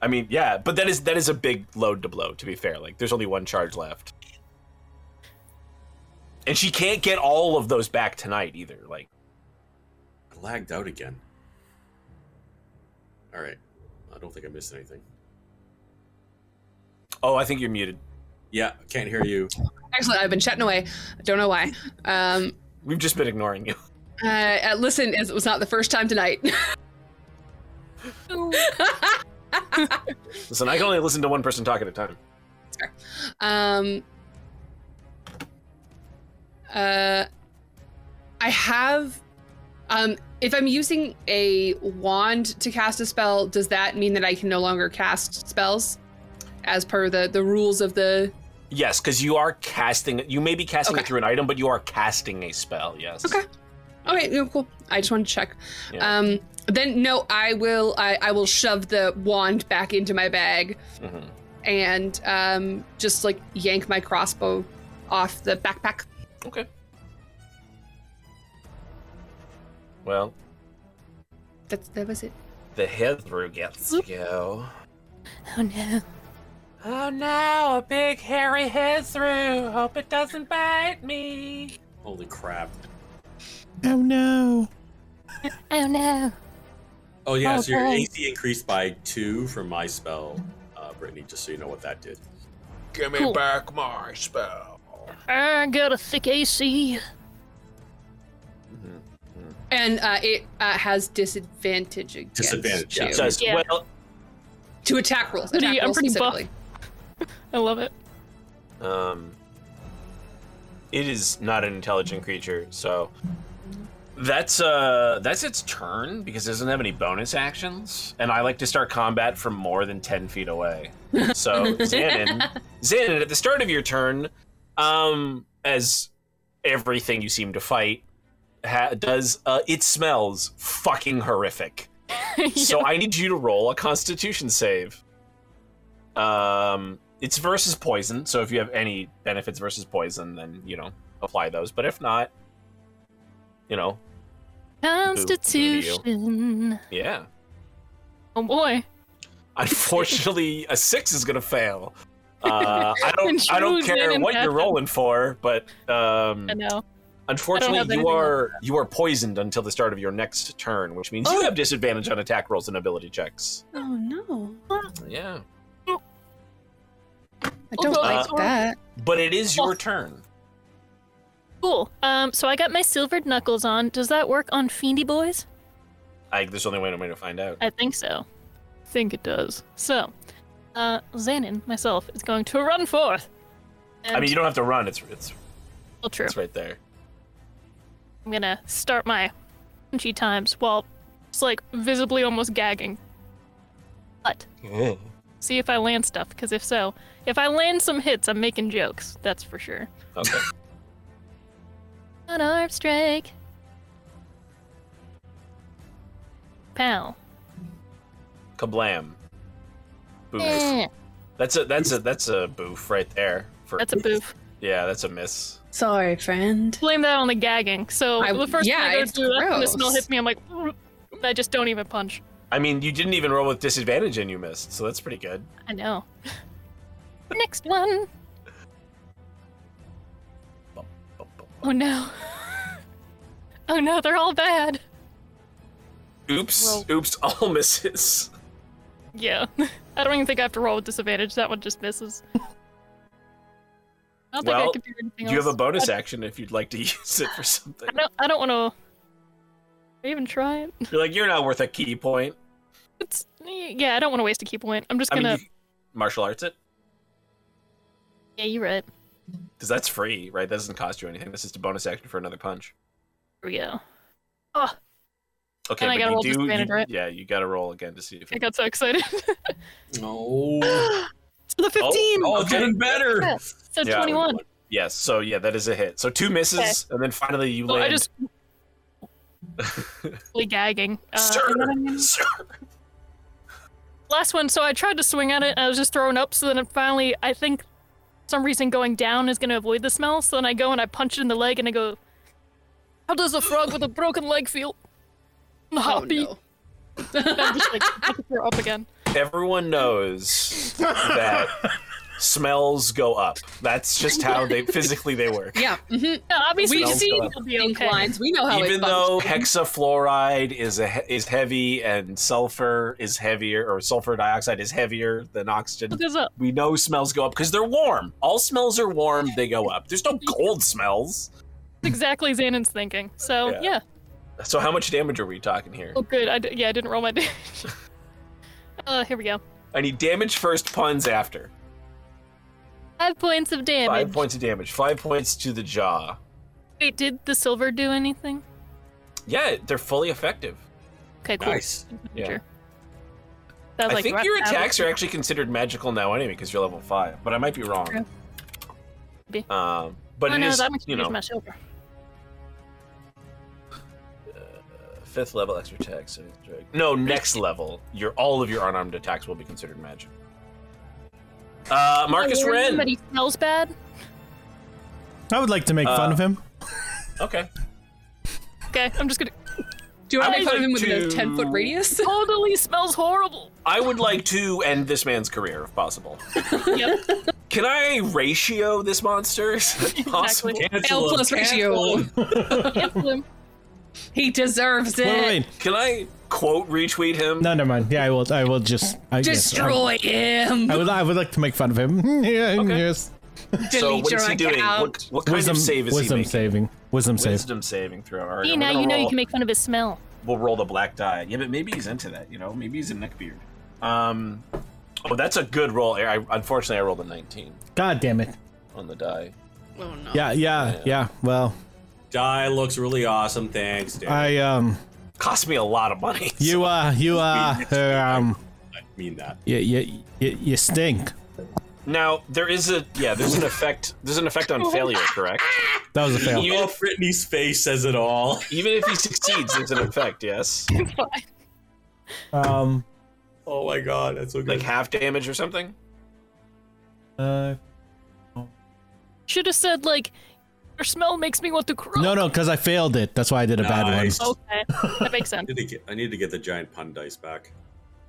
Speaker 2: I mean, yeah, but that is that is a big load to blow. To be fair, like there's only one charge left, and she can't get all of those back tonight either. Like,
Speaker 6: I lagged out again. All right, I don't think I missed anything.
Speaker 2: oh, I think you're muted.
Speaker 6: Yeah, can't hear you.
Speaker 1: Excellent. I've been chatting away. Don't know why. Um,
Speaker 2: We've just been ignoring you.
Speaker 1: uh, uh, listen, it was not the first time tonight.
Speaker 2: Listen, I can only listen to one person talk at a time.
Speaker 1: Um, uh, I have. Um, if I'm using a wand to cast a spell, does that mean that I can no longer cast spells, as per the the rules of the?
Speaker 2: Yes, because you are casting. You may be casting it
Speaker 1: Okay.
Speaker 2: through an item, but you are casting a spell. Yes.
Speaker 1: Okay. Okay, no, cool. I just wanted to check.
Speaker 2: Yeah.
Speaker 1: Um, then no, I will. I, I will shove the wand back into my bag
Speaker 2: Mhm.
Speaker 1: and um, just like yank my crossbow off the backpack.
Speaker 2: Okay. Well,
Speaker 1: That's that was it.
Speaker 2: the Heather gets to go.
Speaker 4: Oh no.
Speaker 2: Oh no, a big hairy head through. Hope it doesn't bite me.
Speaker 6: Holy crap!
Speaker 3: Oh no.
Speaker 4: Oh no.
Speaker 6: Oh yeah,
Speaker 4: Oh,
Speaker 6: so your
Speaker 4: boy.
Speaker 6: AC increased by two from my spell, uh, Brittany. Just so you know what that did.
Speaker 2: Give me
Speaker 4: Cool.
Speaker 2: back my spell.
Speaker 4: I got a thick AC.
Speaker 1: And uh, it uh, has disadvantage against
Speaker 6: Disadvantage, yeah.
Speaker 1: you.
Speaker 2: Says,
Speaker 4: Yeah.
Speaker 2: well,
Speaker 1: to attack rolls.
Speaker 4: Pretty-
Speaker 1: Attack
Speaker 4: I'm
Speaker 1: rolls
Speaker 4: pretty buff.
Speaker 1: specifically.
Speaker 4: I love it.
Speaker 2: um, it is not an intelligent creature, so that's uh that's its turn because it doesn't have any bonus actions, and I like to start combat from more than ten feet away. So Xanon, Xanon, at the start of your turn, um, as everything you seem to fight ha- does, uh, it smells fucking horrific. So I need you to roll a Constitution save. Um, it's versus poison, so if you have any benefits versus poison, then you know apply those. But if not, you know,
Speaker 4: Constitution.
Speaker 2: yeah.
Speaker 4: Oh boy.
Speaker 2: Unfortunately, a six is gonna fail. Uh, I don't. I don't
Speaker 4: Intrusion
Speaker 2: care
Speaker 4: and
Speaker 2: what you're
Speaker 4: death.
Speaker 2: rolling for, but um,
Speaker 4: I know. have
Speaker 2: unfortunately, you
Speaker 4: anything
Speaker 2: are you are poisoned until the start of your next turn, which means you
Speaker 4: Oh.
Speaker 2: have disadvantage on attack rolls and ability checks.
Speaker 1: Oh no!
Speaker 2: Yeah,
Speaker 1: I don't
Speaker 4: Uh,
Speaker 1: like that.
Speaker 2: but it is your
Speaker 4: Well-
Speaker 2: turn.
Speaker 4: Cool. Um, so I got my silvered knuckles on. Does that work on Fiendy boys?
Speaker 2: I, there's only one way to find out.
Speaker 4: I think so. think it does. So, uh, Xanon, myself, is going to run forth.
Speaker 2: I mean, you don't have to run. It's it's
Speaker 4: Well, true.
Speaker 2: it's right there.
Speaker 4: I'm gonna start my punchy times while it's like visibly almost gagging. But see if I land stuff, because if so, if I land some hits, I'm making jokes. That's for sure.
Speaker 2: Okay.
Speaker 4: An arm strike. Pow.
Speaker 2: Kablam. Boof.
Speaker 4: Eh,
Speaker 2: That's a that's a that's a boof right there. For
Speaker 4: That's a boof.
Speaker 2: yeah, that's a miss.
Speaker 1: Sorry, friend.
Speaker 4: Blame that on the gagging. So
Speaker 1: I-
Speaker 4: the first
Speaker 1: yeah,
Speaker 4: thing I
Speaker 1: it's
Speaker 4: go do, that
Speaker 1: gross.
Speaker 4: missile hits me. I'm like, I just don't even punch.
Speaker 2: I mean, you didn't even roll with disadvantage and you missed, so that's pretty good.
Speaker 4: I know. Next one. Oh no. Oh no, they're all bad.
Speaker 2: Oops.
Speaker 4: Roll.
Speaker 2: Oops. All misses.
Speaker 4: Yeah. I don't even think I have to roll with disadvantage. That one just misses. I don't think
Speaker 2: Well,
Speaker 4: I could do anything
Speaker 2: You have a
Speaker 4: else.
Speaker 2: bonus
Speaker 4: I,
Speaker 2: action if you'd like to use it for something.
Speaker 4: I don't, I don't want to even try it.
Speaker 2: You're like, you're not worth a key point.
Speaker 4: It's, yeah, I don't want to waste a key point. I'm just
Speaker 2: I
Speaker 4: gonna.
Speaker 2: mean, you, martial arts it
Speaker 4: Yeah, you're right.
Speaker 2: because that's free, right? That doesn't cost you anything. That's just a bonus action for another punch.
Speaker 4: Here we go.
Speaker 2: Okay,
Speaker 4: And I
Speaker 2: but
Speaker 4: gotta
Speaker 2: you
Speaker 4: roll
Speaker 2: do.
Speaker 4: disadvantage,
Speaker 2: you-
Speaker 4: right?
Speaker 2: Yeah, you got to roll again to see if.
Speaker 4: I
Speaker 2: It,
Speaker 4: got so excited.
Speaker 6: Oh,
Speaker 4: so the 15!
Speaker 6: oh,
Speaker 2: Okay.
Speaker 6: getting better.
Speaker 4: Yeah, so
Speaker 2: Yeah,
Speaker 4: 21.
Speaker 2: yes. So yeah, that is a hit. So two misses,
Speaker 4: Okay.
Speaker 2: and then finally you
Speaker 4: Well,
Speaker 2: land.
Speaker 4: I just. Really gagging. Uh,
Speaker 2: Sir,
Speaker 4: and then I'm gonna-
Speaker 2: sir.
Speaker 4: last one, so I tried to swing at it and I was just thrown up, so then it finally, I think for some reason going down is going to avoid the smell, so then I go and I punch it in the leg and I go, How does a frog with a broken leg feel? I'm
Speaker 1: Oh,
Speaker 4: happy.
Speaker 1: no.
Speaker 4: I'm just like, I have to throw up again.
Speaker 2: Everyone knows that smells go up. That's just how they physically they work.
Speaker 1: Yeah, mhm.
Speaker 4: Yeah, obviously,
Speaker 1: We
Speaker 4: we
Speaker 2: just
Speaker 4: see
Speaker 2: got
Speaker 4: it'll be
Speaker 1: pink
Speaker 4: okay.
Speaker 1: lines. We know how
Speaker 2: Even
Speaker 1: they function.
Speaker 2: though hexafluoride is a he- is heavy and sulfur is heavier, or sulfur dioxide is heavier than oxygen,
Speaker 4: Look this up.
Speaker 2: we know smells go up because they're warm. All smells are warm; they go up. There's no cold smells.
Speaker 4: It's exactly Xanon's thinking. So,
Speaker 2: Yeah.
Speaker 4: yeah.
Speaker 2: So, how much damage are we talking here?
Speaker 4: Oh, good. I d- yeah, I didn't roll my damage. uh, here we go.
Speaker 2: I need damage first, puns after.
Speaker 4: Five points of damage.
Speaker 2: Five points of damage. Five points to the jaw.
Speaker 4: Wait, did the silver do anything?
Speaker 2: Yeah, they're fully effective.
Speaker 4: Okay, cool.
Speaker 6: Nice.
Speaker 2: Yeah.
Speaker 4: Sure. That was
Speaker 2: I
Speaker 4: like,
Speaker 2: think
Speaker 4: right
Speaker 2: your
Speaker 4: out of
Speaker 2: attacks are actually considered magical now anyway because you're level five, but I might be wrong.
Speaker 4: True. Maybe.
Speaker 2: Um, but
Speaker 4: Oh,
Speaker 2: it
Speaker 4: no,
Speaker 2: is
Speaker 4: that makes me
Speaker 2: you
Speaker 4: use
Speaker 2: know
Speaker 4: my silver.
Speaker 2: fifth level extra attack. So no, next level, your all of your unarmed attacks will be considered magic. Uh, Marcus
Speaker 4: Oh,
Speaker 2: Wren.
Speaker 4: Everybody smells bad.
Speaker 3: I would like to make fun
Speaker 2: Uh,
Speaker 3: of him.
Speaker 2: Okay,
Speaker 4: Okay, I'm just gonna.
Speaker 1: do you want to
Speaker 2: I
Speaker 1: make fun
Speaker 2: would
Speaker 1: of him within a
Speaker 2: like
Speaker 1: ten foot
Speaker 2: to-
Speaker 1: radius?
Speaker 4: Totally smells horrible.
Speaker 2: I would like to end this man's career if possible.
Speaker 4: Yep.
Speaker 2: Can I ratio this monster? Is that possible?
Speaker 1: L plus ratio.
Speaker 4: Cancel him.
Speaker 1: He deserves it.
Speaker 3: Wait, wait, wait.
Speaker 2: Can I quote retweet him?
Speaker 3: No, never mind. Yeah, I will. I will just. I, yes, I-
Speaker 1: Destroy him.
Speaker 3: I would. I would like to make fun of him. yeah, yes.
Speaker 2: so
Speaker 1: Delete
Speaker 2: what
Speaker 1: your
Speaker 2: is he doing? What,
Speaker 1: account.
Speaker 2: what kind
Speaker 3: wisdom
Speaker 2: of save is
Speaker 3: Wisdom
Speaker 2: he making?
Speaker 3: saving. Wisdom save.
Speaker 2: Wisdom saving throw. All right,
Speaker 4: See,
Speaker 2: I'm
Speaker 4: now
Speaker 2: gonna
Speaker 4: you know you
Speaker 2: roll-
Speaker 4: can make fun of his smell.
Speaker 2: we'll roll the black die. Yeah, but maybe he's into that. You know, maybe he's a neckbeard. Um, oh, that's a good roll. I, unfortunately, I rolled a 19
Speaker 3: God damn it.
Speaker 2: on the die.
Speaker 1: Oh, no.
Speaker 3: Yeah, yeah, yeah. Well,
Speaker 6: Die looks really awesome. Thanks, Dan. I
Speaker 3: I um,
Speaker 2: Cost me a lot of money.
Speaker 3: you uh, you uh, um,
Speaker 6: mean that.
Speaker 3: you you you, you stink.
Speaker 2: Now there is a yeah. There's an effect. There's an effect on failure, correct?
Speaker 3: That was a fail.
Speaker 2: You-
Speaker 6: You know, Oh, Brittany's face says it all.
Speaker 2: Even if he succeeds, there's an effect. Yes,
Speaker 4: It's fine.
Speaker 3: Um,
Speaker 6: Oh my god, that's so good.
Speaker 2: like half damage or something.
Speaker 3: uh,
Speaker 4: Should have said like, your smell makes me want to cry.
Speaker 3: no, no, because I failed it. That's why I did a
Speaker 6: Nice.
Speaker 3: bad one.
Speaker 4: Okay, that makes
Speaker 6: I
Speaker 4: sense.
Speaker 6: need, to get, I need to get the giant pun dice back.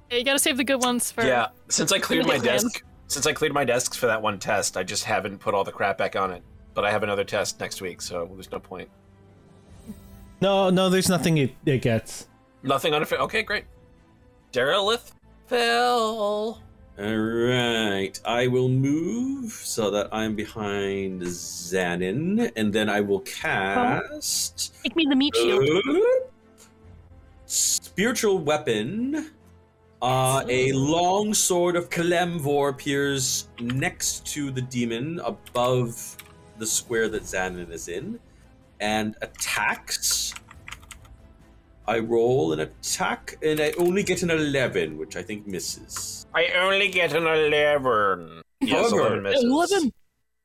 Speaker 4: Yeah, you gotta save the good ones for.
Speaker 2: Yeah. Since I cleared my
Speaker 4: Really planned.
Speaker 2: desk, since I cleared my desks for that one test, I just haven't put all the crap back on it. But I have another test next week, so there's no point.
Speaker 3: No, no, there's nothing it, it gets.
Speaker 2: Nothing on a fa- Okay, great. Derelith fell.
Speaker 6: All right, I will move so that I'm behind Xanon, and then I will cast
Speaker 4: Make me the meat shield.
Speaker 6: spiritual weapon. Uh, a long sword of Kalemvor appears next to the demon, above the square that Xanon is in, and attacks. I roll an attack, and I only get an eleven, which I think misses.
Speaker 2: I only get an 11. Yes,
Speaker 6: However-
Speaker 2: 11 misses.
Speaker 4: Eleven.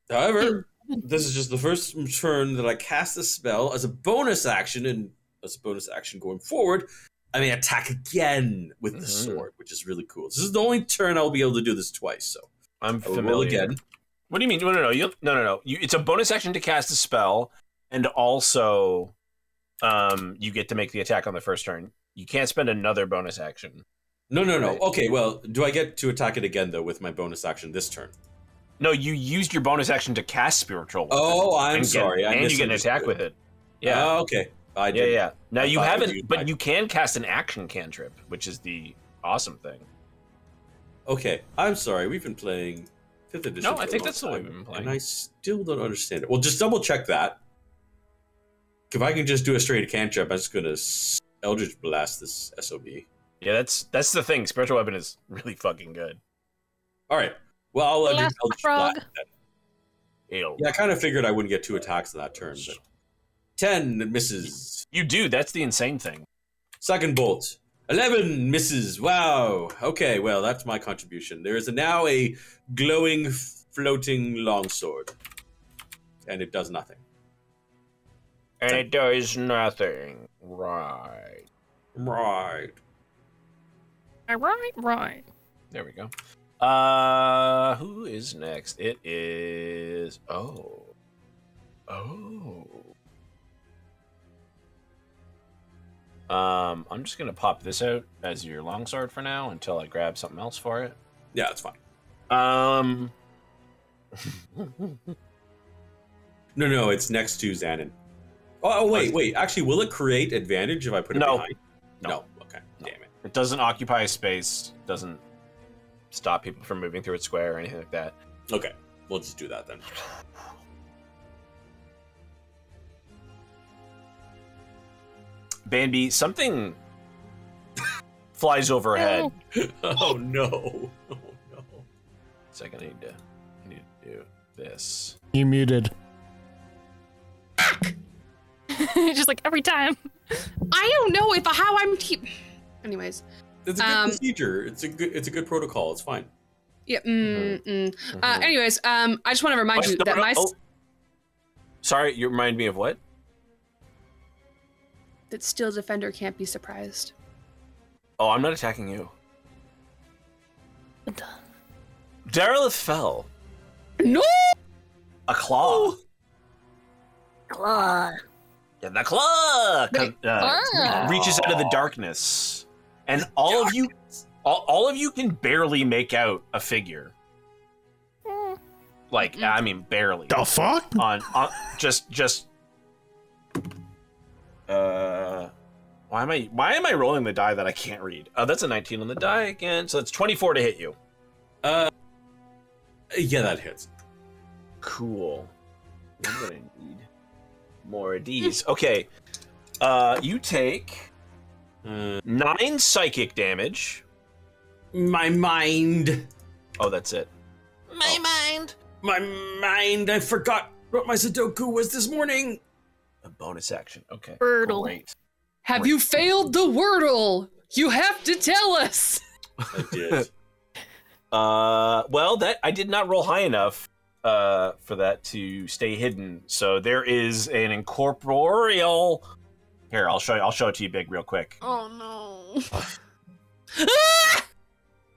Speaker 6: However,
Speaker 2: Hmm.
Speaker 6: this is just the first turn that I cast a spell as a bonus action, and as a bonus action going forward, I may attack again with the
Speaker 2: Mhm.
Speaker 6: sword, which is really cool. This is the only turn I'll be able to do this twice, so
Speaker 2: I'm
Speaker 6: I will
Speaker 2: familiar.
Speaker 6: roll again.
Speaker 2: What do you mean? No, no, no. You, no, no, no. You, it's a bonus action to cast a spell, and also um, you get to make the attack on the first turn. You can't spend another bonus action.
Speaker 6: No, no, no.
Speaker 2: Right.
Speaker 6: Okay, well, do I get to attack it again though with my bonus action this turn?
Speaker 2: No, you used your bonus action to cast spiritual. Weapon
Speaker 6: Oh, I'm
Speaker 2: and get-
Speaker 6: sorry. I
Speaker 2: and you get an attack
Speaker 6: misunderstood.
Speaker 2: with it. Yeah.
Speaker 6: Oh, okay. I
Speaker 2: yeah,
Speaker 6: did.
Speaker 2: yeah. Now
Speaker 6: I
Speaker 2: you
Speaker 6: thought I
Speaker 2: haven't,
Speaker 6: would do- I-
Speaker 2: but you can cast an action cantrip, which is the awesome thing.
Speaker 6: Okay, I'm sorry. We've been playing fifth edition.
Speaker 2: No,
Speaker 6: for
Speaker 2: I
Speaker 6: a
Speaker 2: think
Speaker 6: long
Speaker 2: that's the way
Speaker 6: time,
Speaker 2: we've been playing.
Speaker 6: and I still don't understand it. Well, just double check that. If I can just do a straight cantrip, I'm just gonna s- Eldritch blast this sob.
Speaker 2: Yeah, that's that's the thing. Spiritual weapon is really fucking good.
Speaker 6: All right. Well, I'll Eldritch,
Speaker 4: Blast
Speaker 6: Eldritch
Speaker 4: frog.
Speaker 6: blast. that.
Speaker 2: Ew.
Speaker 6: Yeah, I kind of figured I wouldn't get two attacks in that turn. But ten misses.
Speaker 2: You do. That's the insane thing.
Speaker 6: Second bolt. Eleven misses. Wow. Okay. Well, that's my contribution. There is now a glowing, floating longsword, and it does nothing.
Speaker 2: And it does nothing. Right.
Speaker 6: Right.
Speaker 4: Right, right.
Speaker 2: There we go. Uh, who is next? It is. Oh. Oh. Um, I'm just gonna pop this out as your longsword for now until I grab something else for it.
Speaker 6: Yeah, it's fine.
Speaker 2: Um.
Speaker 6: No, no, it's next to Xanon. Oh, oh, wait, wait. Actually, will it create advantage if I put it
Speaker 2: No.
Speaker 6: behind?
Speaker 2: No.
Speaker 6: Okay.
Speaker 2: No.
Speaker 6: Damn it.
Speaker 2: It doesn't occupy a space, doesn't stop people from moving through its square or anything like that.
Speaker 6: Okay. We'll just do that then.
Speaker 2: Bambi, something flies overhead.
Speaker 4: No.
Speaker 6: oh no. Oh no.
Speaker 2: Second, I need to, I need to do this.
Speaker 3: You muted.
Speaker 4: Just like every time.
Speaker 1: I don't know if how I'm keep. Anyways,
Speaker 6: It's a good
Speaker 1: Um,
Speaker 6: procedure. It's a good. It's a good protocol. It's fine.
Speaker 1: yeah. Mm, mm. Uh, anyways, um, I just want to remind you
Speaker 2: Oh,
Speaker 1: that
Speaker 2: no,
Speaker 1: my s-
Speaker 2: oh. Sorry, you remind me of what?
Speaker 1: that still defender can't be surprised.
Speaker 2: Oh, I'm not attacking you.
Speaker 4: Duh.
Speaker 2: Darylith fell.
Speaker 1: No.
Speaker 2: A claw. Yeah, the claw
Speaker 1: Wait,
Speaker 2: co- uh,
Speaker 4: claw.
Speaker 2: reaches out of the darkness, and all of you, all, all of you can barely make out a figure.
Speaker 4: Mm.
Speaker 2: Like I mean, barely.
Speaker 3: The fuck?
Speaker 2: on, on just just. Uh, why am I why am I rolling the die that I can't read? Oh, that's a 19 on the die again, so it's 24 to hit you.
Speaker 6: Uh, yeah, that hits.
Speaker 2: Cool. I'm gonna need more of these. Okay. Uh, you take
Speaker 6: Uh,
Speaker 2: nine psychic damage.
Speaker 6: my mind.
Speaker 2: Oh, that's it.
Speaker 6: My mind. My mind. I forgot what my Sudoku was this morning.
Speaker 2: A bonus action. Okay.
Speaker 4: Birdle.
Speaker 2: Great.
Speaker 1: Have you failed the Wordle? You have to tell us.
Speaker 6: I did.
Speaker 2: Uh, well, that I did not roll high enough uh, for that to stay hidden. So there is an incorporeal. Here, I'll show you. I'll show it to you, big, real quick.
Speaker 1: Oh no.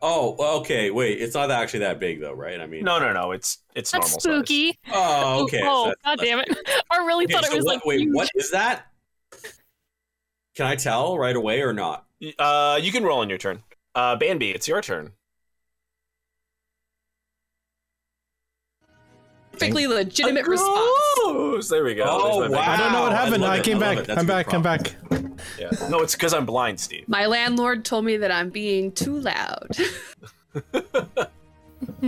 Speaker 6: oh, okay. Wait, it's not actually that big though, right? I mean,
Speaker 2: No, no, no. It's it's
Speaker 4: That's
Speaker 2: normal size.
Speaker 4: spooky.
Speaker 6: Oh, okay. so
Speaker 4: Oh,
Speaker 6: that's-
Speaker 4: god
Speaker 6: that's
Speaker 4: damn it.
Speaker 6: big.
Speaker 4: I really
Speaker 6: Okay,
Speaker 4: thought it
Speaker 6: so
Speaker 4: was
Speaker 6: what,
Speaker 4: like
Speaker 6: wait,
Speaker 4: huge.
Speaker 6: what is that? Can I tell right away or not?
Speaker 2: Uh, you can roll on your turn. Uh, Bambi, it's your turn.
Speaker 1: Perfectly legitimate response.
Speaker 2: response. There we go.
Speaker 6: Oh,
Speaker 2: There's my
Speaker 6: wow.
Speaker 3: I don't know what
Speaker 6: Wow, I
Speaker 3: happened.
Speaker 6: love
Speaker 3: I,
Speaker 6: it,
Speaker 3: came
Speaker 6: I love
Speaker 3: back.
Speaker 6: it. That's
Speaker 3: I'm
Speaker 6: a good
Speaker 3: back. I'm back.
Speaker 2: big- Yeah. No, it's because I'm blind, Steve.
Speaker 1: My landlord told me that I'm being too loud.
Speaker 4: Hmm.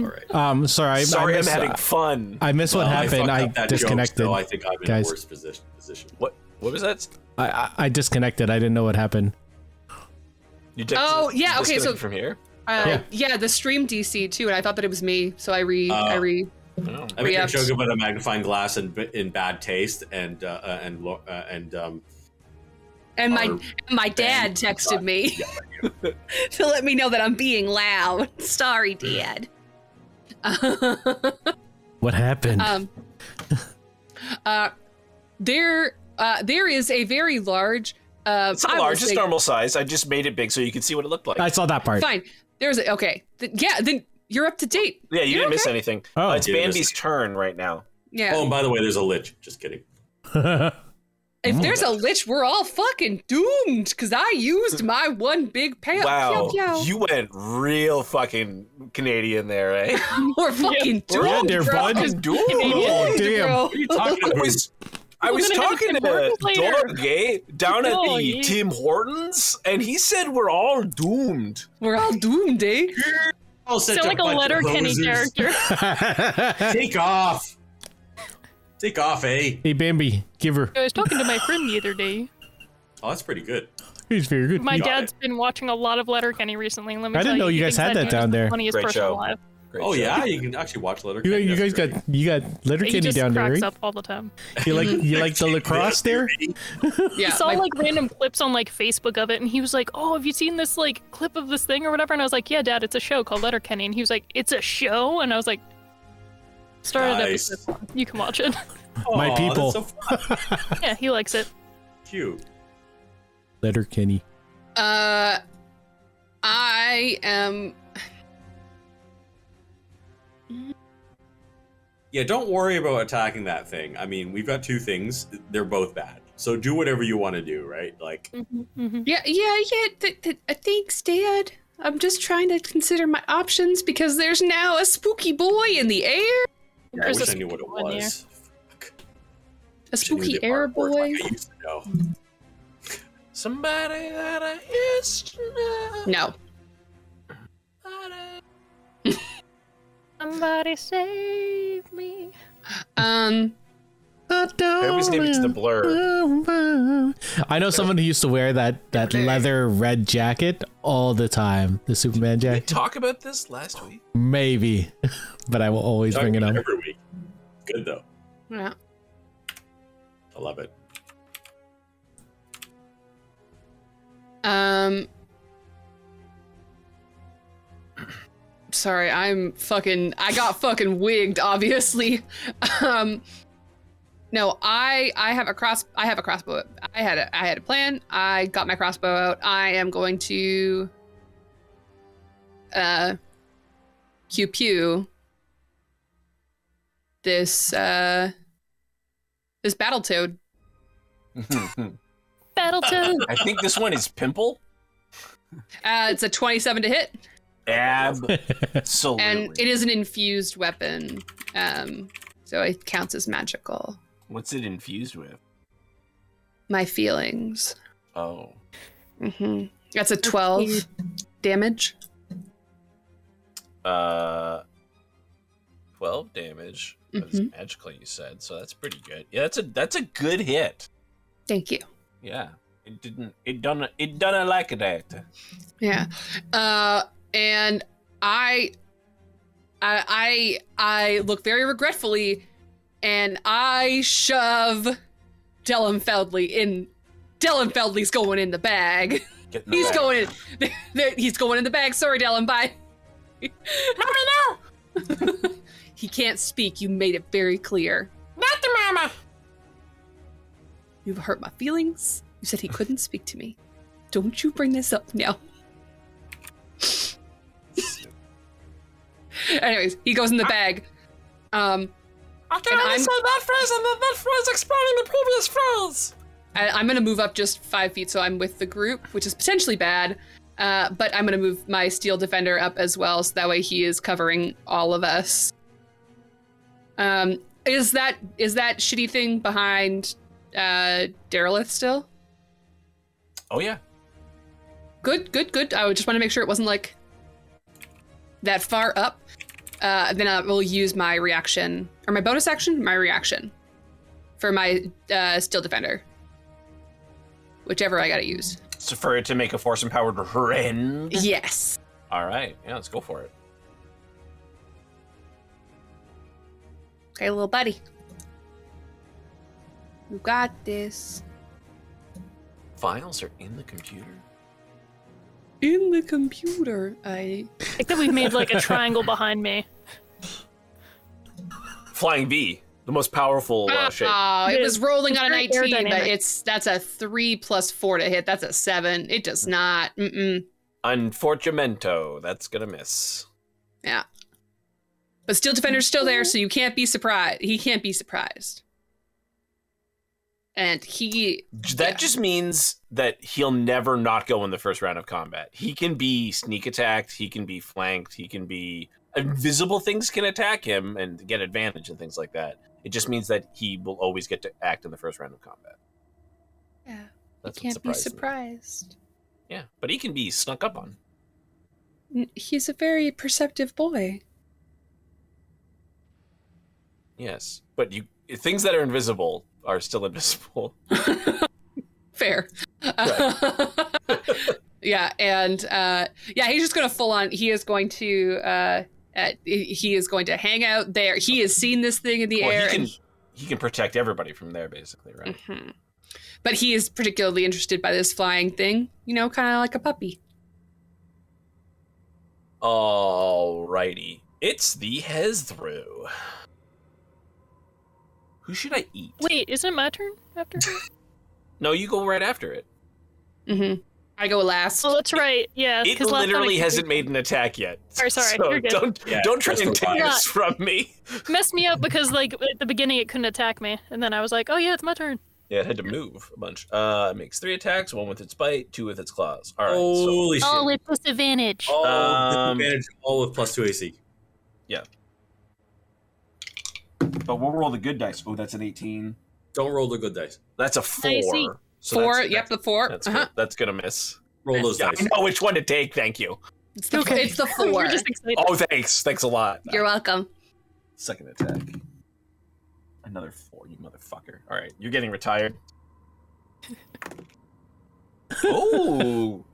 Speaker 6: All right.
Speaker 3: Um, sorry. I-
Speaker 2: Sorry,
Speaker 3: I
Speaker 2: I'm
Speaker 3: missed,
Speaker 2: having fun.
Speaker 3: I missed what
Speaker 6: Well,
Speaker 3: happened.
Speaker 6: Um, fucked
Speaker 3: I,
Speaker 6: up that joke,
Speaker 3: disconnected.
Speaker 6: so I think I'm in
Speaker 3: guys.
Speaker 6: worse position. position.
Speaker 2: What? What was that?
Speaker 3: I, I, I disconnected. I didn't know what happened.
Speaker 2: You dis-
Speaker 1: Oh, yeah, okay, so-
Speaker 2: disconnected from here.
Speaker 1: Uh,
Speaker 3: Yeah.
Speaker 1: yeah. the stream DC too, and I thought that it was me, so I re, I
Speaker 6: Oh.
Speaker 1: re.
Speaker 2: Oh.
Speaker 6: I make a
Speaker 1: React.
Speaker 6: joke about a magnifying glass in, in bad taste, and uh, uh, and lo- uh, and um,
Speaker 1: And my
Speaker 6: Our
Speaker 1: and my dad
Speaker 6: band
Speaker 1: texted me to let me know that I'm being loud. Sorry, Dad.
Speaker 3: What happened?
Speaker 1: Um, uh, there, uh, there is a very large. Uh,
Speaker 2: It's
Speaker 1: I
Speaker 2: not
Speaker 1: will
Speaker 2: large. It's
Speaker 1: say-
Speaker 2: normal size. I just made it big so you could see what it looked like.
Speaker 3: I saw that part.
Speaker 1: Fine. There's a okay. Th- yeah, then you're up to date.
Speaker 2: yeah, you
Speaker 1: You're
Speaker 2: didn't miss
Speaker 1: okay.
Speaker 2: anything.
Speaker 3: Oh.
Speaker 2: Uh, it's
Speaker 6: You didn't miss
Speaker 2: Bambi's turn right now.
Speaker 1: Yeah.
Speaker 6: oh, and by the way, there's a lich. Just kidding.
Speaker 1: If there's a lich, we're all fucking doomed because I used my one big payout.
Speaker 2: Wow,
Speaker 1: Pew, pew.
Speaker 2: you went real fucking Canadian there, eh?
Speaker 1: we're fucking
Speaker 2: Yeah,
Speaker 1: doomed.
Speaker 3: they're
Speaker 1: bro.
Speaker 3: fucking
Speaker 2: Dude,
Speaker 3: Oh,
Speaker 1: Doomed,
Speaker 3: damn.
Speaker 1: bro.
Speaker 2: I was, I
Speaker 4: We're
Speaker 2: was
Speaker 4: gonna have
Speaker 2: talking to
Speaker 4: to work later.
Speaker 2: Dog Gay down at
Speaker 4: No,
Speaker 2: the
Speaker 4: you-
Speaker 2: Tim Hortons, and he said we're all doomed.
Speaker 1: We're all doomed, eh?
Speaker 6: Oh, such
Speaker 4: Sound like a
Speaker 6: bunch of
Speaker 4: letter Kenny
Speaker 6: losers.
Speaker 4: character.
Speaker 6: Take off. Take off, eh?
Speaker 3: hey Bambi, give her.
Speaker 4: I was talking to my friend the other day.
Speaker 6: Oh, that's pretty good.
Speaker 3: He's very good.
Speaker 4: My
Speaker 6: Got
Speaker 4: dad's
Speaker 6: it.
Speaker 4: been watching a lot of Letterkenny recently. and Let me
Speaker 3: I didn't
Speaker 4: tell
Speaker 3: know you
Speaker 4: he
Speaker 3: guys
Speaker 4: thinks
Speaker 3: had that
Speaker 4: dude
Speaker 3: down
Speaker 4: is
Speaker 3: there.
Speaker 4: The funniest
Speaker 2: Great
Speaker 4: person
Speaker 2: show.
Speaker 4: alive.
Speaker 2: Great
Speaker 6: Oh
Speaker 2: show.
Speaker 6: yeah, you can actually watch letter.
Speaker 3: you, you guys got you got
Speaker 4: He
Speaker 3: Letterkenny
Speaker 4: just
Speaker 3: down there.
Speaker 4: cracks
Speaker 3: Right?
Speaker 4: up all the time.
Speaker 3: You like you like the lacrosse there?
Speaker 1: Yeah.
Speaker 4: I saw
Speaker 1: my-
Speaker 4: like random clips on like Facebook of it, and he was like, "Oh, have you seen this like clip of this thing or whatever?" And I was like, "Yeah, Dad, it's a show called Letterkenny." And he was like, "It's a show," and I was like, "Started
Speaker 6: Nice.
Speaker 4: episode one. You can watch it."
Speaker 3: My people.
Speaker 6: That's so fun.
Speaker 4: yeah, he likes it.
Speaker 6: cute.
Speaker 3: Letterkenny.
Speaker 1: Uh, I am.
Speaker 6: Yeah, don't worry about attacking that thing. I mean, we've got two things. They're both bad. So do whatever you want to do, right? Like,
Speaker 4: Mhm, mhm.
Speaker 1: Yeah, yeah, yeah. Th- th- uh, thanks, Dad. I'm just trying to consider my options because there's now a spooky boy in the air.
Speaker 6: yeah, I
Speaker 4: There's a
Speaker 6: wish I knew what it
Speaker 4: spooky one
Speaker 6: was.
Speaker 1: A
Speaker 6: Wish I knew
Speaker 1: spooky
Speaker 6: the
Speaker 1: air
Speaker 6: artwork
Speaker 1: boy.
Speaker 6: Like I used to know.
Speaker 2: Somebody that I used to know.
Speaker 1: No.
Speaker 4: Somebody save me.
Speaker 1: Um.
Speaker 2: I always named it the blur.
Speaker 3: I know someone who used to wear that that leather red jacket all the time. The Superman
Speaker 2: Did we
Speaker 3: jacket.
Speaker 2: talk about this last week?
Speaker 3: Maybe, but I will always
Speaker 6: Talk
Speaker 3: bring it
Speaker 6: about
Speaker 3: up.
Speaker 6: every week. Good though.
Speaker 1: Yeah.
Speaker 6: I love it.
Speaker 1: Um. Sorry, I'm fucking. I got fucking wigged, obviously. Um. No, I I have a cross. I have a crossbow. I had a I had a plan. I got my crossbow out. I am going to. Uh. Pew pew. This uh. This battle toad.
Speaker 4: Battletoad.
Speaker 2: I think this one is pimple.
Speaker 1: Uh, it's a twenty-seven to hit.
Speaker 2: Absolutely.
Speaker 1: and it is an infused weapon um so it counts as magical
Speaker 2: What's it infused with?
Speaker 1: my feelings
Speaker 2: Oh.
Speaker 1: hmm that's a 12 damage
Speaker 2: Uh, 12 damage. That's
Speaker 1: Mhm.
Speaker 2: magical, you said. So that's pretty good. Yeah, that's a that's a good hit.
Speaker 1: thank you
Speaker 2: Yeah. It didn't it done it done it like that.
Speaker 1: yeah uh and i i i, I look very regretfully and i shove dellenfeldly in dellenfeldly's going in the bag
Speaker 2: Get in the
Speaker 1: he's
Speaker 2: bag.
Speaker 1: going in he's going in the bag sorry dellen bye
Speaker 5: Mama, no!
Speaker 1: he can't speak you made it very clear
Speaker 5: Not the mama!
Speaker 1: You've hurt my feelings. You said he couldn't speak to me. Don't you bring this up now. Anyways, he goes in the bag. Um,
Speaker 5: I can
Speaker 1: And
Speaker 5: only
Speaker 1: I'm-
Speaker 5: say that phrase and that, that phrase explaining the previous phrase!
Speaker 1: I, I'm gonna move up just five feet, so I'm with the group, which is potentially bad. Uh, but I'm gonna move my steel defender up as well, so that way he is covering all of us. Um, is that is that shitty thing behind uh, Derelith still?
Speaker 2: Oh yeah.
Speaker 1: good good good i would just want to make sure it wasn't like that far up uh, then i will use my reaction or my bonus action my reaction for my uh, steel defender whichever i gotta use
Speaker 2: So for it to make a force empowered rend.
Speaker 1: yes
Speaker 2: All right. Yeah, let's go for it.
Speaker 1: okay little buddy you got this
Speaker 2: Files are in the computer.
Speaker 1: in the computer i
Speaker 4: I think we've made like a triangle behind me.
Speaker 2: Flying V, the most powerful uh, shape.
Speaker 1: oh it
Speaker 4: It
Speaker 1: was
Speaker 4: is.
Speaker 1: rolling
Speaker 4: It's
Speaker 1: on an
Speaker 4: very
Speaker 1: 18 but
Speaker 4: aerodynamic.
Speaker 1: it's that's a three plus four to hit that's a seven it does not mm-mm
Speaker 2: Unfortunamento. That's gonna miss.
Speaker 1: But Steel Defender's still there, so you can't be surprised. He can't be surprised. and he
Speaker 2: That
Speaker 1: Yeah.
Speaker 2: just means that he'll never not go in the first round of combat. He can be sneak attacked, he can be flanked, he can be invisible things can attack him and get advantage and things like that. It just means that he will always get to act in the first round of combat.
Speaker 1: yeah,
Speaker 2: That's
Speaker 1: can't be
Speaker 2: what surprised me.
Speaker 1: surprised.
Speaker 2: Yeah, but he can be snuck up on.
Speaker 1: N- He's a very perceptive boy.
Speaker 2: Yes, but you things that are invisible are still invisible.
Speaker 1: Fair. yeah, and uh, yeah, he's just gonna full on. He is going to. Uh, uh, he is going to hang out there. He has seen this thing in the
Speaker 2: Well,
Speaker 1: air.
Speaker 2: he
Speaker 1: and
Speaker 2: can he can protect everybody from there, basically, right?
Speaker 1: Mhm. But he is particularly interested by this flying thing, you know, kind of like a puppy.
Speaker 2: Alrighty, it's the Hezthru. Who should I eat?
Speaker 4: Wait, isn't it my turn after? her?
Speaker 2: No, you go right after it.
Speaker 1: hmm I go last.
Speaker 4: oh, that's right. Yeah,
Speaker 2: It
Speaker 4: 'cause last time I
Speaker 2: literally
Speaker 4: did-
Speaker 2: hasn't made an attack yet.
Speaker 4: Sorry, sorry,
Speaker 2: So
Speaker 4: you're good.
Speaker 2: don't
Speaker 6: Yeah,
Speaker 2: don't try
Speaker 6: that's
Speaker 2: and
Speaker 6: the
Speaker 2: take
Speaker 4: vibe.
Speaker 2: this from me.
Speaker 4: messed me up because like at the beginning it couldn't attack me, and then I was like, oh yeah, it's my turn.
Speaker 2: Yeah, it had to move a bunch. Uh, it makes three attacks: one with its bite, two with its claws. All right. so,
Speaker 6: Holy
Speaker 4: Oh,
Speaker 6: shit!
Speaker 4: with disadvantage.
Speaker 6: All
Speaker 2: Um,
Speaker 6: disadvantage, all with plus two AC.
Speaker 2: but we'll roll the good dice. Oh, that's an eighteen.
Speaker 6: Don't roll the good dice.
Speaker 2: That's a four.
Speaker 4: Dicey.
Speaker 2: So
Speaker 1: four.
Speaker 2: that's-
Speaker 1: yep, the 4
Speaker 2: That's
Speaker 1: uh-huh.
Speaker 2: good. that's gonna miss.
Speaker 6: Roll those
Speaker 2: Yeah,
Speaker 6: dice.
Speaker 2: I know which one to take. Thank you.
Speaker 1: It's the,
Speaker 4: Okay.
Speaker 1: it's the
Speaker 4: We're
Speaker 1: four.
Speaker 4: just excited.
Speaker 2: Oh, thanks. Thanks a lot.
Speaker 1: You're welcome.
Speaker 2: Second attack. Another four, you motherfucker. All right, you're getting retired. oh,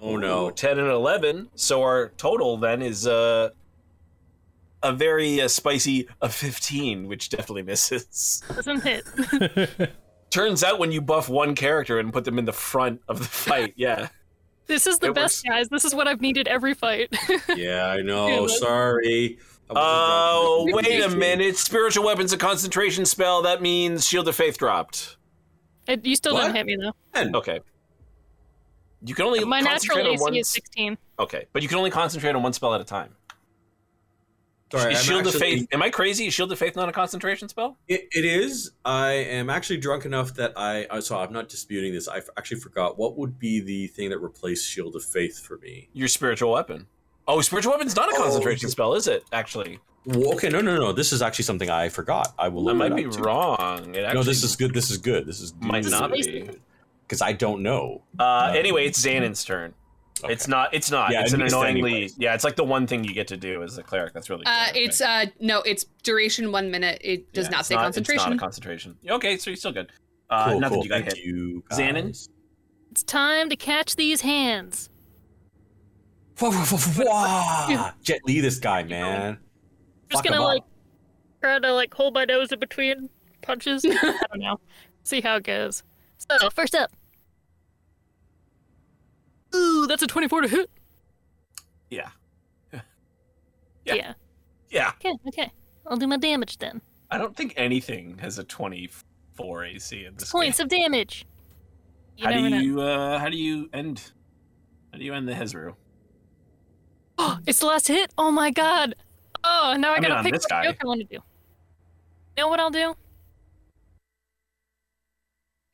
Speaker 6: Oh no!
Speaker 2: ten and eleven. So our total then is uh, a very uh, spicy a fifteen, which definitely misses.
Speaker 4: Doesn't hit.
Speaker 2: Turns out when you buff one character and put them in the front of the fight, yeah,
Speaker 4: This is the
Speaker 2: It
Speaker 4: best, guys. This is what I've needed every fight.
Speaker 6: Yeah, I
Speaker 4: Yeah,
Speaker 6: know.
Speaker 4: but-
Speaker 6: Sorry. I wasn't
Speaker 2: Oh,
Speaker 6: drunk.
Speaker 2: wait a minute. Spiritual weapon's a concentration spell. That means Shield of Faith dropped.
Speaker 4: It- you still
Speaker 6: What?
Speaker 4: didn't hit me though.
Speaker 2: Okay. You can only
Speaker 4: My natural
Speaker 2: concentrate on
Speaker 4: AC
Speaker 2: one.
Speaker 4: is 16.
Speaker 2: Okay, but you can only concentrate on one spell at a time.
Speaker 6: Sorry,
Speaker 2: Is
Speaker 6: I'm
Speaker 2: Shield of
Speaker 6: actually-
Speaker 2: Faith. Am I crazy? Is Shield of Faith not a concentration spell?
Speaker 6: It, it is. I am actually drunk enough that I. I- So I'm not disputing this. I f- actually forgot what would be the thing that replaced Shield of Faith for me.
Speaker 2: Your spiritual weapon. Oh, spiritual weapon's not a
Speaker 6: Oh.
Speaker 2: concentration spell, is it? Actually,
Speaker 6: Well, okay, no, no, no. This is actually something I forgot. I will.
Speaker 2: I
Speaker 6: look
Speaker 2: might
Speaker 6: that
Speaker 2: be
Speaker 6: up, too.
Speaker 2: wrong. It actually
Speaker 6: No, this is good. This is good. This is
Speaker 2: might
Speaker 4: This is
Speaker 2: not
Speaker 4: wasted.
Speaker 2: be.
Speaker 6: because I don't know.
Speaker 2: Uh, anyway, it's Xanon's turn.
Speaker 6: Okay.
Speaker 2: It's not. It's not.
Speaker 6: Yeah,
Speaker 2: it's
Speaker 6: it
Speaker 2: an
Speaker 6: missed
Speaker 2: annoyingly.
Speaker 6: anyways.
Speaker 2: Yeah, it's like the one thing you get to do as a cleric. That's really.
Speaker 1: Uh,
Speaker 2: good. Okay.
Speaker 1: it's uh no, it's duration one minute. It does
Speaker 2: Yeah,
Speaker 1: not
Speaker 2: it's
Speaker 1: say concentration.
Speaker 2: It's not a concentration. Okay, so you're still good. Uh,
Speaker 6: cool,
Speaker 2: nothing
Speaker 6: cool.
Speaker 2: you got
Speaker 6: Thank
Speaker 2: hit.
Speaker 6: you, guys.
Speaker 2: Xanon?
Speaker 4: It's time to catch these hands.
Speaker 6: Wah, wah, wah, wah, wah. Jet Li, this guy, man.
Speaker 4: just
Speaker 6: Fuck him
Speaker 4: gonna
Speaker 6: up.
Speaker 4: like try to like hold my nose in between punches. I don't know. See how it goes. So first up. Ooh, that's a twenty-four to hit.
Speaker 2: Yeah. Yeah.
Speaker 4: Yeah.
Speaker 2: Yeah.
Speaker 4: Okay. Okay. I'll do my damage then.
Speaker 2: I don't think anything has a 24 AC in this
Speaker 4: Points of damage. You
Speaker 2: game. How
Speaker 4: never
Speaker 2: do
Speaker 4: know.
Speaker 2: you uh, how do you end how do you end the Hezru?
Speaker 4: it's the last hit. Oh my god. Oh, now
Speaker 2: I
Speaker 4: I,
Speaker 2: mean,
Speaker 4: gotta
Speaker 2: on
Speaker 4: pick
Speaker 2: this
Speaker 4: what
Speaker 2: guy.
Speaker 4: joke I want to do. You know what I'll do?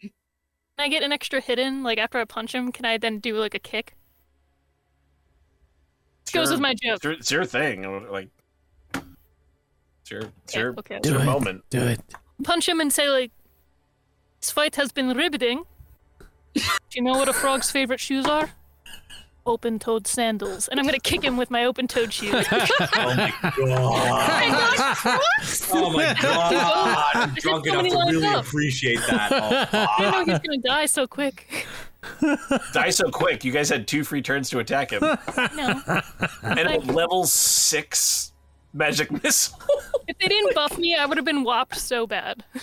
Speaker 4: Can I get an extra hit in? Like after I punch him, can I then do like a kick? This goes with my joke.
Speaker 2: It's your, it's your thing. Like it's your it's
Speaker 4: Okay,
Speaker 2: your,
Speaker 4: okay.
Speaker 2: it's your
Speaker 3: Do it.
Speaker 2: moment.
Speaker 3: Do it.
Speaker 4: punch him and say like this fight has been riveting do you know what a frog's favorite shoes are open toed sandals and i'm gonna kick him with my open toed shoe
Speaker 6: Oh my god. oh my god. I'm
Speaker 4: This is
Speaker 6: drunk
Speaker 4: so
Speaker 6: enough
Speaker 4: many
Speaker 6: to
Speaker 4: lines
Speaker 6: really
Speaker 4: up.
Speaker 6: appreciate that. Oh, fuck.
Speaker 4: i didn't know he's gonna die so quick
Speaker 2: Die so quick. You guys had two free turns to attack him.
Speaker 4: no
Speaker 2: and a level six magic missile.
Speaker 4: if they didn't buff me i would have been whopped so bad i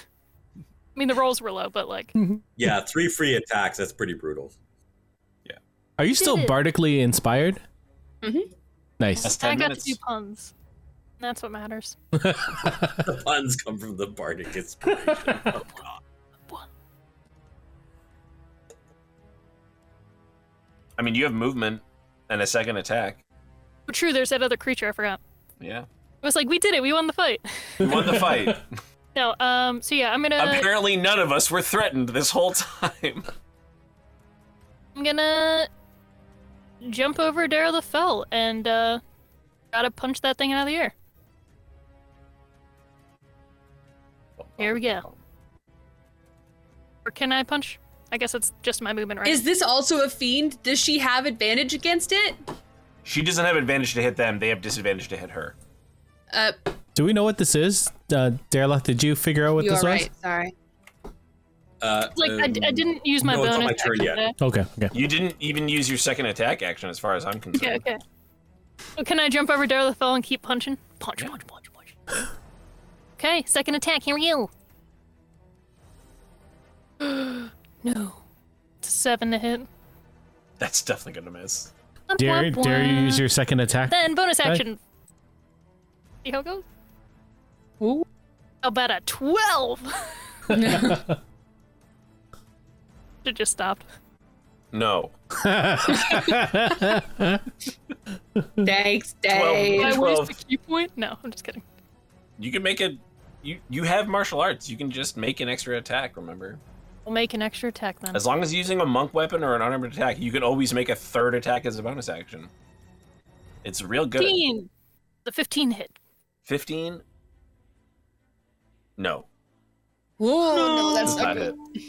Speaker 4: mean the rolls were low but like
Speaker 6: yeah, three free attacks. That's pretty brutal.
Speaker 3: Are you still
Speaker 4: Did it.
Speaker 3: bardically inspired?
Speaker 1: Mhm.
Speaker 3: Nice.
Speaker 2: That's
Speaker 4: i
Speaker 2: 10
Speaker 4: got
Speaker 2: minutes.
Speaker 4: to do puns And that's what matters
Speaker 6: The puns come from the bardic inspiration. Oh, God.
Speaker 2: I mean you have movement and a second attack.
Speaker 4: but true there's that other creature i forgot
Speaker 2: Yeah.
Speaker 4: i was like we did it we won the fight
Speaker 2: You won the fight.
Speaker 4: No, um, so yeah, I'm gonna
Speaker 2: Apparently, none of us were threatened this whole time.
Speaker 4: I'm gonna jump over Daryl the Fell and uh gotta punch that thing out of the air. Here we go. Or can I punch? I guess it's just my movement, right?
Speaker 1: Is this also a fiend? Does she have advantage against it?
Speaker 2: She doesn't have advantage to hit them; they have disadvantage to hit her.
Speaker 1: Uh,
Speaker 3: Do we know what this is? Uh, Darla, did you figure out what
Speaker 1: you are
Speaker 3: this
Speaker 1: right. Sorry.
Speaker 6: Uh,
Speaker 4: like I, d- I
Speaker 6: um,
Speaker 4: didn't use my
Speaker 6: no, it's
Speaker 4: bonus.
Speaker 6: not my turn
Speaker 4: action
Speaker 6: yet.
Speaker 4: today.
Speaker 3: was? Okay, okay.
Speaker 2: You didn't even use your second attack action, as far as I'm
Speaker 4: Okay,
Speaker 2: concerned.
Speaker 4: okay. So can I jump over Daryl the Fell and keep punching? Punch, punch, punch, punch. okay, second attack. Here we go. no, it's a seven to hit.
Speaker 2: That's definitely gonna miss.
Speaker 4: Womp,
Speaker 3: Dare,
Speaker 4: womp,
Speaker 3: dare you
Speaker 4: womp.
Speaker 3: use your second attack?
Speaker 4: Then bonus
Speaker 3: Okay.
Speaker 4: action. See how it goes.
Speaker 1: Ooh.
Speaker 4: How about a twelve? Should just stopped.
Speaker 2: No.
Speaker 1: Thanks,
Speaker 4: Did
Speaker 1: Dave.
Speaker 4: I
Speaker 2: 12.
Speaker 4: waste the key point? No, I'm just kidding.
Speaker 2: You can make a. You you have martial arts. You can just make an extra attack. Remember,
Speaker 4: We'll make an extra attack then.
Speaker 2: as long as you're using a monk weapon or an unarmored attack, you can always make a third attack as a bonus action. It's real good.
Speaker 4: Fifteen. The fifteen hit.
Speaker 2: Fifteen. No.
Speaker 1: Ooh, no, that's
Speaker 2: does
Speaker 1: not
Speaker 2: not
Speaker 1: good.
Speaker 2: hit.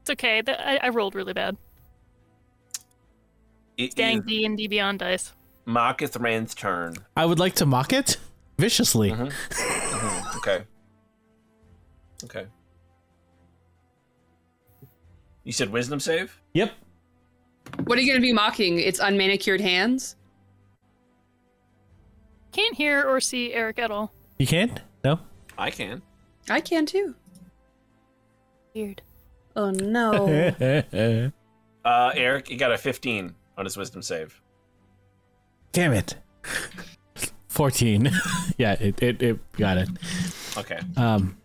Speaker 4: It's okay. That, I, I rolled really bad.
Speaker 2: It
Speaker 4: Dang
Speaker 2: is
Speaker 4: D and D Beyond dice.
Speaker 2: Makith Rand's turn.
Speaker 3: I would like to mock it viciously.
Speaker 2: Mhm, Okay. Okay. You said wisdom save?
Speaker 3: Yep.
Speaker 1: What are you going to be mocking? It's unmanicured hands?
Speaker 4: Can't hear or see Eric at all.
Speaker 3: You can? No?
Speaker 2: I can.
Speaker 1: I can too.
Speaker 4: Weird.
Speaker 1: Oh, no.
Speaker 3: Damn
Speaker 2: Uh, Eric, he got a 15 on his wisdom save.
Speaker 3: it. 14. yeah, it, it, it got it.
Speaker 2: Okay.
Speaker 3: Um,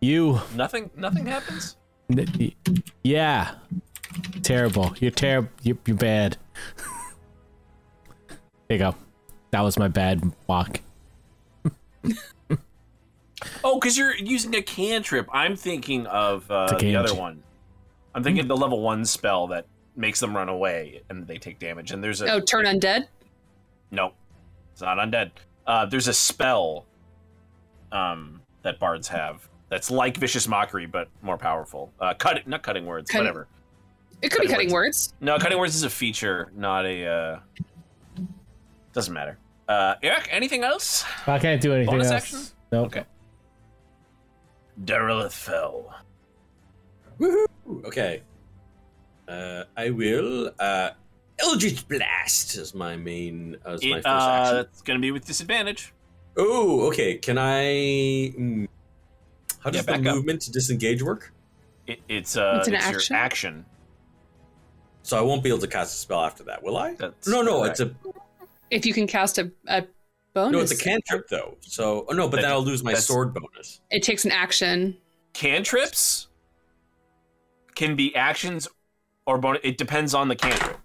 Speaker 3: you.
Speaker 2: Nothing nothing happens?
Speaker 3: n- y- Yeah. Terrible. You're terrible. You're, you're bad. there you go. That was my bad mock.
Speaker 2: Oh, because you're using a cantrip. I'm thinking of uh,
Speaker 3: It's a
Speaker 2: the other
Speaker 3: cantrip.
Speaker 2: one. I'm thinking of the level one spell that makes them run away and they take damage. And there's a.
Speaker 1: oh, turn undead?
Speaker 2: No, it's not undead. Uh, there's a spell um, that bards have that's like vicious mockery but more powerful. Uh, cut not cutting words,
Speaker 1: Cutting-
Speaker 2: whatever.
Speaker 1: It could be
Speaker 2: Cutting
Speaker 1: cutting words.
Speaker 2: No, cutting words is a feature, not a. Uh, doesn't matter. Uh, Eric, anything else?
Speaker 3: I can't do anything
Speaker 2: Bonus
Speaker 3: else.
Speaker 2: action?
Speaker 3: No.
Speaker 2: Okay. Derelith fell.
Speaker 6: Ooh, okay. Uh, I will. Uh, Eldritch Blast is my main. Uh, is my
Speaker 2: It,
Speaker 6: first
Speaker 2: uh,
Speaker 6: action.
Speaker 2: it's gonna be with disadvantage.
Speaker 6: Oh, okay. Can I? mm, How
Speaker 2: Yeah,
Speaker 6: does the
Speaker 2: back up.
Speaker 6: movement to disengage work?
Speaker 2: It, it's uh,
Speaker 1: It's
Speaker 2: it's,
Speaker 1: an action?
Speaker 2: your action.
Speaker 6: So I won't be able to cast a spell after that, will I?
Speaker 2: That's
Speaker 6: no, no.
Speaker 2: correct.
Speaker 6: It's a
Speaker 1: If you can cast a, a bonus,
Speaker 6: no. It's a cantrip though. So oh, no, but
Speaker 2: That-
Speaker 6: then I'll lose my
Speaker 2: that's-
Speaker 6: sword bonus.
Speaker 1: it takes an action.
Speaker 2: Cantrips can be actions or bonus. It depends on the cantrip.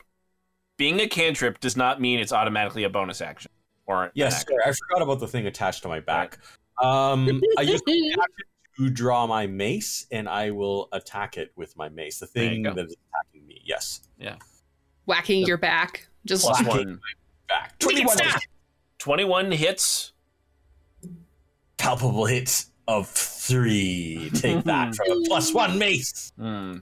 Speaker 2: Being a cantrip does not mean it's automatically a bonus action or an
Speaker 6: Yes,
Speaker 2: action.
Speaker 6: sorry, I forgot about the thing attached to my back. Um, I used my action to draw my mace, and I will attack it with my mace. The
Speaker 2: There you
Speaker 6: thing
Speaker 2: go.
Speaker 6: that is attacking me. Yes,
Speaker 1: Whacking your back. Just
Speaker 2: Plus
Speaker 6: Whacking.
Speaker 2: one.
Speaker 6: back.
Speaker 1: Tweak it,
Speaker 6: Twenty-one
Speaker 1: snap!
Speaker 2: 21 hits.
Speaker 6: palpable hits of three. Take that from a plus one mace.
Speaker 2: Hmm.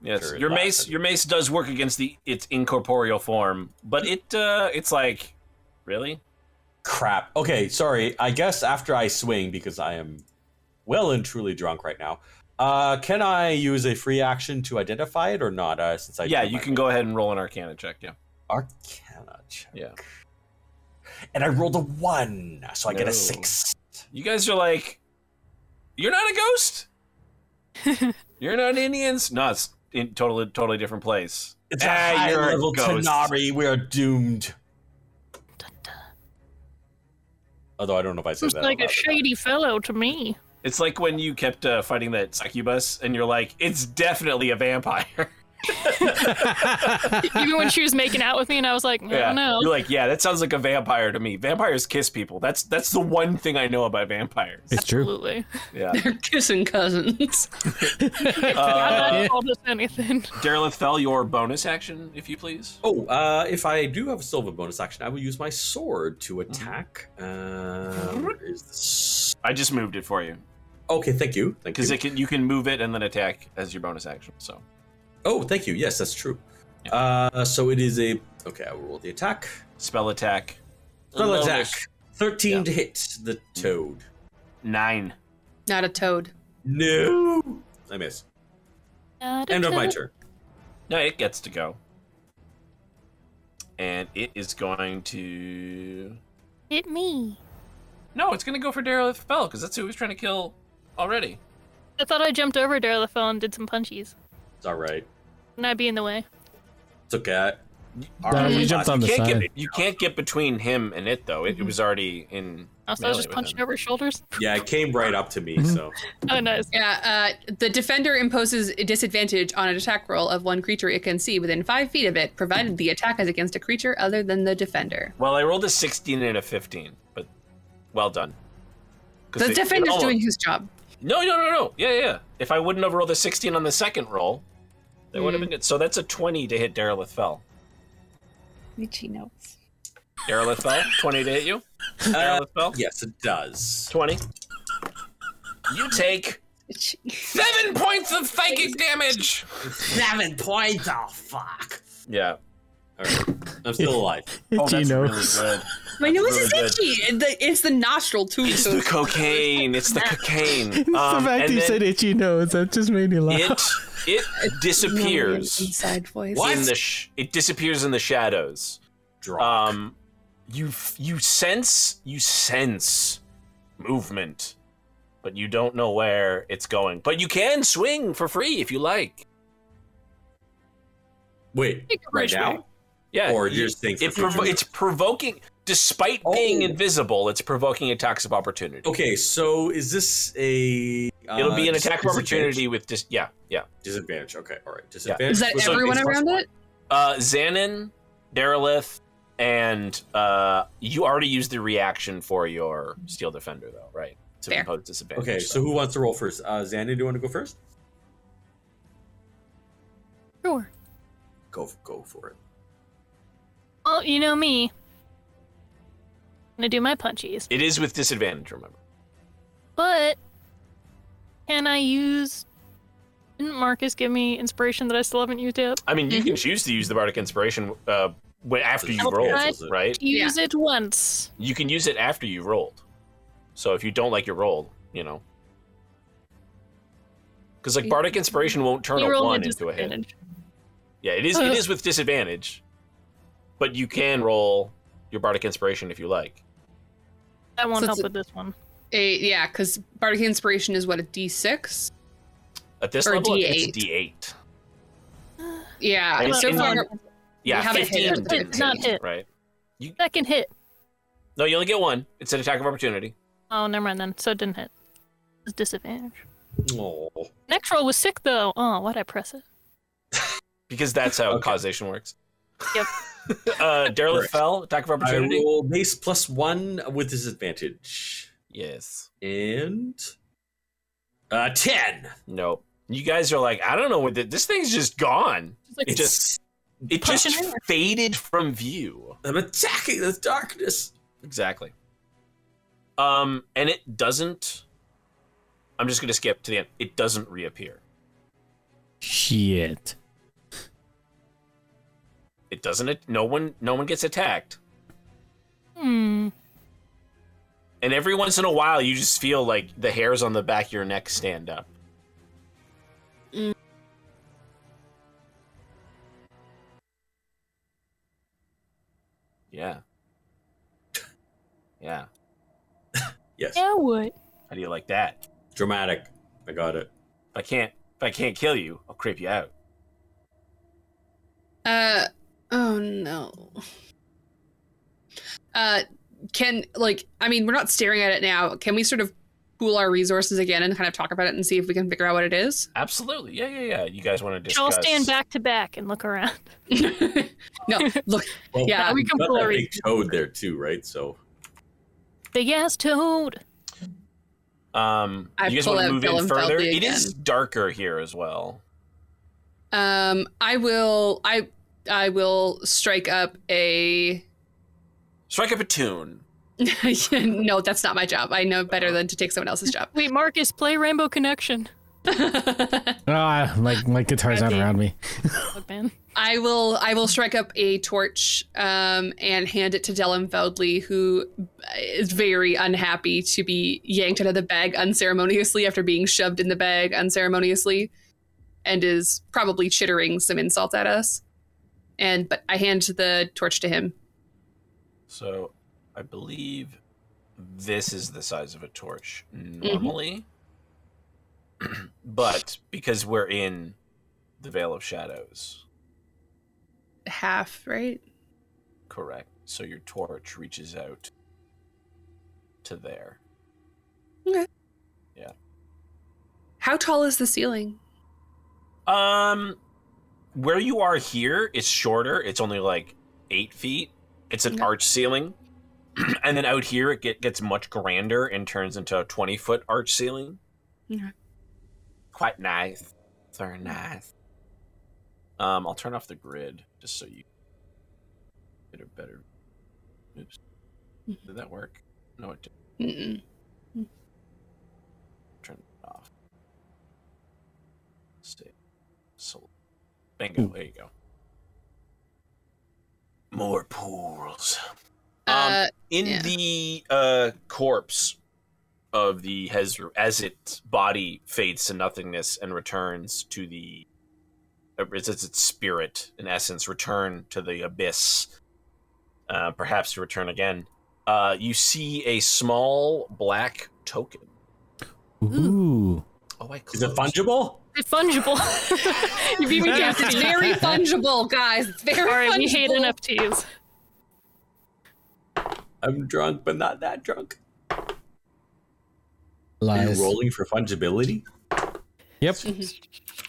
Speaker 2: Yes,
Speaker 6: Sure, it
Speaker 2: your mace
Speaker 6: lasted.
Speaker 2: your mace does work against the its incorporeal form, but it uh it's like really?
Speaker 6: Crap. Okay, sorry. I guess after I swing, because I am well and truly drunk right now, uh, can I use a free action to identify it or not? Uh, since I
Speaker 2: yeah,
Speaker 6: drew
Speaker 2: you
Speaker 6: my
Speaker 2: can go ahead and roll an arcana check, yeah.
Speaker 6: Arcana check.
Speaker 2: Yeah.
Speaker 6: And I rolled a one, so I get
Speaker 2: No.
Speaker 6: a six.
Speaker 2: You guys are like You're not a ghost? you're not Indians? No, it's in totally totally different place.
Speaker 6: It's
Speaker 2: Ah,
Speaker 6: a high
Speaker 2: you're a
Speaker 6: level
Speaker 2: ghost.
Speaker 6: Tanari. We are doomed.
Speaker 4: Dun, dun.
Speaker 6: Although I don't know if I said
Speaker 4: Seems
Speaker 6: that.
Speaker 4: like
Speaker 6: out
Speaker 4: a
Speaker 6: loud.
Speaker 4: shady fellow to me.
Speaker 2: It's like when you kept uh, fighting that succubus and you're like, it's definitely a vampire.
Speaker 4: Even when she was making out with me, and I was like, I
Speaker 2: Yeah.
Speaker 4: don't know.
Speaker 2: You're like, yeah, that sounds like a vampire to me. Vampires kiss people. That's that's the one thing I know about vampires.
Speaker 3: It's true.
Speaker 4: Absolutely.
Speaker 2: Yeah.
Speaker 1: They're kissing cousins.
Speaker 4: I'm not told us anything.
Speaker 2: Uh, Derelith Fell, your bonus action, if you please.
Speaker 6: Oh, uh, if I do have a silver bonus action, I will use my sword to
Speaker 2: Mm-hmm.
Speaker 6: attack. Uh, where is this?
Speaker 2: I just moved it for you
Speaker 6: Okay, thank you. Thank
Speaker 2: because
Speaker 6: you.
Speaker 2: it can you can move it and then attack as your bonus action. So
Speaker 6: Oh, thank you. Yes, that's true. Uh, so it is a. Okay, I will roll the attack.
Speaker 2: spell attack
Speaker 6: Spell
Speaker 2: Bonus.
Speaker 6: attack. 13
Speaker 2: Yeah. Mm.
Speaker 6: to hit the toad.
Speaker 2: nine.
Speaker 1: Not a toad.
Speaker 6: No! I miss. End of my turn.
Speaker 2: No, it gets to go, and it is going to.
Speaker 4: Hit me.
Speaker 2: No, it's going to go for Derelith Fell because that's who he was trying to kill already.
Speaker 4: I thought I jumped over Darylafel and did some punchies.
Speaker 6: It's alright.
Speaker 4: And I'd be in the way.
Speaker 6: It's okay. All
Speaker 3: Nah,
Speaker 6: right,
Speaker 3: we jumped on the
Speaker 2: You can't,
Speaker 3: side. Mm-hmm.
Speaker 2: get, you can't get between him and it though. It, it was already in.
Speaker 4: Also, I
Speaker 2: melee
Speaker 4: was just
Speaker 2: with
Speaker 4: punching
Speaker 2: him.
Speaker 4: over his shoulders.
Speaker 6: Yeah, it came right up to me, so.
Speaker 4: Oh, nice.
Speaker 1: Yeah, uh, the defender imposes a disadvantage on an attack roll of one creature it can see within five feet of it, provided the attack is against a creature other than the defender.
Speaker 2: Well, I rolled a 16 and a 15, but well done. 'Cause
Speaker 1: The
Speaker 2: it- it
Speaker 1: defender's
Speaker 2: almost-
Speaker 1: doing his job.
Speaker 2: No, no, no, no. Yeah, yeah. If I wouldn't have rolled a 16 on the second roll, that would have
Speaker 1: Mm.
Speaker 2: been good. So that's a 20 to hit Derelith Fell.
Speaker 1: Michi notes.
Speaker 2: Derelith Fell, 20 to hit you.
Speaker 1: Uh,
Speaker 2: Derelith Fell,
Speaker 6: Yes, it does.
Speaker 2: 20. You take seven points of psychic damage.
Speaker 6: Seven points. Oh, fuck.
Speaker 2: Yeah.
Speaker 6: Alright. I'm still alive.
Speaker 2: Oh, that's
Speaker 3: Gino.
Speaker 2: really good.
Speaker 1: My nose
Speaker 2: really
Speaker 1: is
Speaker 2: good.
Speaker 1: itchy. The- it's the nostril too.
Speaker 2: It's
Speaker 1: so
Speaker 2: the cocaine. It's the cocaine.
Speaker 3: It's
Speaker 2: Um,
Speaker 3: the fact
Speaker 2: and
Speaker 3: you
Speaker 2: then
Speaker 3: said itchy nose that just made me laugh.
Speaker 2: it it disappears
Speaker 1: Inside voice.
Speaker 2: in the sh- it disappears in the shadows.
Speaker 6: Draw.
Speaker 2: Um, you f- you sense you sense movement, but you don't know where it's going. But you can swing for free if you like.
Speaker 6: Wait, right now?
Speaker 2: Yeah,
Speaker 6: Or
Speaker 2: you-
Speaker 6: just think for
Speaker 2: it provo-
Speaker 6: future
Speaker 2: it's provoking. Despite being
Speaker 6: Oh.
Speaker 2: invisible, it's provoking attacks of opportunity.
Speaker 6: Okay, so is this a? Oh, Uh,
Speaker 2: It'll be an attack of opportunity
Speaker 6: disadvantage?
Speaker 2: with dis- yeah yeah.
Speaker 6: Disadvantage. Okay, all right. Disadvantage.
Speaker 1: is that
Speaker 6: with-
Speaker 1: everyone
Speaker 6: it's plus
Speaker 1: around
Speaker 6: one.
Speaker 1: it?
Speaker 2: Uh, Xanon, Derelith, and uh, you already used the reaction for your steel defender though, right? To
Speaker 1: Fair.
Speaker 2: impose disadvantage.
Speaker 6: Okay, so who wants to roll first? Uh, Xander, do you want to go first?
Speaker 4: Sure.
Speaker 6: Go, go for it.
Speaker 4: Well, you know me. I'm gonna do my punchies.
Speaker 2: it is with disadvantage. Remember.
Speaker 4: But can I use? Didn't Marcus give me inspiration that I still haven't used yet?
Speaker 2: I mean, you can choose to use the bardic inspiration uh, when, after you
Speaker 6: Help
Speaker 2: roll,
Speaker 6: cancels it.
Speaker 2: right?
Speaker 1: Yeah.
Speaker 4: Use it once.
Speaker 2: You can use it after you rolled. So if you don't like your roll, you know, because like bardic inspiration won't turn
Speaker 4: You
Speaker 2: a
Speaker 4: roll
Speaker 2: one
Speaker 4: me
Speaker 2: into a hit.
Speaker 4: disadvantage.
Speaker 2: Yeah, it is. It
Speaker 4: Ugh.
Speaker 2: is with disadvantage, but you can roll your bardic inspiration if you like.
Speaker 4: That won't
Speaker 1: So
Speaker 4: help
Speaker 1: it's-
Speaker 4: with this one.
Speaker 1: A, yeah, because bardic inspiration is what a d6.
Speaker 2: At this
Speaker 1: Or
Speaker 2: level,
Speaker 1: D8.
Speaker 2: it's D eight.
Speaker 1: Yeah,
Speaker 2: And-
Speaker 1: so
Speaker 2: and
Speaker 1: far
Speaker 2: you- Yeah,
Speaker 1: haven't hit
Speaker 2: fifteen.
Speaker 1: it. It's
Speaker 2: didn't
Speaker 4: not
Speaker 2: hit,
Speaker 4: hit.
Speaker 2: right?
Speaker 4: Second hit.
Speaker 2: No, you only get one. It's an attack of opportunity.
Speaker 4: Oh, never mind then. So it didn't hit. It's disadvantage.
Speaker 6: Oh,
Speaker 4: Next roll was sick though. Oh, why'd I press it?
Speaker 2: because that's how
Speaker 6: Okay.
Speaker 2: causation works.
Speaker 4: Yep.
Speaker 2: uh, Derelict
Speaker 6: Right.
Speaker 2: fell, attack of
Speaker 6: I
Speaker 2: opportunity.
Speaker 6: roll base plus one with disadvantage
Speaker 2: Yes.
Speaker 6: and uh, ten.
Speaker 2: Nope. You guys are like, I don't know what the, this thing's just gone.
Speaker 4: It's like,
Speaker 2: It just it
Speaker 6: Punch
Speaker 2: just
Speaker 4: it in.
Speaker 2: faded from view.
Speaker 6: I'm attacking the darkness.
Speaker 2: Exactly. Um, and it doesn't. I'm just gonna skip to the end. It doesn't reappear.
Speaker 3: Shit.
Speaker 2: It doesn't. No one. No one gets attacked.
Speaker 4: hmm.
Speaker 2: And every once in a while, you just feel like the hairs on the back of your neck stand up. Mm. Yeah. Yeah.
Speaker 6: Yes,
Speaker 4: Now what?
Speaker 2: How do you like that?
Speaker 6: dramatic. I got it.
Speaker 2: If I can't, if I can't kill you, I'll creep you out.
Speaker 1: Uh oh no. Uh can like I mean we're not staring at it now. Can we sort of pool our resources again and kind of talk about it and see if we can figure out what it is?
Speaker 2: Absolutely. Yeah, yeah, yeah. You guys want to
Speaker 4: Should all
Speaker 2: discuss?
Speaker 4: stand back to back and look around.
Speaker 1: no, look,
Speaker 6: Well,
Speaker 1: yeah,
Speaker 4: we can
Speaker 6: Got that
Speaker 4: blurry.
Speaker 6: big toad there too, right? So
Speaker 4: The gas toad.
Speaker 2: Um,
Speaker 1: I
Speaker 2: you guys
Speaker 1: pull
Speaker 2: want to
Speaker 1: out
Speaker 2: move in
Speaker 1: Dylan
Speaker 2: further?
Speaker 1: Feldy
Speaker 2: It is darker here as well.
Speaker 1: um, I will, I, I will strike up a.
Speaker 2: Strike up a tune.
Speaker 1: no, that's not my job. I know better than to take someone else's job.
Speaker 4: Wait, Marcus, play Rainbow Connection.
Speaker 3: Ah, my, my guitar's not around me.
Speaker 4: Look, man.
Speaker 1: I will I will strike up a torch um, and hand it to Dellum Feldley, who uh, is very unhappy to be yanked out of the bag unceremoniously after being shoved in the bag unceremoniously, and is probably chittering some insults at us. And but I hand the torch to him.
Speaker 2: So, I believe this is the size of a torch
Speaker 1: Mm-hmm.
Speaker 2: normally, but because we're in the Veil of Shadows,
Speaker 1: Half right?
Speaker 2: correct? So your torch reaches out to there.
Speaker 1: How tall is the ceiling?
Speaker 2: Um, where you are here is shorter. It's only like eight feet. It's an
Speaker 1: Yeah.
Speaker 2: arch ceiling, and then out here it get, gets much grander and turns into a twenty foot arch ceiling.
Speaker 1: Yeah.
Speaker 2: Quite nice. Very nice. Um, I'll turn off the grid just so you get a better. Oops.
Speaker 1: Mhm.
Speaker 2: Did that work? No, it didn't.
Speaker 1: Mm-mm.
Speaker 2: Turn it off. Save. So, bingo.
Speaker 6: Hmm.
Speaker 2: There you go. More pools. Um,
Speaker 1: uh,
Speaker 2: in
Speaker 1: Yeah.
Speaker 2: the uh, corpse of the Hezru, as its body fades to nothingness and returns to the, uh, as its its spirit, in essence, return to the abyss, uh, perhaps to return again. Uh, you see a small black token.
Speaker 3: Ooh.
Speaker 2: Oh, I
Speaker 6: is it
Speaker 2: closed.
Speaker 6: fungible?
Speaker 4: It's fungible. you beat me
Speaker 1: yes, it's
Speaker 4: to it.
Speaker 1: very fungible, guys. It's very
Speaker 4: All right,
Speaker 1: fungible.
Speaker 4: we hate NFTs.
Speaker 6: I'm drunk, but not that drunk. Are
Speaker 3: Lies.
Speaker 6: you rolling for fungibility?
Speaker 3: Yep.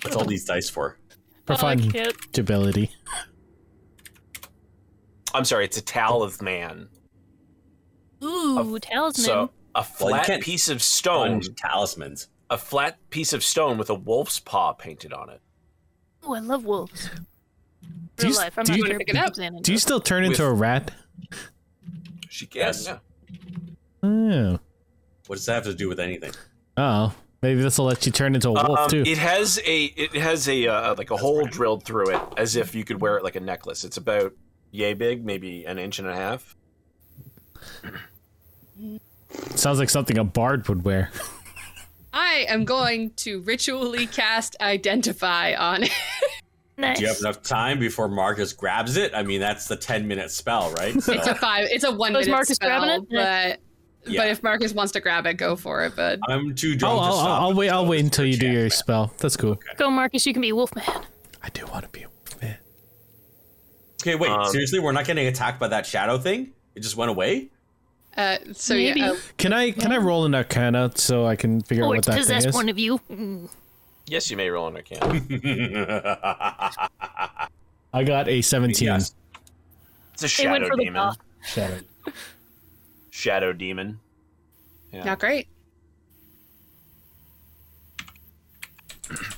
Speaker 6: What's all these dice for?
Speaker 3: For
Speaker 4: Oh, I like it.
Speaker 3: fungibility.
Speaker 2: I'm sorry, it's a
Speaker 4: Oh.
Speaker 2: talisman.
Speaker 4: Ooh, talisman.
Speaker 2: So a
Speaker 6: Well, you
Speaker 2: flat
Speaker 6: can't
Speaker 2: piece of stone,
Speaker 6: Funge talismans.
Speaker 2: a flat piece of stone with a wolf's paw painted on it.
Speaker 4: Ooh, I love wolves.
Speaker 3: Do you
Speaker 4: Real
Speaker 3: s-
Speaker 4: life, I'm
Speaker 3: do
Speaker 4: not
Speaker 3: you-
Speaker 4: sure if
Speaker 1: pick it up?
Speaker 4: wolves and
Speaker 3: Do you still turn into
Speaker 2: With-
Speaker 3: a rat?
Speaker 2: She can.
Speaker 6: Yes.
Speaker 2: yeah.
Speaker 3: Oh.
Speaker 6: What does that have to do with anything?
Speaker 3: Oh. Maybe this will let you turn into a wolf
Speaker 2: Um,
Speaker 3: too.
Speaker 2: It has a it has a uh, like a hole
Speaker 6: right.
Speaker 2: drilled through it, as if you could wear it like a necklace. It's about yay big, maybe an inch and a half.
Speaker 3: Sounds like something a bard would wear.
Speaker 1: I am going to ritually cast identify on it.
Speaker 4: Nice.
Speaker 6: Do you have enough time before Marcus grabs it? I mean, that's the 10 minute spell, right? So,
Speaker 1: It's a five. It's a one
Speaker 4: Was
Speaker 1: minute
Speaker 4: Marcus
Speaker 1: spell,
Speaker 4: grabbing
Speaker 1: but
Speaker 6: Yeah.
Speaker 1: but if Marcus wants to grab it, go for it. But
Speaker 6: I'm too
Speaker 3: Oh,
Speaker 6: drunk
Speaker 3: I'll,
Speaker 6: to stop.
Speaker 3: I'll, I'll wait. I'll wait until you do your
Speaker 6: Chance,
Speaker 3: spell. That's cool.
Speaker 4: Go, Marcus. You can be Wolfman.
Speaker 3: I do want to be a wolfman.
Speaker 6: Okay, wait.
Speaker 2: Um,
Speaker 6: seriously, we're not getting attacked by that shadow thing? It just went away?
Speaker 1: uh, so
Speaker 4: Maybe.
Speaker 1: yeah, uh,
Speaker 3: Can I can I roll an arcana so I can figure out
Speaker 4: Or
Speaker 3: what
Speaker 4: Oh, it's
Speaker 3: that thing
Speaker 4: possessed
Speaker 3: is?
Speaker 4: one of you. Mm.
Speaker 2: Yes, you may roll an arcana.
Speaker 3: I got a seventeen.
Speaker 6: Yes.
Speaker 2: It's a
Speaker 4: They went
Speaker 2: shadow
Speaker 4: for the
Speaker 2: demon.
Speaker 4: buff.
Speaker 3: Shadow.
Speaker 2: Shadow demon. Yeah.
Speaker 1: not great.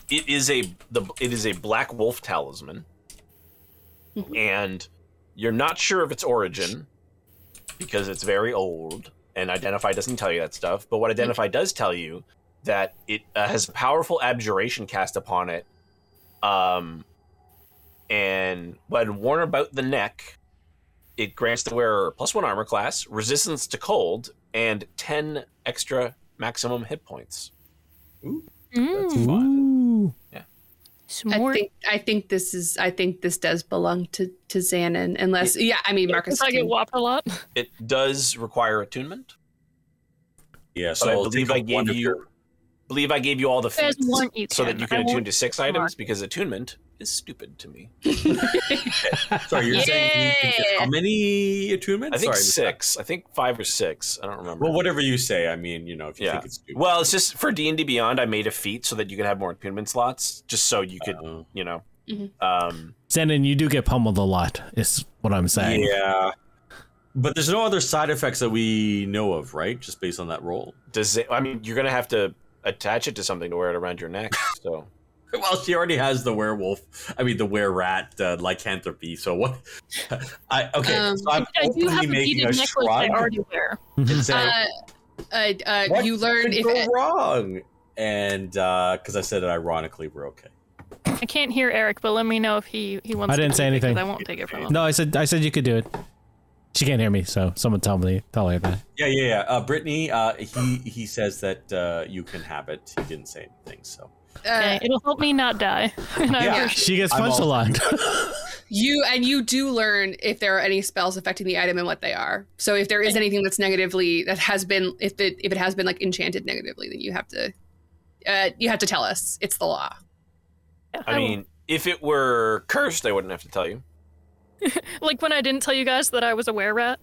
Speaker 2: It is a the it is a black wolf talisman, and you're not sure of its origin because it's very old, and Identify doesn't tell you that stuff. But what Identify does tell you that it uh, has a powerful abjuration cast upon it, um, and when worn about the neck, it grants the wearer plus one armor class, resistance to cold, and ten extra maximum hit points.
Speaker 4: Mm.
Speaker 3: Ooh.
Speaker 1: I
Speaker 4: Smart.
Speaker 1: think I think this is I think this does belong to to Xanon, unless yeah, I mean Marcus.
Speaker 4: Does I get
Speaker 1: can-
Speaker 4: whopped a lot?
Speaker 2: It does require attunement.
Speaker 6: Yeah,
Speaker 2: So
Speaker 6: so
Speaker 2: I
Speaker 6: I'll
Speaker 2: believe
Speaker 6: take
Speaker 2: I
Speaker 6: up one
Speaker 2: gave
Speaker 6: of
Speaker 2: you
Speaker 6: your-
Speaker 2: believe I gave you all the
Speaker 4: There's
Speaker 2: feats
Speaker 4: one each
Speaker 2: so that
Speaker 4: hand.
Speaker 2: you can
Speaker 4: I
Speaker 2: attune
Speaker 4: won't-
Speaker 2: to six
Speaker 4: on.
Speaker 2: items because attunement is stupid to me.
Speaker 6: Sorry, you're saying you can get how many attunements?
Speaker 2: I think
Speaker 6: Sorry, missed that.
Speaker 2: six. I think five or six. I don't remember.
Speaker 6: Well, whatever you say. I mean, you know, if you
Speaker 2: Yeah.
Speaker 6: think it's stupid.
Speaker 2: Well, it's just for D and D Beyond. I made a feat so that you could have more attunement slots, just so you could,
Speaker 6: Uh,
Speaker 2: you know.
Speaker 1: Mhm.
Speaker 2: Um,
Speaker 3: Zenon, you do get pummeled a lot, is what I'm saying.
Speaker 6: yeah. But there's no other side effects that we know of, right? Just based on that roll.
Speaker 2: does it, I mean you're gonna have to attach it to something to wear it around your neck. So
Speaker 6: Well, she already has the werewolf. I mean, the were rat uh, lycanthropy. So what? I okay.
Speaker 1: Um,
Speaker 6: so I'm
Speaker 4: I do
Speaker 6: openly
Speaker 4: have a beaded
Speaker 6: making a
Speaker 4: necklace I
Speaker 6: shrine
Speaker 4: already wear.
Speaker 6: and saying,
Speaker 1: Uh, uh, uh,
Speaker 6: What
Speaker 1: you learn
Speaker 6: could
Speaker 1: if
Speaker 6: go wrong? And because I said it ironically, we're okay.
Speaker 4: I can't hear Eric, but let me know if he he wants.
Speaker 3: I
Speaker 4: to
Speaker 3: didn't say
Speaker 4: take it, 'cause
Speaker 3: anything.
Speaker 4: I won't take it from him.
Speaker 3: No, I said I said you could do it. She can't hear me, so someone tell me tell her that.
Speaker 6: Yeah, yeah, yeah. Uh, Brittany, uh, he he says that uh, you can have it. He didn't say anything. So
Speaker 4: Okay,
Speaker 1: uh,
Speaker 4: it'll help me not die. And I
Speaker 6: Yeah.
Speaker 4: appreciate
Speaker 3: She gets
Speaker 6: I'm
Speaker 3: punched a
Speaker 6: all-
Speaker 3: lot.
Speaker 1: you and you do learn if there are any spells affecting the item and what they are. So if there is anything that's negatively that has been if it if it has been like enchanted negatively, then you have to uh, you have to tell us. It's the law.
Speaker 4: Yeah,
Speaker 2: I
Speaker 4: I will.
Speaker 2: mean, if it were cursed, I wouldn't have to tell you.
Speaker 4: like when I didn't tell you guys that I was a were rat.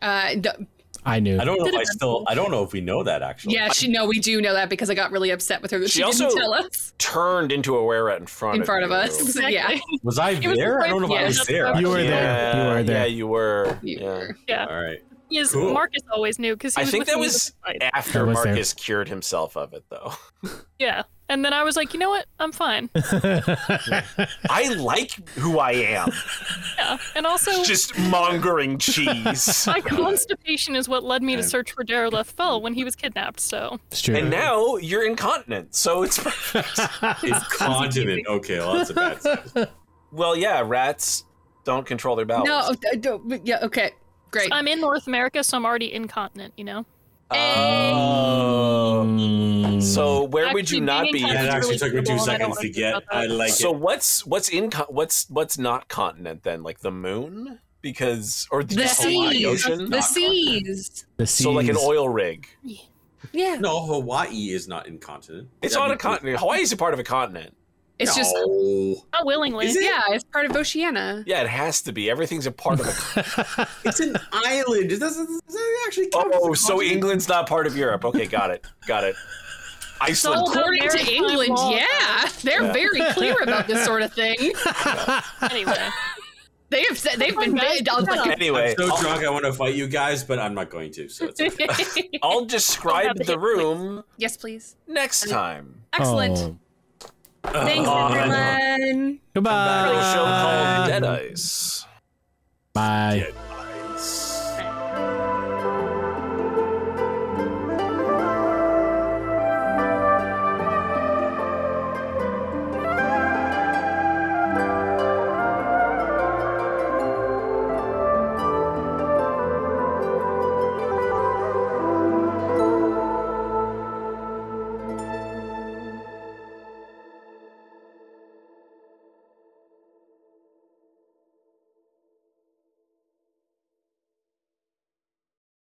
Speaker 1: Uh, the,
Speaker 3: I knew.
Speaker 6: I don't know if
Speaker 4: Could've
Speaker 6: I
Speaker 4: been
Speaker 6: still. I don't know if we know that actually.
Speaker 1: yeah, she no, we do know that because I got really upset with her that
Speaker 2: She
Speaker 1: she, didn't
Speaker 2: also-
Speaker 1: tell us
Speaker 2: Turned into a were rat in front
Speaker 1: in
Speaker 2: of
Speaker 1: front of
Speaker 2: you.
Speaker 1: us. Yeah,
Speaker 6: Was I
Speaker 4: It was
Speaker 6: there?
Speaker 4: the
Speaker 6: I don't know if I
Speaker 4: first-
Speaker 6: was
Speaker 4: yeah.
Speaker 6: there.
Speaker 4: You
Speaker 3: You were
Speaker 6: actually.
Speaker 3: there. You were there.
Speaker 2: Yeah, you were.
Speaker 1: You
Speaker 2: yeah.
Speaker 1: were.
Speaker 4: Yeah,
Speaker 6: All right.
Speaker 4: yes,
Speaker 6: Cool.
Speaker 4: Marcus always knew because he
Speaker 2: I
Speaker 4: was
Speaker 2: think
Speaker 4: with
Speaker 2: that
Speaker 4: me
Speaker 2: was-
Speaker 4: with the fight.
Speaker 2: After
Speaker 3: I was there.
Speaker 2: Marcus cured himself of it, though,
Speaker 4: yeah. And then I was like, you know what? I'm fine.
Speaker 2: I like who I am.
Speaker 4: Yeah. And also,
Speaker 2: Just mongering cheese.
Speaker 4: my constipation is what led me to
Speaker 6: Okay.
Speaker 4: search for Darileth Fell when he was kidnapped. So
Speaker 3: it's true.
Speaker 2: And now you're incontinent, so it's
Speaker 6: It's continent. Okay, well, that's a bad sign.
Speaker 2: well, yeah. Rats don't control their bowels.
Speaker 1: No, I don't- but yeah, okay, great.
Speaker 4: I'm in North America, so I'm already incontinent. You know.
Speaker 2: Oh. So where would
Speaker 4: Actually,
Speaker 2: you not
Speaker 4: being
Speaker 2: be?
Speaker 6: Yeah,
Speaker 4: incontinent is
Speaker 6: it actually
Speaker 4: really
Speaker 6: took me two
Speaker 4: cool, and I don't
Speaker 6: seconds
Speaker 4: wanna
Speaker 6: to
Speaker 4: think
Speaker 6: get.
Speaker 4: about
Speaker 6: I
Speaker 4: that.
Speaker 6: like
Speaker 2: So
Speaker 6: it.
Speaker 2: what's what's in what's what's not continent then? Like the moon, because or the,
Speaker 1: the
Speaker 2: just Hawaii
Speaker 1: seas,
Speaker 2: ocean.
Speaker 1: the seas.
Speaker 3: the
Speaker 2: so like an
Speaker 3: seas.
Speaker 2: oil rig.
Speaker 1: Yeah,
Speaker 6: No, Hawaii is not incontinent.
Speaker 2: It's
Speaker 6: That'd
Speaker 2: on a
Speaker 6: be-
Speaker 2: continent. Hawaii is a part of a continent.
Speaker 1: it's just
Speaker 6: No.
Speaker 4: Not willingly.
Speaker 6: Is it?
Speaker 1: yeah, it's part of Oceania.
Speaker 2: Yeah, it has to be. Everything's a part of a.
Speaker 6: It's an island. It doesn't, it doesn't actually count as a
Speaker 2: oh, so
Speaker 6: continent.
Speaker 2: England's not part of Europe. Okay, got it. Got it. Iceland.
Speaker 4: all about
Speaker 1: Oh, According to
Speaker 4: maritime
Speaker 1: England,
Speaker 4: law.
Speaker 1: yeah, they're
Speaker 2: Yeah.
Speaker 1: very clear about this sort of thing.
Speaker 4: Anyway,
Speaker 1: They have said they've been
Speaker 4: Guys,
Speaker 1: banned. I was like,
Speaker 2: anyway,
Speaker 6: I'm so
Speaker 2: I'll,
Speaker 6: drunk I want to fight you guys, but I'm not going to. So it's okay.
Speaker 2: I'll
Speaker 4: Don't have
Speaker 2: describe
Speaker 4: to
Speaker 2: the
Speaker 4: hit
Speaker 2: room
Speaker 1: yes, please.
Speaker 2: next time.
Speaker 1: Excellent.
Speaker 3: Oh.
Speaker 1: Thanks,
Speaker 2: Oh,
Speaker 1: everyone.
Speaker 3: Goodbye.
Speaker 2: For a show called Dead Ice.
Speaker 3: Bye.
Speaker 6: Yeah.